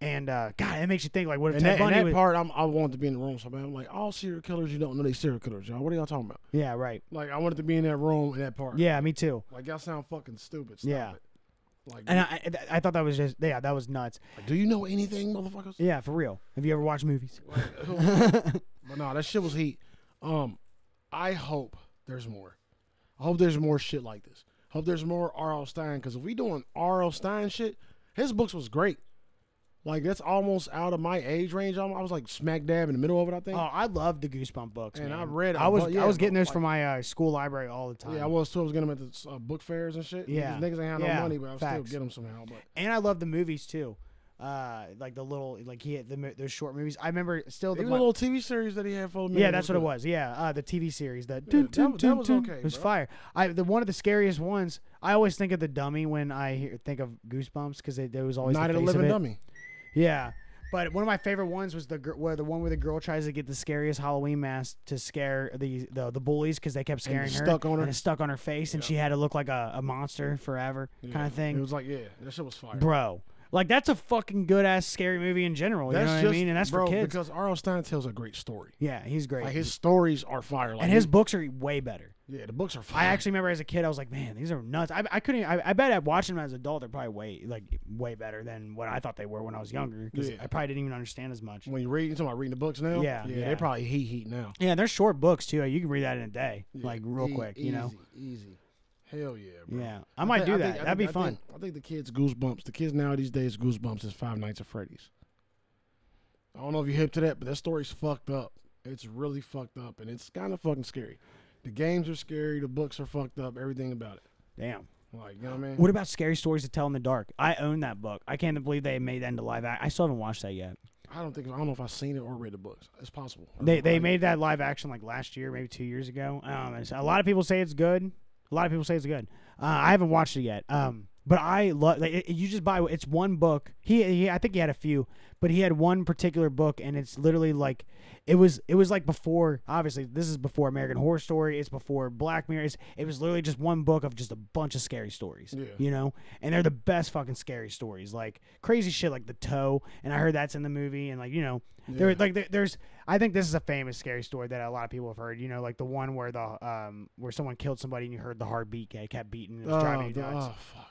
Speaker 3: And uh, God, it makes you think like what if
Speaker 2: And
Speaker 3: Ted
Speaker 2: that, and
Speaker 3: Bundy
Speaker 2: that
Speaker 3: was?
Speaker 2: part, I'm, I wanted to be in the room. So man, I'm like, all serial killers, you don't know they serial killers, y'all. What are y'all talking about?
Speaker 3: yeah, right.
Speaker 2: Like, I wanted to be in that room in that part.
Speaker 3: Yeah, me too.
Speaker 2: Like, y'all sound fucking stupid. Stop
Speaker 3: Yeah.
Speaker 2: It. Like,
Speaker 3: And I, I, th- I thought that was just yeah, that was nuts.
Speaker 2: do you know anything, motherfuckers?
Speaker 3: Yeah, for real. Have you ever watched movies?
Speaker 2: But no, that shit was heat. Um, I hope there's more. I hope there's more shit like this. Hope there's more R.L. Stein because if we doing R.L. Stein shit, his books was great. Like that's almost out of my age range. I'm- I was like smack dab in the middle of it. I think.
Speaker 3: Oh, I love the Goosebump books.
Speaker 2: And
Speaker 3: man.
Speaker 2: I read a
Speaker 3: I was
Speaker 2: bu- yeah,
Speaker 3: I was getting
Speaker 2: but,
Speaker 3: those
Speaker 2: like-
Speaker 3: from my uh, school library all the time.
Speaker 2: yeah, I was too. I was getting them at the uh, book fairs and shit.
Speaker 3: Yeah.
Speaker 2: These niggas ain't had
Speaker 3: Yeah,
Speaker 2: no money, but I will still
Speaker 3: facts.
Speaker 2: get them somehow. But
Speaker 3: and I love the movies too. uh, like the little like he had the mo- those short movies. I remember still the
Speaker 2: Even
Speaker 3: one-
Speaker 2: a little TV series that he had for a minute.
Speaker 3: yeah, that's what it
Speaker 2: good.
Speaker 3: was. Yeah, uh, the TV series that
Speaker 2: Yeah, that was- that was okay,
Speaker 3: It was
Speaker 2: bro.
Speaker 3: fire. I the one of the scariest ones. I always think of the dummy when I hear, think of Goosebumps because there was always
Speaker 2: Night
Speaker 3: the
Speaker 2: of the
Speaker 3: face
Speaker 2: Living
Speaker 3: it.
Speaker 2: Dummy.
Speaker 3: Yeah, but one of my favorite ones was the gir- where the one where the girl tries to get the scariest Halloween mask to scare the the, the bullies because they kept scaring
Speaker 2: it's
Speaker 3: her.
Speaker 2: stuck on her.
Speaker 3: And it's stuck on her face, and she had to look like a, a monster forever kind of thing,
Speaker 2: It was like, yeah, that shit was fire.
Speaker 3: bro. Like that's a fucking good ass scary movie in general. you know what I mean? And that's
Speaker 2: bro,
Speaker 3: for kids.
Speaker 2: Because R.L. Stein tells a great story.
Speaker 3: yeah, he's great.
Speaker 2: Like his stories are fire. Like
Speaker 3: and his
Speaker 2: he-
Speaker 3: books are way better.
Speaker 2: yeah, the books are fire.
Speaker 3: I actually remember as a kid, I was like, man, these are nuts. I, I couldn't. I, I bet at watching them as an adult, they're probably way like way better than what I thought they were when I was younger. 'cause
Speaker 2: Yeah.
Speaker 3: I probably didn't even understand as much.
Speaker 2: when you read, you talking about reading the books now.
Speaker 3: Yeah,
Speaker 2: yeah,
Speaker 3: yeah.
Speaker 2: they're probably heat heat now.
Speaker 3: Yeah, they're short books too. You can read that in a day, like real
Speaker 2: E-
Speaker 3: quick. You know.
Speaker 2: easy, easy. Hell yeah, bro.
Speaker 3: Yeah, I might
Speaker 2: thi-
Speaker 3: do
Speaker 2: I
Speaker 3: that.
Speaker 2: think- I think-
Speaker 3: That'd be
Speaker 2: I
Speaker 3: fun.
Speaker 2: think- I think the kids Goosebumps. The kids now these days Goosebumps is Five Nights at Freddy's. I don't know if you hip to that, but that story's fucked up. It's really fucked up, and it's kind of fucking scary. The games are scary. The books are fucked up. Everything about it.
Speaker 3: Damn.
Speaker 2: Like you know what I mean?
Speaker 3: What about scary stories to tell in the dark? I own that book. I can't believe they made that into live. Act. I still haven't watched that yet.
Speaker 2: I don't think I don't know if I've seen it or read the books. It's possible.
Speaker 3: They they
Speaker 2: I-
Speaker 3: made that live action like last year, maybe two years ago. Um, it's- a lot of people say it's good. A lot of people say it's good. Uh, I haven't watched it yet. Um, but I love like it, you just buy it's one book. He, he I think he had a few, but he had one particular book, and it's literally like it was it was like before. Obviously, this is before American Horror Story. It's before Black Mirror. It's, it was literally just one book of just a bunch of scary stories.
Speaker 2: Yeah.
Speaker 3: You know, and they're the best fucking scary stories. Like crazy shit, like the toe, and I heard that's in the movie, and like you know, there
Speaker 2: Yeah.
Speaker 3: like there, there's I think this is a famous scary story that a lot of people have heard. You know, like the one where the um where someone killed somebody and you heard the heartbeat get kept beating and it
Speaker 2: Oh,
Speaker 3: was driving you
Speaker 2: the-
Speaker 3: nuts.
Speaker 2: oh, fuck.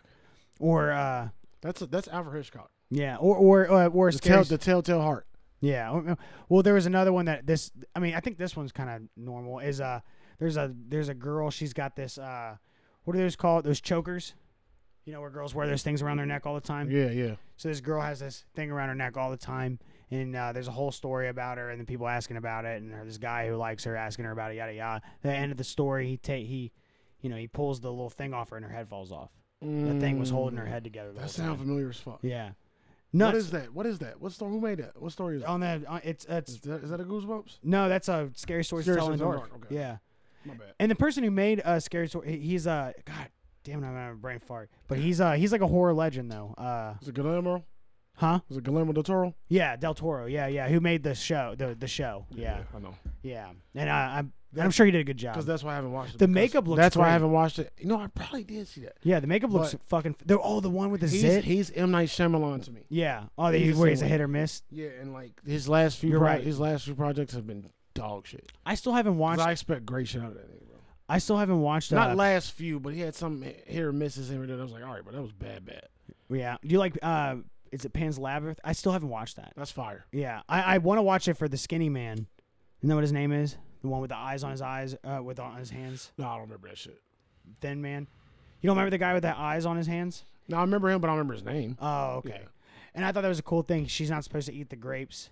Speaker 3: Or uh
Speaker 2: That's a, that's Alfred Hitchcock.
Speaker 3: yeah, or or uh, or a
Speaker 2: The,
Speaker 3: scary
Speaker 2: tell, the Telltale Heart.
Speaker 3: Yeah. I don't know. Well, there was another one that this. I mean, I think this one's kind of normal. Is uh, there's a there's a girl. She's got this. Uh, what are those called? Those chokers. You know where girls wear those things around their neck all the time.
Speaker 2: Yeah, yeah.
Speaker 3: So this girl has this thing around her neck all the time, and uh, there's a whole story about her, and then people asking about it, and her, this guy who likes her asking her about it, yada yada. At the end of the story, he take he, you know, he pulls the little thing off her, and her head falls off. The thing was holding her head together. The
Speaker 2: Mm, That
Speaker 3: whole
Speaker 2: sounds
Speaker 3: time.
Speaker 2: familiar as fuck.
Speaker 3: Yeah.
Speaker 2: What
Speaker 3: Nuts. Um,
Speaker 2: is that? What is that? What story? Who made that? What story is that?
Speaker 3: on the on, it's it's
Speaker 2: Is that, is that a Goosebumps?
Speaker 3: no, that's a scary story to
Speaker 2: Scary
Speaker 3: tell in
Speaker 2: Stories
Speaker 3: the
Speaker 2: to Tell in the
Speaker 3: dark.
Speaker 2: Dark, okay.
Speaker 3: Yeah.
Speaker 2: My bad.
Speaker 3: And the person who made uh, Scary Story, he- he's uh, God damn it, I'm having a brain fart. But he's uh, he's like a horror legend though. Uh,
Speaker 2: Is it Guillermo?
Speaker 3: huh?
Speaker 2: Is it Guillermo del Toro?
Speaker 3: Yeah, Del Toro. Yeah, yeah. Who made the show? The the show. Yeah,
Speaker 2: I know.
Speaker 3: yeah. And I, I'm and I'm sure he did a good job.
Speaker 2: Because that's why I haven't watched it.
Speaker 3: The
Speaker 2: because
Speaker 3: makeup looks
Speaker 2: That's why I
Speaker 3: great.
Speaker 2: haven't watched it. You know, I probably did see that.
Speaker 3: yeah, the makeup looks
Speaker 2: but-
Speaker 3: fucking. They're all the one with the
Speaker 2: He's,
Speaker 3: zit.
Speaker 2: he's M Night Shyamalan to me.
Speaker 3: yeah. Oh, they,
Speaker 2: he's the
Speaker 3: where
Speaker 2: same
Speaker 3: he's a
Speaker 2: way.
Speaker 3: hit or miss.
Speaker 2: Yeah, and like his last few
Speaker 3: You're
Speaker 2: pro-
Speaker 3: right.
Speaker 2: his last few projects have been dog shit.
Speaker 3: I still haven't
Speaker 2: 'Cause
Speaker 3: watched.
Speaker 2: I
Speaker 3: I,
Speaker 2: expect great shit out of that nigga, bro.
Speaker 3: still haven't watched.
Speaker 2: Not
Speaker 3: uh,
Speaker 2: last few, but he had some here and misses here and there. I was like, all right, but that was bad, bad.
Speaker 3: yeah. Do you like? Uh, is it Pan's Labyrinth? I still haven't watched that.
Speaker 2: That's fire.
Speaker 3: Yeah, I, I want to watch it for the skinny man. You know what his name is? The one with the eyes on his eyes, uh, with on his hands.
Speaker 2: No, I don't remember that shit.
Speaker 3: Thin man. You don't remember the guy with the eyes on his hands?
Speaker 2: No, I remember him, but I don't remember his name.
Speaker 3: Oh, okay.
Speaker 2: Yeah.
Speaker 3: And I thought that was a cool thing. She's not supposed to eat the grapes.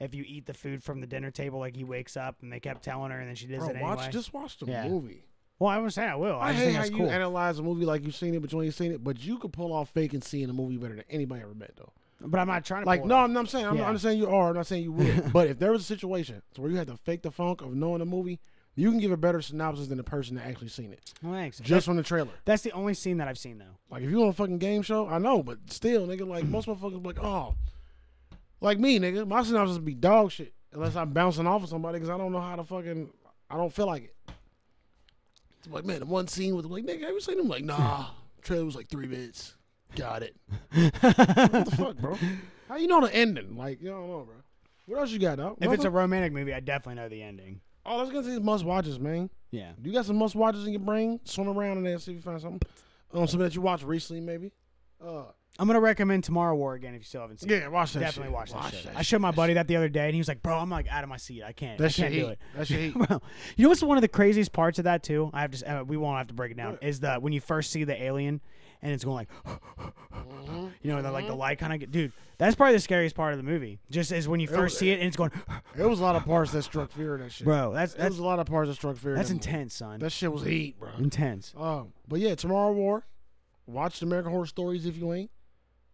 Speaker 3: If you eat the food from the dinner table, like he wakes up, and they kept telling her, and then she does
Speaker 2: Bro,
Speaker 3: it anyway.
Speaker 2: watch just watch the
Speaker 3: Yeah.
Speaker 2: movie.
Speaker 3: well, I was saying I will. I,
Speaker 2: I,
Speaker 3: just
Speaker 2: hate
Speaker 3: think
Speaker 2: how
Speaker 3: that's
Speaker 2: you
Speaker 3: cool.
Speaker 2: analyze a movie like you've seen it, but you ain't seen it. But you could pull off fake and seeing a movie better than anybody I ever met, though.
Speaker 3: but I'm not trying to
Speaker 2: Like,
Speaker 3: pull it
Speaker 2: no,
Speaker 3: off.
Speaker 2: I'm not saying I'm,
Speaker 3: Yeah.
Speaker 2: I'm not saying you are. I'm not saying you would. but if there was a situation to where you had to fake the funk of knowing a movie, you can give a better synopsis than the person that actually seen it
Speaker 3: Well, thanks.
Speaker 2: just from the trailer.
Speaker 3: That's the only scene that I've seen though.
Speaker 2: Like, if you on a fucking game show, I know, but still, nigga, like most motherfuckers, be like, oh, like me, nigga, my synopsis would be dog shit unless I'm bouncing off of somebody because I don't know how to fucking, I don't feel like it. It's like, man, the one scene with like, nigga, have you seen him? Like, nah, trailer was like three minutes. Got it. what the fuck, bro? How you know the ending? Like, you don't know, bro. What else you got, dog?
Speaker 3: If it's a
Speaker 2: Motherfucker-
Speaker 3: romantic movie, I definitely know the ending.
Speaker 2: oh, let's get to these must watches, man.
Speaker 3: Yeah.
Speaker 2: Do you got some must watches in your brain? Swim around in there, see if you find something. Um, something that you watched recently, maybe. Uh,
Speaker 3: I'm gonna recommend Tomorrow War again if you still haven't seen. it.
Speaker 2: Yeah, watch that.
Speaker 3: Definitely
Speaker 2: shit.
Speaker 3: watch that shit. I showed my buddy that the other day, and he was like, "Bro, I'm like out of my seat. I can't.
Speaker 2: That
Speaker 3: I
Speaker 2: shit
Speaker 3: can't
Speaker 2: heat.
Speaker 3: do it."
Speaker 2: That shit heat.
Speaker 3: Bro, you know what's one of the craziest parts of that too? I have to. Uh, we won't have to break it down. Is the when you first see the alien and it's going like,
Speaker 2: Mm-hmm.
Speaker 3: you know, and then, like the light kind of. Dude, that's probably the scariest part of the movie. Just is when you first see it and it's going,
Speaker 2: It was a lot of parts that struck fear in that shit.
Speaker 3: bro. That's
Speaker 2: It was
Speaker 3: that's
Speaker 2: a lot of parts that struck fear. in
Speaker 3: that's
Speaker 2: that movie.
Speaker 3: intense, Mm. son.
Speaker 2: That shit was heat, bro. Oh,
Speaker 3: intense.
Speaker 2: Um, but yeah, Tomorrow War. Watch the American Horror Stories if you ain't.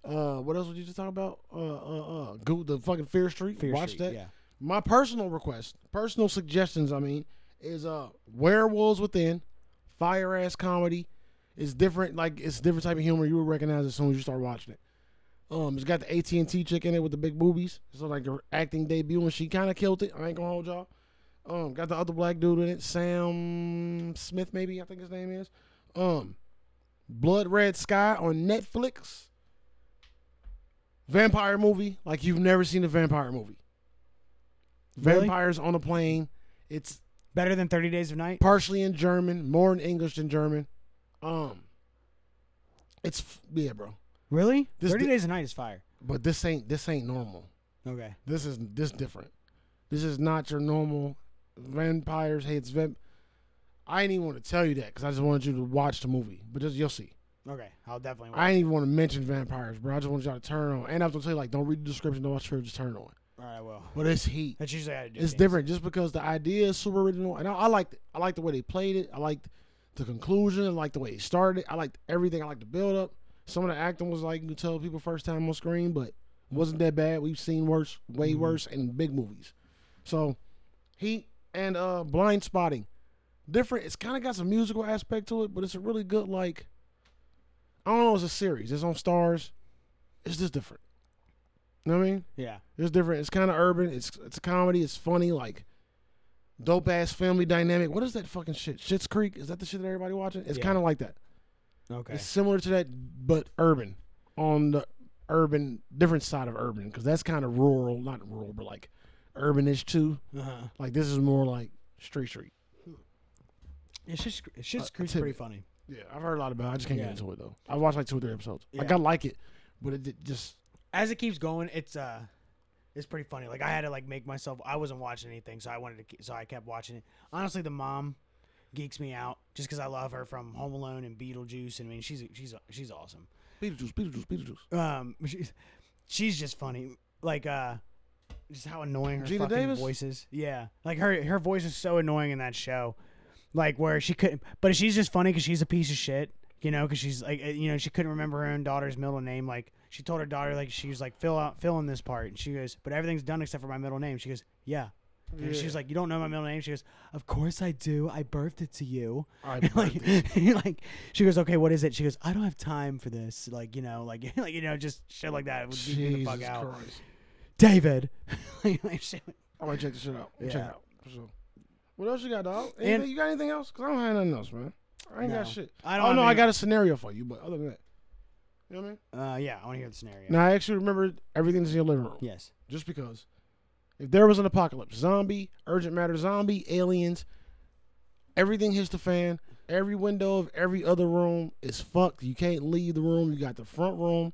Speaker 2: Uh, what else were you just talking about? Uh, uh, uh, go the fucking Fear Street.
Speaker 3: Fear
Speaker 2: Watch
Speaker 3: Street,
Speaker 2: that.
Speaker 3: Yeah.
Speaker 2: My personal request, personal suggestions, I mean, is uh Werewolves Within, fire ass comedy. It's different, like it's a different type of humor. You will recognize as soon as you start watching it. Um, it's got the AT and T chick in it with the big boobies. So like her acting debut, and she kind of killed it. I ain't gonna hold y'all. Um, got the other black dude in it, Sam Smith, maybe I think his name is. Um, Blood Red Sky on Netflix. Vampire movie, like you've never seen a vampire movie.
Speaker 3: Really?
Speaker 2: Vampires on a plane. It's
Speaker 3: Better than Thirty Days of Night.
Speaker 2: partially in German, more in English than German. Um, it's f- yeah, bro.
Speaker 3: Really?
Speaker 2: This
Speaker 3: Thirty
Speaker 2: di-
Speaker 3: Days of Night is fire.
Speaker 2: But this ain't this ain't normal.
Speaker 3: Okay.
Speaker 2: This is this different. This is not your normal vampires hates vamp. I didn't even want to tell you that because I just wanted you to watch the movie, but just you'll see.
Speaker 3: Okay. I'll definitely. Watch.
Speaker 2: I didn't even want to mention vampires, bro. I just want y'all to turn on, and I have to tell you like, don't read the description, don't watch her, just turn on.
Speaker 3: All right. Well,
Speaker 2: But it's heat.
Speaker 3: that's usually how I do.
Speaker 2: It's
Speaker 3: things.
Speaker 2: different just because the idea is super original, and I, I liked it. I liked the way they played it. I liked the conclusion. I liked the way it started. I liked everything. I liked the build up. Some of the acting was like you could tell people first time on screen, but it wasn't that bad. We've seen worse, way
Speaker 3: Mm-hmm.
Speaker 2: worse, in big movies. So, Heat and uh, Blind Spotting, different. It's kind of got some musical aspect to it, but it's a really good like. I don't know. It's a series. It's on Stars. It's just different. You know what I mean?
Speaker 3: Yeah.
Speaker 2: It's different. It's kind of urban. It's it's a comedy. It's funny. Like dope ass family dynamic. What is that fucking shit? Shit's Creek. Is that the shit that everybody watching? It's
Speaker 3: Yeah.
Speaker 2: kind of like that.
Speaker 3: Okay.
Speaker 2: It's similar to that, but urban on the urban different side of urban because that's kind of rural, not rural, but like urbanish too.
Speaker 3: Uh-huh.
Speaker 2: Like this is more like street street.
Speaker 3: It's just it's just
Speaker 2: Uh, tip
Speaker 3: pretty
Speaker 2: it.
Speaker 3: funny.
Speaker 2: Yeah, I've heard a lot about. it. I just can't
Speaker 3: Yeah.
Speaker 2: get into it though. I watched like two or three episodes.
Speaker 3: Yeah.
Speaker 2: Like I like it, but it did- just
Speaker 3: As it keeps going, it's uh, it's pretty funny. Like I had to like make myself. I wasn't watching anything, so I wanted to. ke- So I kept watching it. Honestly, the mom geeks me out just because I love her from Home Alone and Beetlejuice. And I mean, she's she's she's awesome.
Speaker 2: Beetlejuice, Beetlejuice, Beetlejuice.
Speaker 3: Um, she's she's just funny. Like uh, just how annoying her
Speaker 2: Gina
Speaker 3: fucking
Speaker 2: Davis?
Speaker 3: voice is. Yeah, like her her voice is so annoying in that show. Like where she couldn't, but she's just funny because she's a piece of shit. You know, because she's like, uh, you know, she couldn't remember her own daughter's middle name. Like she told her daughter, like she was like, fill out, fill in this part, and she goes, but everything's done except for my middle name. She goes, yeah. And she's like, you don't know my middle name. She goes, of course I do. I birthed it to you.
Speaker 2: I
Speaker 3: like, like she goes, okay, what is it? She goes, I don't have time for this. Like, you know, like, like you know, just shit like that. It would beat me the
Speaker 2: Jesus
Speaker 3: fuck out.
Speaker 2: Christ.
Speaker 3: David. like, like, shit.
Speaker 2: I might check this shit out. Check it
Speaker 3: Yeah.
Speaker 2: out. For sure. What else you got, dog?
Speaker 3: And-
Speaker 2: Anything, you got anything else? Cause I don't have nothing else, man. I ain't got
Speaker 3: No.
Speaker 2: shit.
Speaker 3: I
Speaker 2: I
Speaker 3: don't
Speaker 2: don't
Speaker 3: have
Speaker 2: know. I
Speaker 3: any-
Speaker 2: got a scenario for you, but other than that, you know what I mean.
Speaker 3: Uh, yeah, I want to hear the scenario.
Speaker 2: Now I actually remembered everything that's in your living room,
Speaker 3: Yes.
Speaker 2: just because. If there was an apocalypse, zombie, urgent matter, zombie, aliens, everything hits the fan. Every window of every other room is fucked. You can't leave the room. You got the front room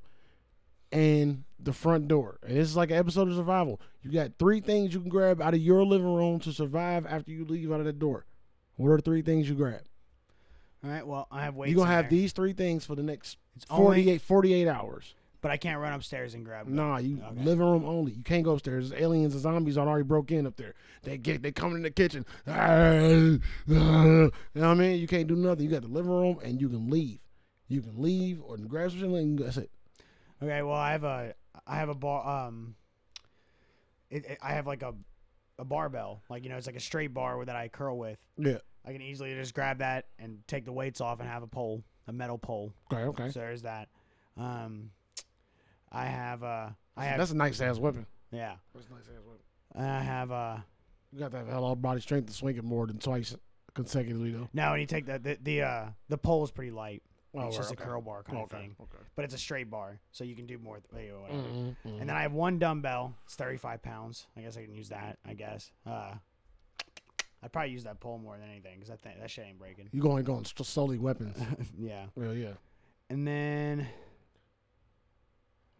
Speaker 2: and the front door. And this is like an episode of survival. You got three things you can grab out of your living room to survive after you leave out of that door. What are the three things you grab?
Speaker 3: All right. Well, I have weights.
Speaker 2: You're going to
Speaker 3: in
Speaker 2: have
Speaker 3: there,
Speaker 2: these three things for the next
Speaker 3: It's only-
Speaker 2: 48, 48 hours.
Speaker 3: but I can't run upstairs and grab them.
Speaker 2: Nah, you
Speaker 3: Okay.
Speaker 2: living room only. You can't go upstairs. There's aliens and zombies are already broke in up there. They get they come in the kitchen. you know what I mean? You can't do nothing. You got the living room and you can leave. You can leave or grab something and that's it.
Speaker 3: Okay. Well, I have a, I have a bar. Um, it, it- I have like a, a barbell. Like you know, it's like a straight bar that I curl with.
Speaker 2: Yeah.
Speaker 3: I can easily just grab that and take the weights off and have a pole, a metal pole.
Speaker 2: Okay, okay.
Speaker 3: So there's that. Um, I have uh, I have
Speaker 2: That's a nice ass weapon.
Speaker 3: yeah,
Speaker 2: Mm-hmm. That's a nice ass weapon.
Speaker 3: and I have uh.
Speaker 2: You got to have hell all body strength to swing it more than twice consecutively though.
Speaker 3: No, and you take the the the, uh, the pole is pretty light.
Speaker 2: Oh,
Speaker 3: it's just
Speaker 2: okay.
Speaker 3: a curl bar kind
Speaker 2: Okay,
Speaker 3: of thing,
Speaker 2: okay.
Speaker 3: but it's a straight bar, so you can do more. Th- whatever.
Speaker 2: Mhm, mhm.
Speaker 3: And then I have one dumbbell. It's 35 pounds. I guess I can use that. I guess. Uh, I'd probably use that pole more than anything because that thing, that shit ain't breaking.
Speaker 2: You going going st- solely weapons.
Speaker 3: yeah.
Speaker 2: Well, yeah.
Speaker 3: And then.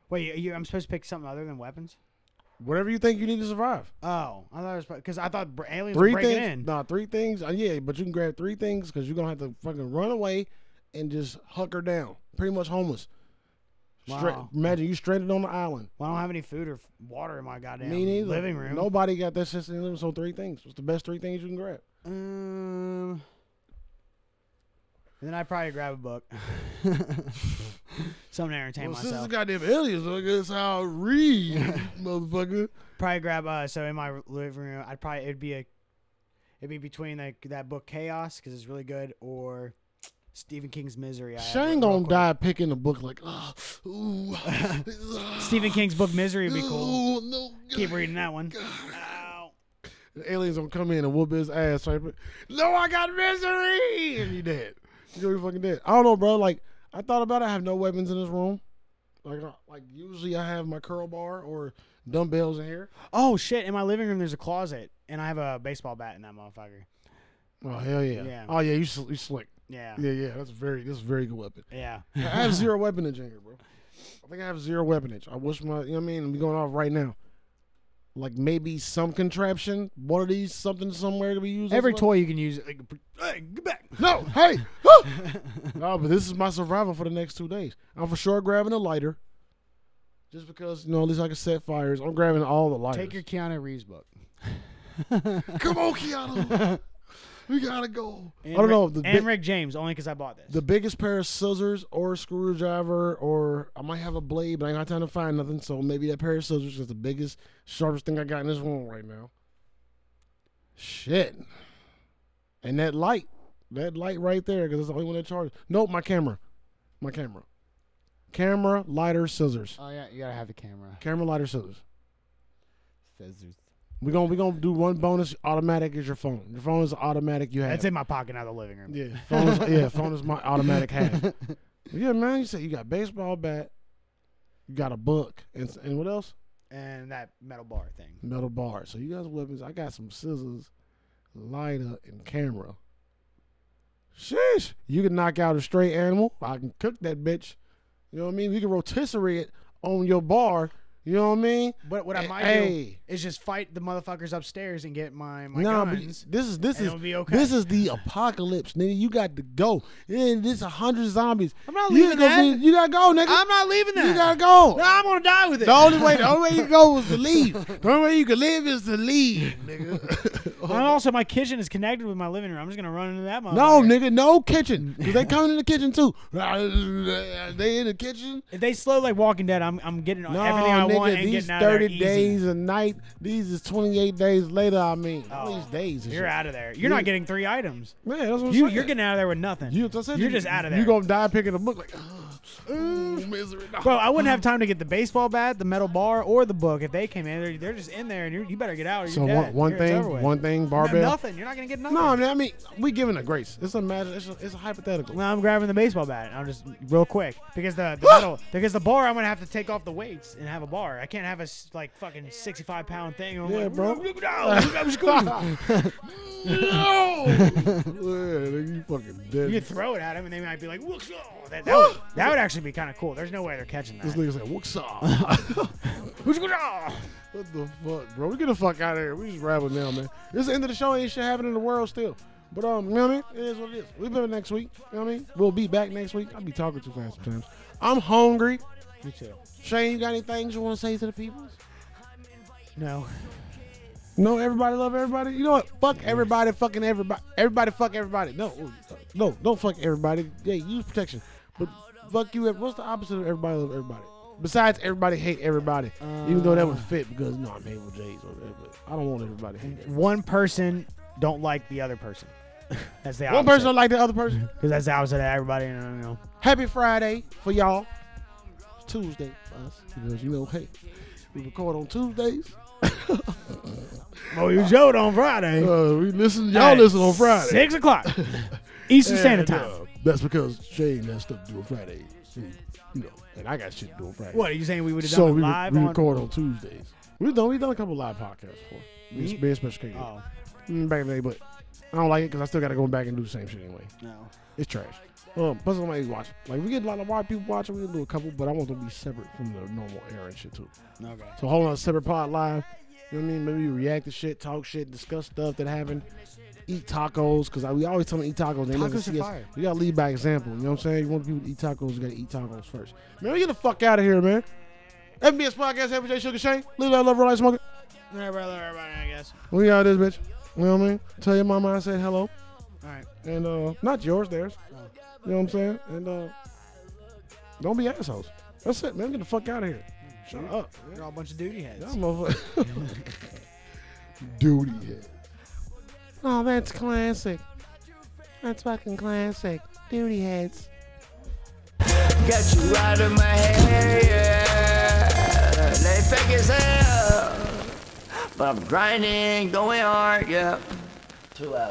Speaker 3: Wait, you, you, I'm supposed to pick something other than weapons?
Speaker 2: Whatever you think you need to survive.
Speaker 3: Oh, I thought it was because I thought br- aliens were
Speaker 2: three
Speaker 3: breaking
Speaker 2: things.
Speaker 3: in.
Speaker 2: Nah, three things. Uh, yeah, but you can grab three things because you're gonna have to fucking run away and just hunker down. Pretty much homeless. Stra-
Speaker 3: Wow.
Speaker 2: Imagine you stranded on the island.
Speaker 3: Well, I don't have any food or f- water in my goddamn
Speaker 2: Me neither.
Speaker 3: living room.
Speaker 2: Nobody got that system. in their living, So three things. What's the best three things you can grab?
Speaker 3: Um, And Um, then I probably grab a book, something to entertain
Speaker 2: Well, since
Speaker 3: myself.
Speaker 2: it's goddamn aliens, I guess I'll read, motherfucker.
Speaker 3: probably grab uh so in my r- living room i'd probably it'd be a it'd be between like that book chaos because it's really good or stephen king's misery I have
Speaker 2: Shane
Speaker 3: real
Speaker 2: gonna
Speaker 3: quick.
Speaker 2: die picking a book like, oh, ooh, ah,
Speaker 3: stephen king's book misery would be cool
Speaker 2: ooh, no,
Speaker 3: keep
Speaker 2: God,
Speaker 3: reading that one
Speaker 2: God.
Speaker 3: Ow.
Speaker 2: The aliens gonna come in and whoop his ass. Right? No, I got misery, and he dead. He's gonna be fucking dead. I don't know, bro. Like I thought about it. I have no weapons in this room. Like, I, like usually I have my curl bar or dumbbells in here.
Speaker 3: oh shit in my living room there's a closet and i have a baseball bat in that motherfucker
Speaker 2: Oh hell yeah!
Speaker 3: Yeah.
Speaker 2: Oh yeah, you sl- you slick.
Speaker 3: yeah
Speaker 2: Yeah, yeah. That's very that's a very good weapon.
Speaker 3: yeah
Speaker 2: I have zero weaponage in here, bro. I think I have zero weaponage. I wish my, you know what I mean? we going off right now. Like maybe some contraption, one of these, something somewhere to be used. as
Speaker 4: Every
Speaker 2: well.
Speaker 4: toy you can use, like, hey, get back.
Speaker 2: No, hey. woo! no, but this is my survival for the next two days. I'm for sure grabbing a lighter. Just because, you know, at least I can set fires. I'm grabbing all the lighters.
Speaker 4: Take your Keanu Reeves book.
Speaker 2: Come on, Keanu. we gotta go.
Speaker 3: and
Speaker 2: I don't
Speaker 3: Rick-
Speaker 2: know. The,
Speaker 3: and
Speaker 2: bi-
Speaker 3: rick james only because i bought this
Speaker 2: the biggest pair of scissors or a screwdriver or I might have a blade, but I ain't got time to find nothing. So maybe that pair of scissors is the biggest, sharpest thing I got in this room right now. Shit. And that light, that light right there, because it's the only one that charges. Nope, my camera, my camera, camera, lighter,
Speaker 3: Uh.
Speaker 2: scissors,
Speaker 4: Oh yeah, you gotta have the camera.
Speaker 2: camera, lighter, scissors.
Speaker 4: Scissors.
Speaker 2: We gonna we gonna do one bonus. Automatic is your phone. Your phone is automatic. You have.
Speaker 3: that's in my pocket now the living room
Speaker 2: Yeah, phone is, yeah, phone is my automatic half. yeah, man, you said you got baseball bat, you got a book, and, s- and what else?
Speaker 3: and that metal bar thing
Speaker 2: Metal bar. So you got some weapons. I got some scissors, lighter, and camera. Sheesh! You can knock out a stray animal. I can cook that bitch. You know what I mean? You can rotisserie it on your bar. You know what I mean?
Speaker 3: but what i
Speaker 2: A-
Speaker 3: might do
Speaker 2: Eh, hey.
Speaker 3: is just fight the motherfuckers upstairs and get my my
Speaker 2: Nah, but
Speaker 3: guns
Speaker 2: this is this is
Speaker 3: and it'll be okay.
Speaker 2: this is the apocalypse, nigga. You got to go. Yeah, this a hundred zombies.
Speaker 3: I'm not
Speaker 2: You
Speaker 3: leaving
Speaker 2: gonna
Speaker 3: that.
Speaker 2: Be, you gotta go, nigga.
Speaker 3: I'm not leaving that.
Speaker 2: You gotta go.
Speaker 3: No, I'm gonna die with it.
Speaker 2: The only way, the only way you can go is to leave. The only way you can live is to leave, nigga.
Speaker 3: And also, my kitchen is connected with my living room. I'm just gonna run into that motherfucker.
Speaker 2: no, nigga, no kitchen. 'Cause they coming in the kitchen too. They in the kitchen.
Speaker 3: If they slow like Walking Dead, I'm I'm getting
Speaker 2: No,
Speaker 3: everything I
Speaker 2: nigga,
Speaker 3: want and
Speaker 2: these
Speaker 3: getting out of there
Speaker 2: thirty
Speaker 3: easy.
Speaker 2: days a night. These is twenty eight days later. I mean, all
Speaker 3: Oh,
Speaker 2: these days.
Speaker 3: You're out of there. You're not getting three items.
Speaker 2: Man, that's what I'm
Speaker 3: You
Speaker 2: saying.
Speaker 3: you're getting out of there with nothing.
Speaker 2: You, that's it.
Speaker 3: are just out of there. Mm.
Speaker 2: You gonna die picking a book like, "Ugh, ooh, misery. No.
Speaker 3: Bro, I wouldn't have time to get the baseball bat, the metal bar, or the book if they came in. They're, they're just in there, and you're, you better get out. Or you're
Speaker 2: so one,
Speaker 3: dead.
Speaker 2: one
Speaker 3: You're- it's over
Speaker 2: thing,
Speaker 3: with.
Speaker 2: one thing,
Speaker 3: No,
Speaker 2: barbell.
Speaker 3: nothing. You're not gonna get nothing.
Speaker 2: No, I mean, I mean, we giving a grace. It's a matter. It's a, it's a hypothetical.
Speaker 3: No, I'm grabbing the baseball bat. and I'm just real quick because the, the metal because the bar. I'm gonna have to take off the weights and have a bar. I can't have a s- like fucking 65 pound thing. I'm
Speaker 2: Yeah,
Speaker 3: like,
Speaker 2: bro.
Speaker 3: No, I'm just gonna-
Speaker 2: no. yeah, nigga, you fucking dead.
Speaker 3: you could throw it at him and they might be like, "Whoa, whoa." that, that, would, that would actually be kind of cool. There's no way they're catching
Speaker 2: this
Speaker 3: that.
Speaker 2: nigga said, "What's up?" what
Speaker 3: ah." Who's gonna-
Speaker 2: the fuck, bro? We get the fuck out of here. We just rabble now, man. This is the end of the show. Ain't shit happening in the world still. But um, you know what I mean? It is what it is. We'll be back next week. You know what I mean? We'll be back next week. I'll be talking too fast sometimes. I'm hungry.
Speaker 3: Me too.
Speaker 2: Shane, you got any things you want to say to the people?
Speaker 3: No.
Speaker 2: No, everybody love everybody. You know what? Fuck everybody, fucking everybody. Everybody fuck everybody. No, no, don't fuck everybody. Yeah, use protection. But fuck you. What's the opposite of everybody love everybody? Besides, everybody hate everybody. Even though that would fit because no, I'm hateful J's over there, but I don't want everybody hate everybody.
Speaker 3: One person don't like the other person. That's the
Speaker 2: One person don't like the other person.
Speaker 3: because that's the opposite of everybody. You know.
Speaker 2: Happy Friday for y'all. It's Tuesday for us because you know, hey, we record on Tuesdays.
Speaker 3: Oh, you showed on Friday.
Speaker 2: Uh, we listen. Y'all listen on Friday.
Speaker 3: Six o'clock, Eastern
Speaker 2: And,
Speaker 3: Standard Time.
Speaker 2: uh, that's because Shane got stuff to do on Friday. And, you know, and I got shit to do on Friday.
Speaker 3: What are you saying? We would have done
Speaker 2: So
Speaker 3: it
Speaker 2: we, re-
Speaker 3: live
Speaker 2: we
Speaker 3: on.
Speaker 2: record on Tuesdays. We've done we've done a couple live podcasts before. Me,
Speaker 3: Me-
Speaker 2: me and Special K did.
Speaker 3: Oh
Speaker 2: Mm, back in the day, but I don't like it because I still got to go back and do the same shit anyway.
Speaker 3: no.
Speaker 2: It's trash. Um, plus nobody's watching. Like we get a lot of white people watching. We can do a couple, but I want them to be separate from the normal air and shit too.
Speaker 3: Okay.
Speaker 2: So hold on, a separate pod live. You know what I mean? Maybe we react to shit, talk shit, discuss stuff that happened. Eat tacos, cause I, we always tell them to eat tacos. They never
Speaker 4: Tacos are
Speaker 2: see us.
Speaker 4: fire.
Speaker 2: We gotta lead by example. You know what I'm saying? You want people to eat tacos, you gotta eat tacos first. Man, we get the fuck out of here, man. FBS Podcast, FJ Sugar Shane. Live that love, real life, smoking.
Speaker 3: All right, brother. Everybody, I guess.
Speaker 2: We out of this bitch. You know what I mean? Tell your mama I said hello.
Speaker 3: All right.
Speaker 2: and uh, not yours, theirs. You know what I'm saying? And uh, don't be assholes. That's it, man. Get the fuck out of here. Shut up.
Speaker 3: You're all a bunch of duty heads.
Speaker 2: Y'all motherfucker. Duty head. Oh, that's classic. That's fucking classic. Duty heads.
Speaker 1: Got you out of my head, yeah. They fake as hell. But I'm grinding, going hard, yeah. Two hours.